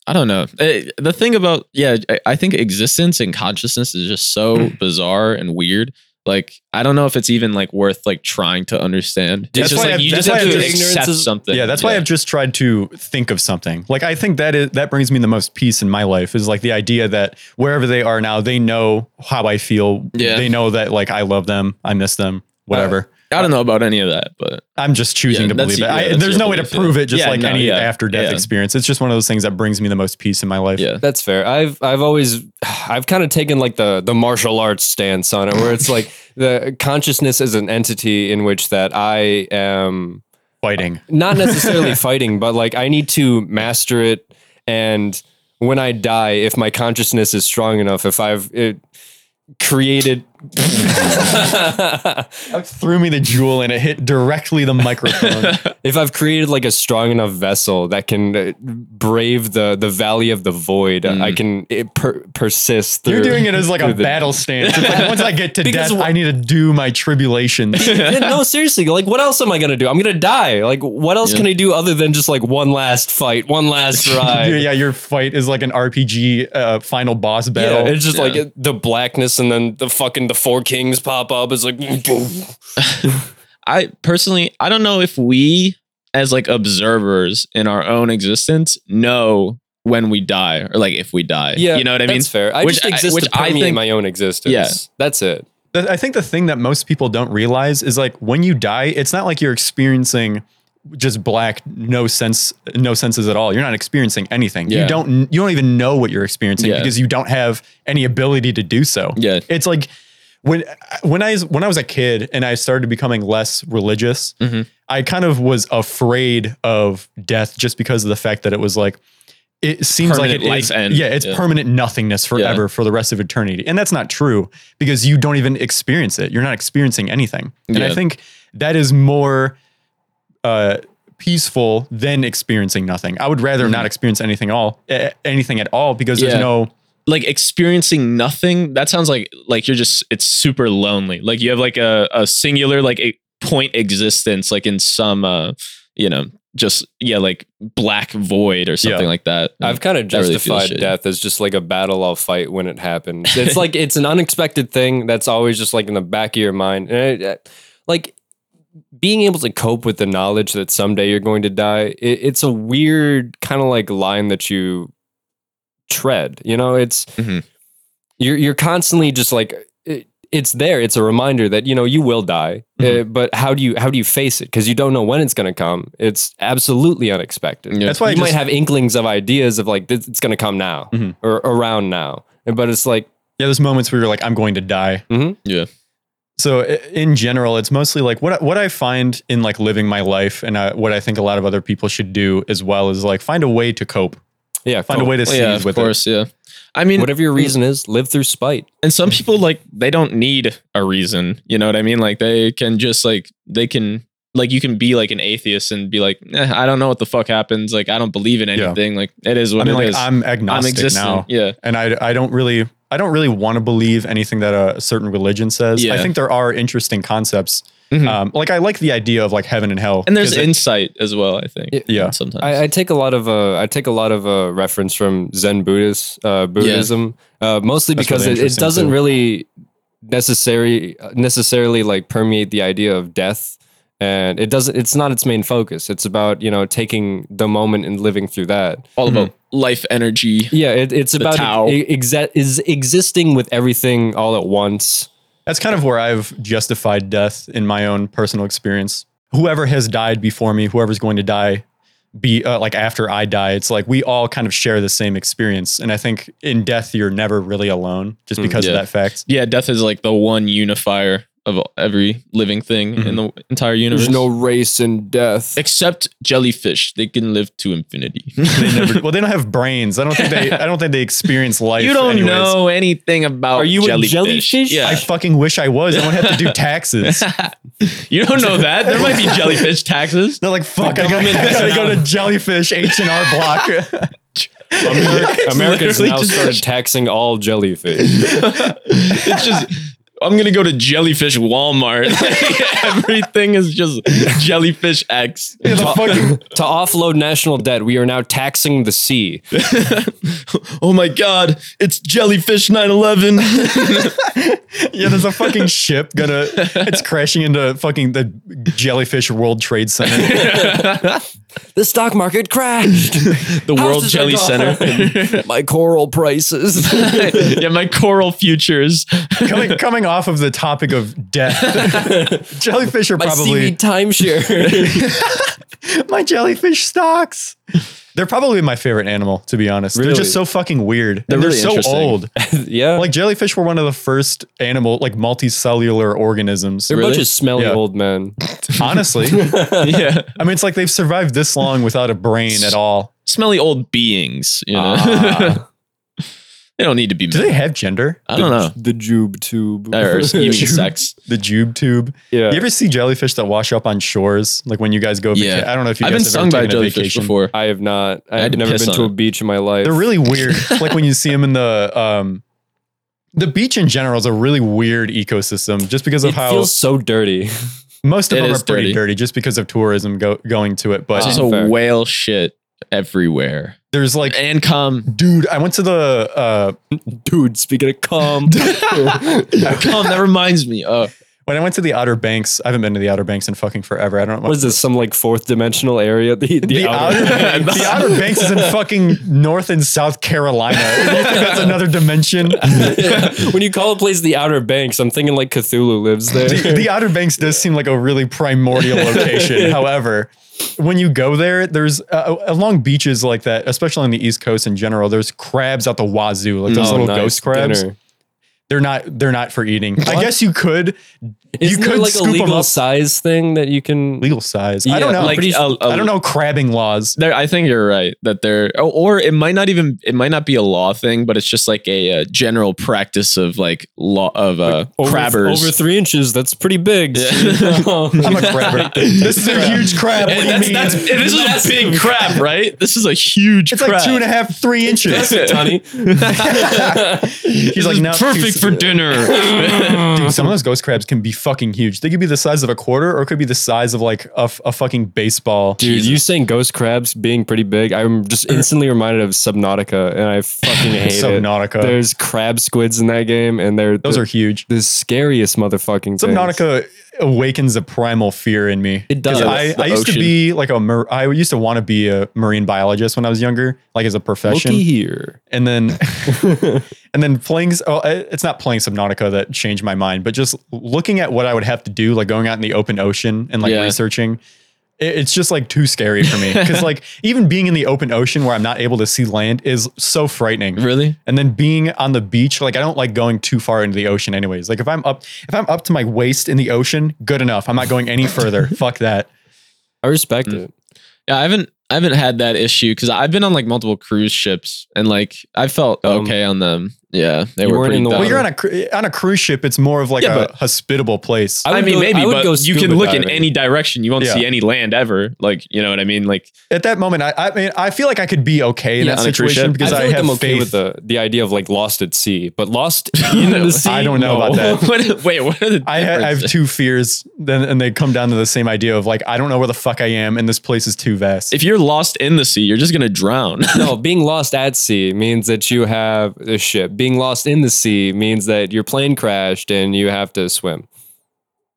[SPEAKER 2] I don't know. Eh, the thing about yeah, I, I think existence and consciousness is just so bizarre and weird. Like I don't know if it's even like worth like trying to understand. it's
[SPEAKER 3] That's
[SPEAKER 2] just
[SPEAKER 3] why
[SPEAKER 2] like
[SPEAKER 3] I've-
[SPEAKER 2] you
[SPEAKER 3] that's
[SPEAKER 2] just have
[SPEAKER 3] why
[SPEAKER 2] to
[SPEAKER 3] I've
[SPEAKER 1] just-
[SPEAKER 2] accept
[SPEAKER 1] ignorance is-
[SPEAKER 2] something.
[SPEAKER 3] Yeah, that's why I've just tried to think of something. Like I think that is that brings me the most peace in my life is like the idea that wherever they are now, they know how I feel.
[SPEAKER 2] Yeah.
[SPEAKER 3] They know that like I love them, I miss them, whatever.
[SPEAKER 2] I don't know about any of that, but
[SPEAKER 3] I'm just choosing
[SPEAKER 2] Yeah,
[SPEAKER 3] to
[SPEAKER 2] that's-
[SPEAKER 3] believe it.
[SPEAKER 2] yeah,
[SPEAKER 3] I-
[SPEAKER 2] that's
[SPEAKER 3] there's
[SPEAKER 2] your
[SPEAKER 3] no way to
[SPEAKER 2] belief, yeah.
[SPEAKER 3] prove it just
[SPEAKER 2] Yeah,
[SPEAKER 3] like
[SPEAKER 2] no,
[SPEAKER 3] any
[SPEAKER 2] yeah,
[SPEAKER 3] after death
[SPEAKER 2] yeah.
[SPEAKER 3] experience. It's just one of those things that brings me the most peace in my life.
[SPEAKER 2] yeah.
[SPEAKER 1] that's fair i've i've always i've kind of taken like the the martial arts stance on it where it's like the consciousness is an entity in which that i am
[SPEAKER 3] Fighting.
[SPEAKER 1] not necessarily fighting, but like I need to master it. And when I die, if my consciousness is strong enough, if I've it created,
[SPEAKER 3] Threw me the jewel and it hit directly the microphone.
[SPEAKER 1] if I've created like a strong enough vessel that can uh, brave the the valley of the void, I
[SPEAKER 2] Mm.
[SPEAKER 1] can it per- persist. Through,
[SPEAKER 3] You're doing it as like a
[SPEAKER 1] through the-
[SPEAKER 3] battle stance. It's like once I get to
[SPEAKER 1] Because
[SPEAKER 3] death,
[SPEAKER 1] wh-
[SPEAKER 3] I need to do my tribulations.
[SPEAKER 1] Yeah, no, seriously. Like, what else am I gonna do? I'm gonna die. Like, what else
[SPEAKER 2] Yeah.
[SPEAKER 1] can I do other than just like one last fight, one last ride?
[SPEAKER 3] yeah, yeah, your fight is like an RPG uh, final boss battle.
[SPEAKER 1] Yeah, it's just like
[SPEAKER 2] Yeah.
[SPEAKER 1] it- the blackness, and then the fucking the four kings pop up. It's like
[SPEAKER 2] I personally I don't know if we as like observers in our own existence know when we die or like if we die. You know what I mean?
[SPEAKER 1] That's fair. I
[SPEAKER 2] Which
[SPEAKER 1] just
[SPEAKER 2] I-
[SPEAKER 1] exist
[SPEAKER 2] which
[SPEAKER 1] to
[SPEAKER 2] I
[SPEAKER 1] permeate
[SPEAKER 2] think-
[SPEAKER 1] my own existence.
[SPEAKER 2] Yeah.
[SPEAKER 1] that's it.
[SPEAKER 3] Th- I think the thing that most people don't realize is like when you die, it's not like you're experiencing just black, no sense, no senses at all. You're not experiencing anything.
[SPEAKER 2] Yeah.
[SPEAKER 3] You don't, you don't even know what you're experiencing
[SPEAKER 2] Yeah.
[SPEAKER 3] because you don't have any ability to do so.
[SPEAKER 2] Yeah.
[SPEAKER 3] it's like when when I was- when I was a kid and I started becoming less religious,
[SPEAKER 2] Mhm.
[SPEAKER 3] I kind of was afraid of death just because of the fact that it was like it seems
[SPEAKER 2] Permanent
[SPEAKER 3] like it
[SPEAKER 2] life
[SPEAKER 3] is-
[SPEAKER 2] end.
[SPEAKER 3] yeah, it's
[SPEAKER 2] Yeah.
[SPEAKER 3] permanent nothingness forever for the rest of eternity, and that's not true because you don't even experience it. You're not experiencing anything, and
[SPEAKER 2] Yeah.
[SPEAKER 3] I think that is more. Uh, peaceful than experiencing nothing. I would rather not experience anything all eh, anything at all because
[SPEAKER 2] Mm-hmm. Yeah.
[SPEAKER 3] there's no
[SPEAKER 2] like experiencing nothing that sounds like like you're just it's super lonely like you have like a, a singular like a point existence like in some uh you know just yeah like black void or something
[SPEAKER 3] Yeah.
[SPEAKER 2] like that
[SPEAKER 1] I've kind of
[SPEAKER 2] That really feels
[SPEAKER 1] justified
[SPEAKER 2] shitty.
[SPEAKER 1] death as just like a battle I'll fight when it happens. It's like it's an unexpected thing that's always just like in the back of your mind. And it- it- like being able to cope with the knowledge that someday you're going to die, it, it's a weird kind of like line that you tread. You know, it's
[SPEAKER 2] Mhm.
[SPEAKER 1] you're you're constantly just like. It, it's there. It's a reminder that you know you will die. Uh, but how do you how do you face it? Because you don't know when it's going to come. It's absolutely unexpected.
[SPEAKER 2] Yeah.
[SPEAKER 3] That's why I
[SPEAKER 1] you might
[SPEAKER 3] just-
[SPEAKER 1] have inklings of ideas of like this, it's going to come now
[SPEAKER 3] Mhm.
[SPEAKER 1] or around now, but it's like
[SPEAKER 3] Yeah, there's moments where you're like, I'm going to die.
[SPEAKER 1] Mhm.
[SPEAKER 2] Yeah.
[SPEAKER 3] So i- in general, it's mostly like what I- what I find in like living my life, and I, what I think a lot of other people should do as well is like find a way to cope,
[SPEAKER 1] yeah,
[SPEAKER 3] find a
[SPEAKER 1] cool.
[SPEAKER 3] way to
[SPEAKER 2] Oh, Well,
[SPEAKER 3] seize
[SPEAKER 2] yeah, of
[SPEAKER 3] with it.
[SPEAKER 2] course. Yeah. I mean,
[SPEAKER 1] Whatever your reason is, live through spite.
[SPEAKER 2] and some people like they don't need a reason you know what i mean like they can just like they can like you can be like an atheist and be like eh, i don't know what the fuck happens like i don't believe in
[SPEAKER 3] Yeah.
[SPEAKER 2] anything like it is
[SPEAKER 3] I
[SPEAKER 2] what it
[SPEAKER 3] mean, like
[SPEAKER 2] is.
[SPEAKER 3] I'm agnostic
[SPEAKER 2] existent
[SPEAKER 3] now,
[SPEAKER 2] yeah
[SPEAKER 3] and I I don't really I don't really want to believe anything that a certain religion says. I
[SPEAKER 2] Yeah.
[SPEAKER 3] think there are interesting concepts.
[SPEAKER 2] Mhm.
[SPEAKER 3] Um, like I like the idea of like heaven and hell,
[SPEAKER 2] and there's
[SPEAKER 3] 'cause it-
[SPEAKER 2] insight as well i think
[SPEAKER 1] It-
[SPEAKER 3] yeah.
[SPEAKER 2] sometimes
[SPEAKER 1] I, I take a lot of uh, I take a lot of uh, reference from Zen Buddhist uh, Buddhism, uh, mostly
[SPEAKER 3] That's
[SPEAKER 1] because
[SPEAKER 3] really
[SPEAKER 1] it, it
[SPEAKER 3] interesting,
[SPEAKER 1] doesn't
[SPEAKER 3] too.
[SPEAKER 1] really necessary necessarily like permeate the idea of death, and it doesn't. It's not its main focus. It's about you know taking the moment and living through that.
[SPEAKER 2] all about
[SPEAKER 3] mm-hmm.
[SPEAKER 2] life energy
[SPEAKER 1] Yeah, it, it's about
[SPEAKER 2] Tao.
[SPEAKER 1] e- exa- is existing with everything all at once.
[SPEAKER 3] That's kind of where I've justified death in my own personal experience. Whoever has died before me, whoever's going to die, be uh, like after I die, it's like we all kind of share the same experience. And I think in death, you're never really alone just because
[SPEAKER 2] Mm, yeah.
[SPEAKER 3] of that fact.
[SPEAKER 2] yeah death is like the one unifier of every living thing
[SPEAKER 3] Mm-hmm.
[SPEAKER 2] in the entire universe
[SPEAKER 1] race in death.
[SPEAKER 2] except jellyfish they can live to infinity
[SPEAKER 3] They never, well, they don't have brains. I don't think they. I don't think they experience life.
[SPEAKER 2] you don't
[SPEAKER 3] anyways.
[SPEAKER 2] know anything about
[SPEAKER 1] Are you a
[SPEAKER 2] jellyfish.
[SPEAKER 1] jellyfish?
[SPEAKER 2] yeah
[SPEAKER 3] I fucking wish I was. I don't have to do taxes.
[SPEAKER 2] You don't know that. There might be jellyfish taxes.
[SPEAKER 3] They're like, fuck, I gotta, I gotta go to Jellyfish H and R Block.
[SPEAKER 1] Americans
[SPEAKER 2] literally
[SPEAKER 1] now
[SPEAKER 2] just-
[SPEAKER 1] started taxing all jellyfish.
[SPEAKER 2] It's just I'm gonna go to jellyfish Walmart. Everything is just jellyfish X.
[SPEAKER 3] Yeah, the fucking-
[SPEAKER 1] to offload national debt, we are now taxing the sea.
[SPEAKER 2] Oh my god, it's jellyfish 911.
[SPEAKER 3] Yeah, there's a fucking ship gonna it's crashing into fucking the jellyfish World Trade Center.
[SPEAKER 1] The stock market crashed.
[SPEAKER 2] The World
[SPEAKER 1] Houses are
[SPEAKER 2] Jelly
[SPEAKER 1] gone.
[SPEAKER 2] Center.
[SPEAKER 1] My coral prices.
[SPEAKER 2] yeah, my coral futures.
[SPEAKER 3] coming coming off of the topic of death, jellyfish are
[SPEAKER 1] My
[SPEAKER 3] probably
[SPEAKER 1] seaweed timeshare.
[SPEAKER 3] my jellyfish stocks. They're probably my favorite animal, to be honest. They're
[SPEAKER 1] Really?
[SPEAKER 3] just so fucking weird. They're,
[SPEAKER 2] really
[SPEAKER 3] so
[SPEAKER 2] interesting.
[SPEAKER 3] old.
[SPEAKER 1] yeah.
[SPEAKER 3] Like jellyfish were one of the first animal, like multicellular organisms.
[SPEAKER 1] they're a bunch
[SPEAKER 2] really?
[SPEAKER 1] of smelly
[SPEAKER 3] Yeah.
[SPEAKER 1] old men.
[SPEAKER 3] Honestly,
[SPEAKER 2] yeah.
[SPEAKER 3] I mean, it's like they've survived this long without a brain at all.
[SPEAKER 2] Smelly old beings, you know.
[SPEAKER 3] Ah.
[SPEAKER 2] they don't need to be
[SPEAKER 3] Do they have gender?
[SPEAKER 1] Uh,
[SPEAKER 2] I don't know.
[SPEAKER 1] The jube tube.
[SPEAKER 2] Or even sex.
[SPEAKER 3] The jube tube.
[SPEAKER 1] yeah.
[SPEAKER 3] You ever see jellyfish that wash up on shores? Like when you guys go,
[SPEAKER 2] Yeah.
[SPEAKER 3] vaca- I don't know if you
[SPEAKER 2] I've
[SPEAKER 3] guys
[SPEAKER 2] been
[SPEAKER 3] have
[SPEAKER 2] stung by
[SPEAKER 3] ever taken a
[SPEAKER 2] jellyfish
[SPEAKER 3] vacation.
[SPEAKER 2] before.
[SPEAKER 1] I have not. I
[SPEAKER 2] I had
[SPEAKER 1] have
[SPEAKER 2] to
[SPEAKER 1] never
[SPEAKER 2] piss
[SPEAKER 1] been
[SPEAKER 2] on
[SPEAKER 1] to a
[SPEAKER 2] it.
[SPEAKER 1] beach in my life.
[SPEAKER 3] They're really weird. It's like when you see them in the um, the beach in general is a really weird ecosystem, just because of
[SPEAKER 1] it
[SPEAKER 3] how
[SPEAKER 1] feels so dirty.
[SPEAKER 3] most of
[SPEAKER 2] It
[SPEAKER 3] them are
[SPEAKER 2] is
[SPEAKER 3] pretty dirty.
[SPEAKER 2] dirty.
[SPEAKER 3] just because of tourism go- going to it. But
[SPEAKER 2] There's
[SPEAKER 1] Ah.
[SPEAKER 2] also
[SPEAKER 1] Fair.
[SPEAKER 2] whale shit everywhere.
[SPEAKER 3] there's like,
[SPEAKER 2] And come
[SPEAKER 3] dude, I went to the uh,
[SPEAKER 1] Dude, speaking of cum.
[SPEAKER 2] Come, that reminds me. Oh,
[SPEAKER 3] when I went to the Outer Banks. I haven't been to the Outer Banks in fucking forever. I don't know.
[SPEAKER 1] what is this? Some like fourth dimensional area? The, the,
[SPEAKER 3] the
[SPEAKER 1] outer-
[SPEAKER 3] Outer, Banks, the Outer Banks is in fucking North and South Carolina. You think that's another dimension?
[SPEAKER 1] when you call a place the Outer Banks, I'm thinking like Cthulhu lives there.
[SPEAKER 3] the, the Outer Banks does seem like a really primordial location. However, when you go there, there's uh, along beaches like that, especially on the East Coast in general. There's crabs out the wazoo, like those
[SPEAKER 1] Oh,
[SPEAKER 3] little
[SPEAKER 1] nice.
[SPEAKER 3] ghost crabs.
[SPEAKER 1] Dinner.
[SPEAKER 3] They're not. They're not for eating. I guess you could.
[SPEAKER 1] Isn't
[SPEAKER 3] you could
[SPEAKER 1] there like a
[SPEAKER 3] scoop 'em
[SPEAKER 1] legal
[SPEAKER 3] up.
[SPEAKER 1] size thing that you can?
[SPEAKER 3] Legal size. I
[SPEAKER 1] Yeah,
[SPEAKER 3] don't know.
[SPEAKER 2] like
[SPEAKER 1] pretty-
[SPEAKER 2] a- a-
[SPEAKER 3] I don't know crabbing laws.
[SPEAKER 2] There, I think you're right that there, oh, or it might not even, it might not be a law thing, but it's just like a, uh general practice of like law of uh, crabbers.
[SPEAKER 1] over three inches. That's pretty big. Oh,
[SPEAKER 3] I'm a crabber. this is a huge crab. What
[SPEAKER 2] And
[SPEAKER 3] do you
[SPEAKER 2] that's,
[SPEAKER 3] mean?
[SPEAKER 2] that's- and this is a big crab, right? This is a huge
[SPEAKER 3] it's
[SPEAKER 2] crab.
[SPEAKER 3] like two and a half, three inches.
[SPEAKER 1] Tony.
[SPEAKER 3] He's like, no,
[SPEAKER 2] perfect for dinner.
[SPEAKER 3] Dude, some of those ghost crabs can be fucking huge. They could be the size of a quarter, or it could be the size of like a, f- a fucking baseball.
[SPEAKER 1] Dude, you saying ghost crabs being pretty big? I'm just instantly reminded of Subnautica, and I fucking hate
[SPEAKER 3] Subnautica.
[SPEAKER 1] it. There's crab squids in that game, and they're
[SPEAKER 3] Those are huge.
[SPEAKER 1] the scariest motherfucking. things.
[SPEAKER 3] Subnautica awakens a primal fear in me.
[SPEAKER 2] It does.
[SPEAKER 3] 'Cause
[SPEAKER 2] It's
[SPEAKER 3] I,
[SPEAKER 2] the
[SPEAKER 3] I used to
[SPEAKER 2] ocean.
[SPEAKER 3] be like a mar- I used to want to be a marine biologist when I was younger, like as a profession.
[SPEAKER 2] Looky here.
[SPEAKER 3] And then and then playing oh I- it's not playing Subnautica that changed my mind, but just looking at what I would have to do, like going out in the open ocean and like
[SPEAKER 2] Yeah.
[SPEAKER 3] researching. it- It's just like too scary for me because like even being in the open ocean where I'm not able to see land is so frightening.
[SPEAKER 2] Really?
[SPEAKER 3] And then being on the beach, like I don't like going too far into the ocean anyways. Like if I'm up if I'm up to my waist in the ocean, good enough. I'm not going any further. Fuck that.
[SPEAKER 1] I respect
[SPEAKER 2] Mm.
[SPEAKER 1] it.
[SPEAKER 2] Yeah, I haven't I haven't had that issue because I've been on like multiple cruise ships and like I felt
[SPEAKER 1] Um,
[SPEAKER 2] okay on them. Yeah, they
[SPEAKER 1] you
[SPEAKER 2] were
[SPEAKER 1] weren't
[SPEAKER 2] pretty
[SPEAKER 1] in the water.
[SPEAKER 2] dumb.
[SPEAKER 3] Well, you're on a cru- on a cruise ship, it's more of like
[SPEAKER 2] Yeah,
[SPEAKER 3] a
[SPEAKER 2] but-
[SPEAKER 3] hospitable place.
[SPEAKER 2] I,
[SPEAKER 1] would
[SPEAKER 2] mean,
[SPEAKER 1] go-
[SPEAKER 2] maybe,
[SPEAKER 1] I would go
[SPEAKER 2] but you can
[SPEAKER 1] scuba
[SPEAKER 2] look in
[SPEAKER 1] diving.
[SPEAKER 2] any direction. You won't
[SPEAKER 3] Yeah.
[SPEAKER 2] see any land ever. Like, you know what I mean? Like,
[SPEAKER 3] At that moment, I, I mean, I feel like I could be okay in
[SPEAKER 2] Yeah,
[SPEAKER 3] that
[SPEAKER 2] on a cruise
[SPEAKER 3] situation
[SPEAKER 2] ship.
[SPEAKER 1] I
[SPEAKER 3] because
[SPEAKER 1] feel
[SPEAKER 3] I,
[SPEAKER 1] like
[SPEAKER 3] have
[SPEAKER 1] I'm okay
[SPEAKER 3] faith.
[SPEAKER 1] with the, the idea of like lost at sea, but lost in the sea.
[SPEAKER 3] I don't know about that.
[SPEAKER 2] what, wait, what are the?
[SPEAKER 3] I, ha- I have
[SPEAKER 2] differences?
[SPEAKER 3] two fears, then and they come down to the same idea of like I don't know where the fuck I am, and this place is too vast.
[SPEAKER 2] If you're lost in the sea, you're just gonna drown.
[SPEAKER 1] no, being lost at sea means that you have a ship. Being lost in the sea means that your plane crashed and you have to swim.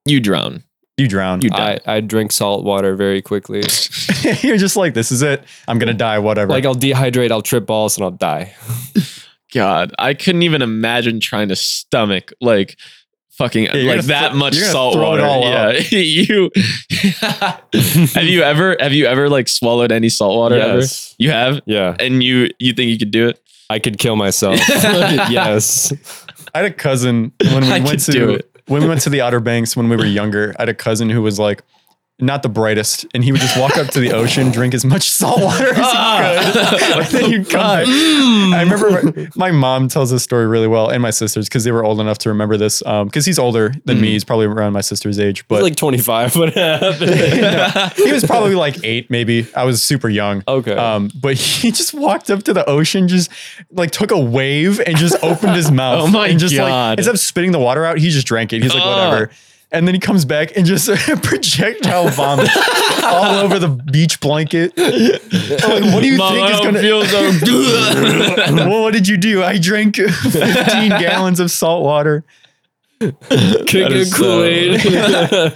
[SPEAKER 2] you drown.
[SPEAKER 3] you drown,
[SPEAKER 2] You die.
[SPEAKER 1] I, I drink salt water very quickly.
[SPEAKER 3] you're just like this is it. I'm gonna die. Whatever.
[SPEAKER 1] like I'll dehydrate, I'll trip balls, and I'll die.
[SPEAKER 2] God, I couldn't even imagine trying to stomach like fucking
[SPEAKER 3] you're
[SPEAKER 2] like
[SPEAKER 3] gonna
[SPEAKER 2] that
[SPEAKER 3] thro-
[SPEAKER 2] much
[SPEAKER 3] you're gonna
[SPEAKER 2] salt
[SPEAKER 3] throw it
[SPEAKER 2] water.
[SPEAKER 3] all
[SPEAKER 2] yeah, you have you ever have you ever like swallowed any salt water ever?
[SPEAKER 1] yes.
[SPEAKER 2] You have,
[SPEAKER 1] Yeah.
[SPEAKER 2] and you you think you could do it?
[SPEAKER 1] I could kill myself. yes.
[SPEAKER 3] I had a cousin when we
[SPEAKER 2] I
[SPEAKER 3] went
[SPEAKER 2] could do
[SPEAKER 3] to
[SPEAKER 2] it.
[SPEAKER 3] when we went to the Outer Banks when we were younger. I had a cousin who was like not the brightest, and he would just walk up to the ocean, drink as much salt water as he could,
[SPEAKER 2] Ah.
[SPEAKER 3] and then you die.
[SPEAKER 2] Mm.
[SPEAKER 3] I remember my, my mom tells this story really well, and my sisters because they were old enough to remember this. Because he's older
[SPEAKER 2] Mm.
[SPEAKER 3] than me, he's probably around my sister's age, but
[SPEAKER 1] like 25 when it happened.
[SPEAKER 3] he was probably like eight, maybe. I was super young.
[SPEAKER 1] Okay.
[SPEAKER 3] Um, but he just walked up to the ocean, just like took a wave and just opened his
[SPEAKER 2] Oh
[SPEAKER 3] mouth.
[SPEAKER 2] my
[SPEAKER 3] and just, Like,
[SPEAKER 2] God.
[SPEAKER 3] instead of spitting the water out, he just drank it. He's like,
[SPEAKER 2] Oh.
[SPEAKER 3] whatever. And then he comes back and just projectile vomit all over the beach blanket. I'm like, what do you
[SPEAKER 2] Mom,
[SPEAKER 3] think
[SPEAKER 2] I
[SPEAKER 3] is
[SPEAKER 2] don't
[SPEAKER 3] going to?
[SPEAKER 2] feel so good.
[SPEAKER 3] Well, what did you do? I drank 15 gallons of salt water.
[SPEAKER 1] Kick
[SPEAKER 2] is so-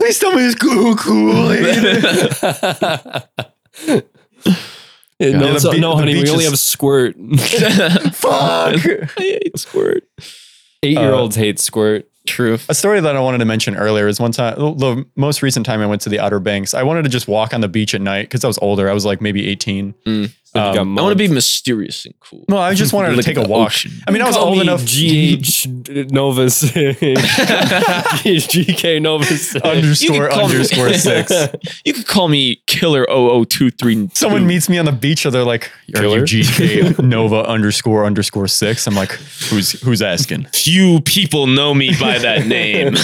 [SPEAKER 3] Please tell me it's cool, cool.
[SPEAKER 1] no,
[SPEAKER 3] Yeah, the
[SPEAKER 1] so-
[SPEAKER 3] be-
[SPEAKER 1] no,
[SPEAKER 3] the
[SPEAKER 1] honey, we
[SPEAKER 3] beach
[SPEAKER 1] only
[SPEAKER 3] is-
[SPEAKER 1] have squirt.
[SPEAKER 3] Fuck.
[SPEAKER 2] I hate squirt.
[SPEAKER 1] Eight year olds
[SPEAKER 2] Uh,
[SPEAKER 1] hate squirt.
[SPEAKER 2] True.
[SPEAKER 3] A story that I wanted to mention earlier is one time, the most recent time I went to the Outer Banks, I wanted to just walk on the beach at night because I was older. I was like maybe 18.
[SPEAKER 1] So you got
[SPEAKER 2] I want to
[SPEAKER 1] mugged.
[SPEAKER 2] be mysterious and cool.
[SPEAKER 3] No, I just wanted to
[SPEAKER 2] Look
[SPEAKER 3] take
[SPEAKER 2] at
[SPEAKER 3] a
[SPEAKER 2] the
[SPEAKER 3] walk.
[SPEAKER 2] ocean.
[SPEAKER 3] I mean, I was
[SPEAKER 1] Call
[SPEAKER 3] old
[SPEAKER 1] me
[SPEAKER 3] enough.
[SPEAKER 2] E
[SPEAKER 1] GH Novus. GK Novus.
[SPEAKER 2] You
[SPEAKER 3] underscore
[SPEAKER 2] can call me-
[SPEAKER 3] underscore six.
[SPEAKER 2] You could call me Killer 0023.
[SPEAKER 3] Someone meets me on the beach, or they're like, "Are
[SPEAKER 1] Killer?
[SPEAKER 3] you GK Nova underscore underscore six? I'm like, "Who's who's asking?
[SPEAKER 2] Few people know me by that name.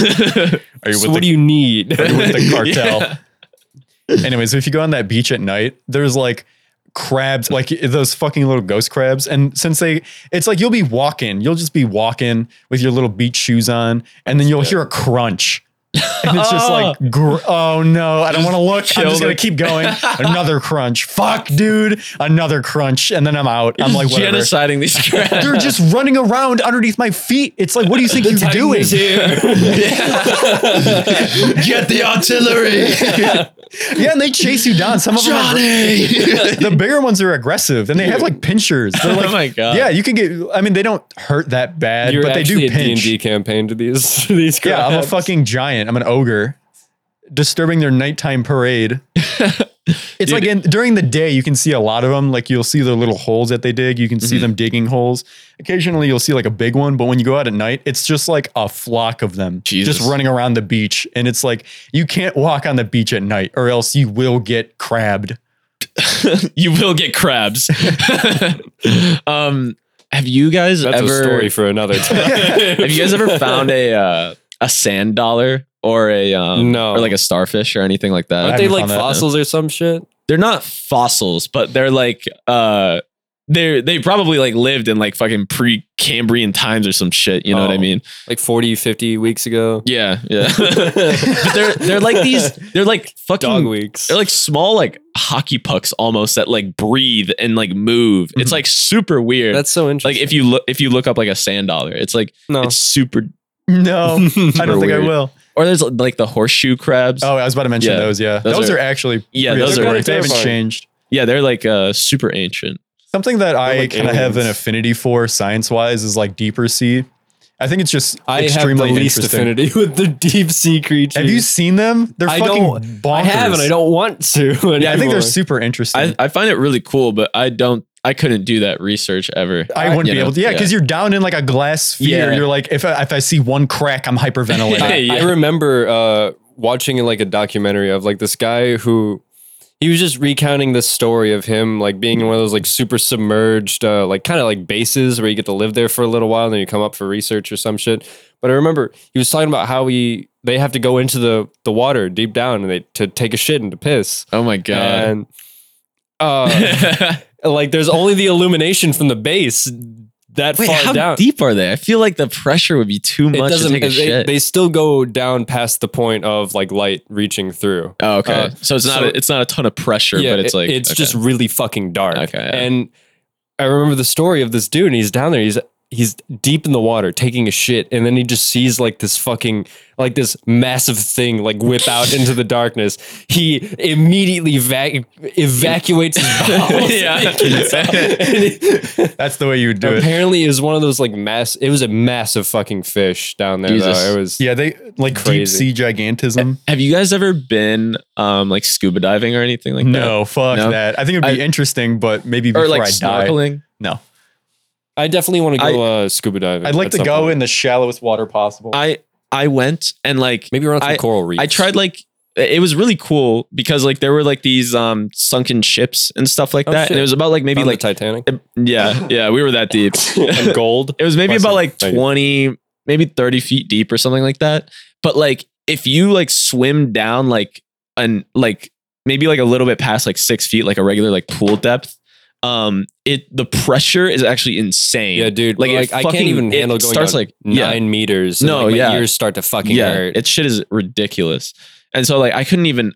[SPEAKER 3] Are you
[SPEAKER 1] So
[SPEAKER 3] with
[SPEAKER 1] what
[SPEAKER 3] the
[SPEAKER 1] do you need?
[SPEAKER 3] with the cartel. Anyways, if you go on that beach at night, there's like crabs, like those fucking little ghost crabs. And since they, it's like you'll be walking, you'll just be walking with your little beach shoes on, and then you'll hear a crunch. And it's just like, gr- oh no, I don't want to look. I'm
[SPEAKER 2] kill
[SPEAKER 3] just gonna
[SPEAKER 2] the-
[SPEAKER 3] keep going. Another crunch. Fuck, dude. Another crunch, and then I'm out. I'm like, whatever.
[SPEAKER 2] genociding these crabs.
[SPEAKER 3] They're just running around underneath my feet. It's like, what do you think you're doing?
[SPEAKER 2] Get the artillery,
[SPEAKER 3] Yeah, and they chase you down. Some of them are the bigger ones are aggressive and they have like pinchers. They're like,
[SPEAKER 2] oh my god!
[SPEAKER 3] yeah, you can get. I mean, they don't hurt that bad,
[SPEAKER 1] You're
[SPEAKER 3] but they do
[SPEAKER 1] actually a
[SPEAKER 3] pinch.
[SPEAKER 1] D&D campaign to these, to these crabs.
[SPEAKER 3] yeah, I'm a fucking giant. I'm an ogre, disturbing their nighttime parade. it's like in, during the day, you can see a lot of them. Like you'll see their little holes that they dig. You can
[SPEAKER 2] Mm-hmm.
[SPEAKER 3] see them digging holes. Occasionally, you'll see like a big one, but when you go out at night, it's just like a flock of them
[SPEAKER 2] Jesus.
[SPEAKER 3] just running around the beach. And it's like you can't walk on the beach at night, or else you will get crabbed.
[SPEAKER 2] You will get crabs. um, have you guys
[SPEAKER 1] That's
[SPEAKER 2] ever
[SPEAKER 1] a story for another time.
[SPEAKER 2] have you guys ever found a uh, a sand dollar or a um,
[SPEAKER 1] No.
[SPEAKER 2] or like a starfish or anything like that?
[SPEAKER 1] Aren't
[SPEAKER 3] I
[SPEAKER 1] they
[SPEAKER 3] haven't
[SPEAKER 1] like
[SPEAKER 3] found that, no.
[SPEAKER 1] fossils or some shit?
[SPEAKER 2] they're not fossils, but they're like uh they they probably like lived in like fucking pre-Cambrian times or some shit, you know what I
[SPEAKER 1] Oh.
[SPEAKER 2] mean?
[SPEAKER 1] Like 40, 50 weeks ago?
[SPEAKER 2] Yeah, yeah. but they're they're like these they're like fucking
[SPEAKER 1] Dog weeks.
[SPEAKER 2] they're like small like hockey pucks almost that like breathe and like move. It's like super weird.
[SPEAKER 1] Mm-hmm. That's so
[SPEAKER 2] like
[SPEAKER 1] interesting. Oh.
[SPEAKER 2] if you look if you look up like a sand dollar, it's like
[SPEAKER 1] no.
[SPEAKER 2] it's super
[SPEAKER 3] No, I don't think I
[SPEAKER 2] weird.
[SPEAKER 3] will.
[SPEAKER 2] Or there's like the horseshoe crabs.
[SPEAKER 3] Oh, I was about to mention
[SPEAKER 2] Yeah,
[SPEAKER 3] those. Yeah,
[SPEAKER 2] those
[SPEAKER 3] those,
[SPEAKER 2] are-
[SPEAKER 3] are, actually
[SPEAKER 2] Yeah,
[SPEAKER 3] pretty
[SPEAKER 2] those are-
[SPEAKER 3] historic. They haven't
[SPEAKER 1] Terrifying.
[SPEAKER 3] changed.
[SPEAKER 2] Yeah, they're like uh, super ancient.
[SPEAKER 3] Something that I
[SPEAKER 1] like
[SPEAKER 3] kind of have an
[SPEAKER 1] aliens.
[SPEAKER 3] affinity for science wise is like deeper sea. I think it's just
[SPEAKER 1] I have the
[SPEAKER 3] extremely
[SPEAKER 1] least
[SPEAKER 3] interesting.
[SPEAKER 1] affinity with the deep sea creatures.
[SPEAKER 3] Have you seen them? They're
[SPEAKER 1] I
[SPEAKER 3] fucking
[SPEAKER 1] don't-
[SPEAKER 3] bonkers.
[SPEAKER 1] I have, and I don't want to.
[SPEAKER 3] Yeah, I think
[SPEAKER 1] anymore.
[SPEAKER 3] they're super interesting.
[SPEAKER 2] I,
[SPEAKER 3] I,
[SPEAKER 2] I find it really cool, but I don't. I couldn't do that research ever.
[SPEAKER 3] wouldn't
[SPEAKER 2] you
[SPEAKER 3] be
[SPEAKER 2] know,
[SPEAKER 3] able to. Yeah, because you're down in like a glass sphere.
[SPEAKER 2] Yeah.
[SPEAKER 3] You're like, if I, if I see one crack, I'm hyperventilating.
[SPEAKER 1] I,
[SPEAKER 2] Yeah.
[SPEAKER 1] I remember uh, watching like a documentary of like this guy who he was just recounting this story of him like being in one of those like super submerged uh, like kind of like bases where you get to live there for a little while and then you come up for research or some shit. But I remember he was talking about how he they have to go into the the water deep down and they to take a shit and to piss
[SPEAKER 2] Oh my god.
[SPEAKER 1] and. Uh, like there's only the illumination from the base that
[SPEAKER 2] Wait,
[SPEAKER 1] far
[SPEAKER 2] how
[SPEAKER 1] down.
[SPEAKER 2] deep are they? I feel like the pressure would be too
[SPEAKER 1] it
[SPEAKER 2] much to
[SPEAKER 1] doesn't.
[SPEAKER 2] take a
[SPEAKER 1] they,
[SPEAKER 2] shit.
[SPEAKER 1] they still go down past the point of like light reaching through.
[SPEAKER 2] oh, okay.
[SPEAKER 1] uh,
[SPEAKER 2] so it's not
[SPEAKER 1] so-
[SPEAKER 2] a, it's not a ton of pressure, but it's
[SPEAKER 1] it-
[SPEAKER 2] like
[SPEAKER 1] it's
[SPEAKER 2] okay.
[SPEAKER 1] just really fucking dark.
[SPEAKER 2] Okay, yeah.
[SPEAKER 1] And I remember the story of this dude. And he's down there. He's he's deep in the water taking a shit, and then he just sees like this fucking like this massive thing like whip out into the darkness. He immediately vac- evacuates his bowels.
[SPEAKER 2] yeah.
[SPEAKER 3] That's the way you would do it.
[SPEAKER 1] Apparently, it was one of those like mass. It was a massive fucking fish down there.
[SPEAKER 2] Jesus.
[SPEAKER 1] Though. It was.
[SPEAKER 3] Yeah, they like deep
[SPEAKER 1] Crazy.
[SPEAKER 3] sea gigantism.
[SPEAKER 2] Have you guys ever been um like scuba diving or anything like
[SPEAKER 3] no, fuck
[SPEAKER 2] No.
[SPEAKER 3] that. I think it'd be
[SPEAKER 2] I-
[SPEAKER 3] interesting, but maybe
[SPEAKER 2] that?
[SPEAKER 3] before
[SPEAKER 2] Or like
[SPEAKER 3] I die.
[SPEAKER 2] snorkeling?
[SPEAKER 3] No,
[SPEAKER 1] I definitely want to go uh, scuba diving.
[SPEAKER 3] I'd like
[SPEAKER 1] at
[SPEAKER 3] to
[SPEAKER 1] some
[SPEAKER 3] go
[SPEAKER 1] point.
[SPEAKER 3] in the shallowest water possible.
[SPEAKER 2] I I went and like
[SPEAKER 1] maybe around some coral reefs.
[SPEAKER 2] I tried like it was really cool because like there were like these um sunken ships and stuff like
[SPEAKER 1] Oh,
[SPEAKER 2] that.
[SPEAKER 1] shit.
[SPEAKER 2] And it was about like maybe
[SPEAKER 1] Found the
[SPEAKER 2] like
[SPEAKER 1] Titanic
[SPEAKER 2] yeah, yeah, we were that deep.
[SPEAKER 1] and gold.
[SPEAKER 2] It was maybe
[SPEAKER 1] Bless
[SPEAKER 2] about
[SPEAKER 1] you.
[SPEAKER 2] like
[SPEAKER 1] Thank you.
[SPEAKER 2] 20, maybe 30 feet deep or something like that. But like if you like swim down like an like maybe like a little bit past like six feet, like a regular like pool depth, um, it the pressure is actually insane.
[SPEAKER 1] Yeah, dude.
[SPEAKER 2] Like,
[SPEAKER 1] Like,
[SPEAKER 2] it
[SPEAKER 1] I
[SPEAKER 2] fucking-
[SPEAKER 1] can't even
[SPEAKER 2] it
[SPEAKER 1] handle going
[SPEAKER 2] starts,
[SPEAKER 1] down
[SPEAKER 2] like, yeah.
[SPEAKER 1] nine meters.
[SPEAKER 2] No,
[SPEAKER 1] like, my
[SPEAKER 2] yeah.
[SPEAKER 1] ears start to fucking
[SPEAKER 2] yeah,
[SPEAKER 1] hurt.
[SPEAKER 2] it shit is ridiculous. And so like I couldn't even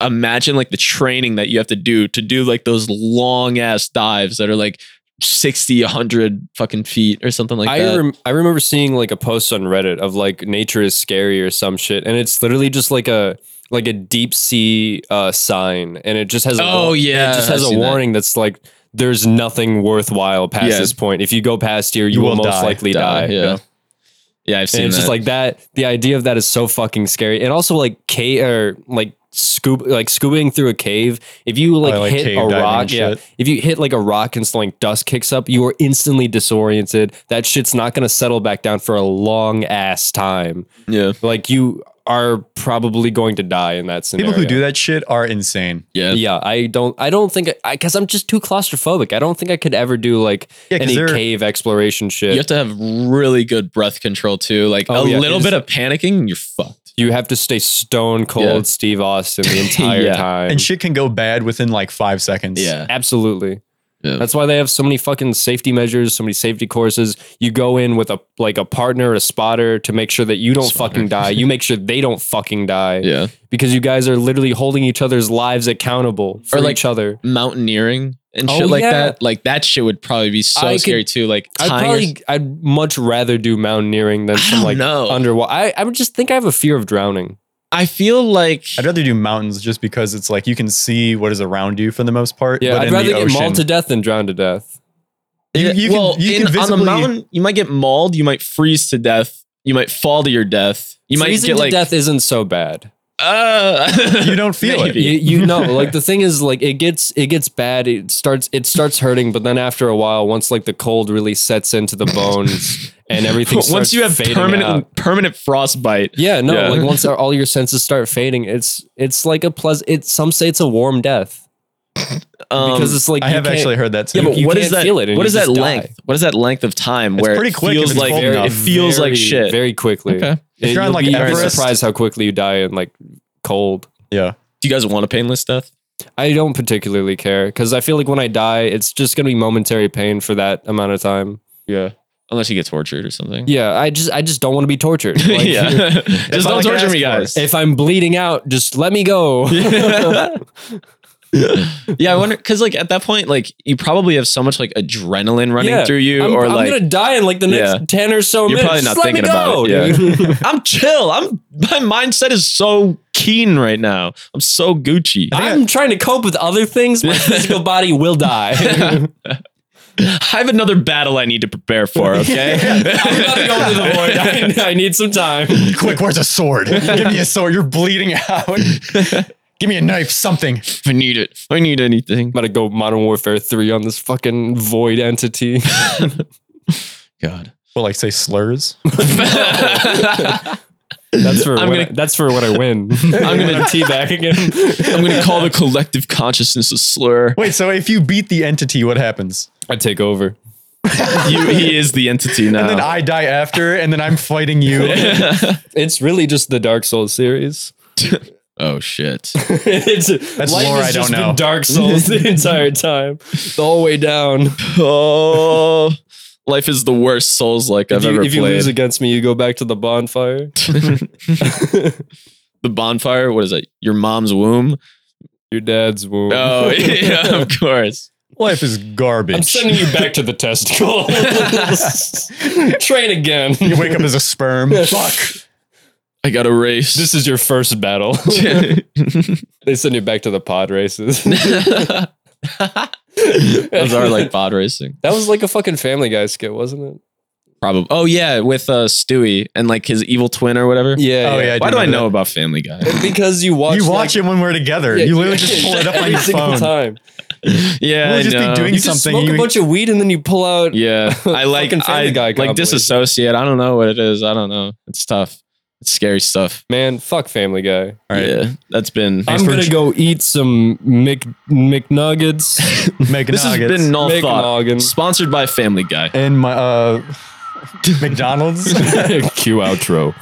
[SPEAKER 2] imagine like the training that you have to do to do like those long ass dives that are like 60 100 fucking feet or something like
[SPEAKER 1] I
[SPEAKER 2] that.
[SPEAKER 1] rem- I remember seeing like a post on Reddit of like nature is scary or some shit, and it's literally just like a like a deep sea uh, sign, and it just has a
[SPEAKER 2] Oh, yeah,
[SPEAKER 1] it just
[SPEAKER 2] I've
[SPEAKER 1] has a
[SPEAKER 2] seen that.
[SPEAKER 1] warning that's like there's nothing worthwhile past
[SPEAKER 2] Yeah.
[SPEAKER 1] this point. If you go past here, you,
[SPEAKER 3] You
[SPEAKER 1] will,
[SPEAKER 3] will
[SPEAKER 1] most
[SPEAKER 3] die.
[SPEAKER 1] likely
[SPEAKER 2] Die,
[SPEAKER 1] die.
[SPEAKER 2] yeah.
[SPEAKER 1] And
[SPEAKER 2] yeah, I've seen
[SPEAKER 1] it's
[SPEAKER 2] that.
[SPEAKER 1] just like that. The idea of that is so fucking scary, and also like cave or like scoop like scubaing through a cave. If you like,
[SPEAKER 3] like
[SPEAKER 1] hit
[SPEAKER 3] cave
[SPEAKER 1] a
[SPEAKER 3] diving and
[SPEAKER 1] rock, yeah.
[SPEAKER 3] shit.
[SPEAKER 1] If you hit like a rock and some, like dust kicks up, you are instantly disoriented. That shit's not gonna settle back down for a long ass time.
[SPEAKER 2] yeah.
[SPEAKER 1] Like you are probably going to die in that scenario.
[SPEAKER 3] People who do that shit are insane.
[SPEAKER 2] Yeah.
[SPEAKER 1] Yeah, I don't. I don't think I because I'm just too claustrophobic. I don't think I could ever do like
[SPEAKER 3] 'cause
[SPEAKER 1] any
[SPEAKER 3] they're-
[SPEAKER 1] cave exploration shit.
[SPEAKER 2] You have to have really good breath control too. Like
[SPEAKER 1] Oh,
[SPEAKER 2] a
[SPEAKER 1] yeah.
[SPEAKER 2] little
[SPEAKER 1] It's-
[SPEAKER 2] bit of panicking, and you're fucked.
[SPEAKER 1] you have to stay stone cold
[SPEAKER 2] Yeah.
[SPEAKER 1] Steve Austin the entire
[SPEAKER 2] Yeah.
[SPEAKER 1] time.
[SPEAKER 3] And shit can go bad within like five seconds.
[SPEAKER 1] Absolutely.
[SPEAKER 2] Yeah.
[SPEAKER 1] That's why they have so many fucking safety measures, so many safety courses. You go in with a like a partner, a spotter to make sure that you don't
[SPEAKER 2] Spotter.
[SPEAKER 1] fucking die. You make sure they don't fucking die
[SPEAKER 2] Yeah.
[SPEAKER 1] because you guys are literally holding each other's lives accountable for
[SPEAKER 2] Or, like,
[SPEAKER 1] each other.
[SPEAKER 2] Mountaineering and
[SPEAKER 1] Oh,
[SPEAKER 2] shit like
[SPEAKER 1] yeah.
[SPEAKER 2] that. Like that shit would probably be so
[SPEAKER 1] I could-
[SPEAKER 2] scary too. Like
[SPEAKER 1] I'd
[SPEAKER 2] tying
[SPEAKER 1] probably
[SPEAKER 2] your-
[SPEAKER 1] I'd much rather do mountaineering than
[SPEAKER 2] I
[SPEAKER 1] some
[SPEAKER 2] don't
[SPEAKER 1] like
[SPEAKER 2] know.
[SPEAKER 1] underwater. I, I would just think I have a fear of drowning.
[SPEAKER 2] I feel like
[SPEAKER 3] I'd rather do mountains just because it's like you can see what is around you for the most part.
[SPEAKER 1] Yeah,
[SPEAKER 3] but
[SPEAKER 1] I'd
[SPEAKER 3] in
[SPEAKER 1] rather
[SPEAKER 3] the
[SPEAKER 1] get mauled to
[SPEAKER 3] ocean,
[SPEAKER 1] death than drown to death.
[SPEAKER 3] you- you can-
[SPEAKER 2] well,
[SPEAKER 3] you
[SPEAKER 2] in-
[SPEAKER 3] can
[SPEAKER 2] on
[SPEAKER 3] visibly-
[SPEAKER 2] the mountain, you might get mauled, you might freeze to death, you might fall to your death. You might
[SPEAKER 1] Freezing
[SPEAKER 2] get
[SPEAKER 1] to
[SPEAKER 2] like
[SPEAKER 1] death isn't so bad.
[SPEAKER 2] uh
[SPEAKER 3] you don't feel
[SPEAKER 2] Maybe.
[SPEAKER 3] it.
[SPEAKER 1] you, you know like the thing is like it gets it gets bad it starts it starts hurting but then after a while once like the cold really sets into the bones and everything
[SPEAKER 2] once
[SPEAKER 1] starts
[SPEAKER 2] you have
[SPEAKER 1] fading
[SPEAKER 2] permanent
[SPEAKER 1] out.
[SPEAKER 2] permanent frostbite.
[SPEAKER 1] yeah no
[SPEAKER 2] Yeah.
[SPEAKER 1] like once all your senses start fading it's it's like a pleasant it's some say it's a warm death
[SPEAKER 2] Um,
[SPEAKER 1] because it's like
[SPEAKER 3] I
[SPEAKER 1] you
[SPEAKER 3] have
[SPEAKER 1] can't-
[SPEAKER 3] actually heard that. Too.
[SPEAKER 2] Yeah, but
[SPEAKER 1] you
[SPEAKER 2] what is
[SPEAKER 1] can't
[SPEAKER 2] that?
[SPEAKER 1] feel it and
[SPEAKER 2] what
[SPEAKER 1] you
[SPEAKER 2] is that
[SPEAKER 1] just die.
[SPEAKER 2] length? What is that length of time
[SPEAKER 3] It's
[SPEAKER 2] where
[SPEAKER 3] pretty quick
[SPEAKER 2] it
[SPEAKER 3] if
[SPEAKER 2] feels
[SPEAKER 3] it's
[SPEAKER 2] like
[SPEAKER 3] cold
[SPEAKER 2] it
[SPEAKER 3] enough.
[SPEAKER 2] feels like
[SPEAKER 1] very,
[SPEAKER 2] shit?
[SPEAKER 1] very quickly
[SPEAKER 2] Okay.
[SPEAKER 3] If you're on,
[SPEAKER 1] you'll
[SPEAKER 3] like,
[SPEAKER 1] be very
[SPEAKER 3] Everest-
[SPEAKER 1] surprised how quickly you die in like cold
[SPEAKER 3] yeah.
[SPEAKER 2] Do you guys want a painless death?
[SPEAKER 1] I don't particularly care because I feel like when I die, it's just gonna be momentary pain for that amount of time.
[SPEAKER 2] Yeah. Unless you get tortured or something.
[SPEAKER 1] Yeah, I just I just don't want to be tortured. Like,
[SPEAKER 2] yeah. Just don't
[SPEAKER 3] all I can
[SPEAKER 2] torture me,
[SPEAKER 3] ask
[SPEAKER 2] guys.
[SPEAKER 3] for.
[SPEAKER 1] If I'm bleeding out, just let me go.
[SPEAKER 2] yeah, I wonder because like at that point, like you probably have so much like adrenaline running
[SPEAKER 1] Yeah,
[SPEAKER 2] through you,
[SPEAKER 1] I'm,
[SPEAKER 2] or
[SPEAKER 1] I'm
[SPEAKER 2] like
[SPEAKER 1] gonna die in like the next
[SPEAKER 2] Yeah.
[SPEAKER 1] ten or so
[SPEAKER 2] You're
[SPEAKER 1] minutes.
[SPEAKER 2] probably
[SPEAKER 1] Just
[SPEAKER 2] not
[SPEAKER 1] let me
[SPEAKER 2] thinking about it,
[SPEAKER 1] go, dude.
[SPEAKER 2] I'm chill. I'm my mindset is so keen right now. I'm so Gucci.
[SPEAKER 1] I'm trying to cope with other things. My physical body will die.
[SPEAKER 2] I have another battle I need to prepare for. Okay.
[SPEAKER 1] I'm not going to the void. I, I need some time.
[SPEAKER 3] Quick, where's a sword? Give me a sword. You're bleeding out. Give me a knife, something.
[SPEAKER 2] if I need it, I need
[SPEAKER 1] I'm
[SPEAKER 2] anything.
[SPEAKER 1] about to go Modern Warfare 3 on this fucking void entity.
[SPEAKER 2] God.
[SPEAKER 3] Well, like say slurs.
[SPEAKER 1] That's for
[SPEAKER 2] I'm
[SPEAKER 1] when I-
[SPEAKER 2] gonna-
[SPEAKER 1] that's for when I win. I'm gonna tee back again.
[SPEAKER 2] I'm gonna call the collective consciousness a slur.
[SPEAKER 3] Wait, so if you beat the entity, what happens?
[SPEAKER 1] I take over.
[SPEAKER 2] You, he is the entity now.
[SPEAKER 3] And
[SPEAKER 1] Oh.
[SPEAKER 3] then I die after, and then I'm fighting you.
[SPEAKER 1] It's really just the Dark Souls series.
[SPEAKER 2] oh shit.
[SPEAKER 1] it's
[SPEAKER 3] That's
[SPEAKER 1] life
[SPEAKER 3] lore
[SPEAKER 1] has
[SPEAKER 3] I don't
[SPEAKER 1] just
[SPEAKER 3] know.
[SPEAKER 1] Been Dark Souls the entire time, the whole way down.
[SPEAKER 2] Oh, life is the worst Souls like I've
[SPEAKER 1] if you,
[SPEAKER 2] ever
[SPEAKER 1] if you
[SPEAKER 2] played.
[SPEAKER 1] lose against me, you go back to the bonfire.
[SPEAKER 2] the bonfire. What is it? Your mom's womb.
[SPEAKER 1] Your dad's womb.
[SPEAKER 2] Oh yeah, of course.
[SPEAKER 3] Life is
[SPEAKER 1] I'm
[SPEAKER 3] garbage.
[SPEAKER 1] sending you back to the testicle. Train again.
[SPEAKER 3] You wake up as a sperm. Fuck.
[SPEAKER 2] I got a race.
[SPEAKER 1] This is your first battle. they send you back to the pod races.
[SPEAKER 2] Those are like pod racing.
[SPEAKER 1] That was like a fucking Family Guy skit, wasn't
[SPEAKER 2] Probably. Oh yeah, with uh, Stewie and like his evil twin or whatever.
[SPEAKER 1] it? Yeah.
[SPEAKER 3] Oh, yeah. I
[SPEAKER 2] Why do
[SPEAKER 3] do
[SPEAKER 2] I
[SPEAKER 3] remember
[SPEAKER 2] know about Family Guy?
[SPEAKER 1] Because you watch.
[SPEAKER 3] you watch it when we're together. you literally just pull it up on your phone.
[SPEAKER 1] time.
[SPEAKER 2] yeah,
[SPEAKER 3] We'll
[SPEAKER 2] I
[SPEAKER 3] just be
[SPEAKER 2] know.
[SPEAKER 3] doing-
[SPEAKER 1] You just
[SPEAKER 3] Something
[SPEAKER 1] smoke
[SPEAKER 3] you-
[SPEAKER 1] a bunch of weed and then you pull out.
[SPEAKER 2] Yeah, I like
[SPEAKER 1] Fucking Family
[SPEAKER 2] I
[SPEAKER 1] Guy
[SPEAKER 2] like
[SPEAKER 1] compilation.
[SPEAKER 2] disassociate. I don't know what it is. I don't know. It's tough. It's scary stuff.
[SPEAKER 1] Man, fuck Family Guy.
[SPEAKER 3] All right.
[SPEAKER 2] Yeah, that's been.
[SPEAKER 1] I'm gonna go eat some Mc McNuggets.
[SPEAKER 3] Make
[SPEAKER 2] This has
[SPEAKER 3] nuggets.
[SPEAKER 2] been null
[SPEAKER 1] Make
[SPEAKER 2] thought.
[SPEAKER 1] noggin.
[SPEAKER 2] Sponsored by Family Guy.
[SPEAKER 3] and my uh, McDonald's.
[SPEAKER 1] Cue outro.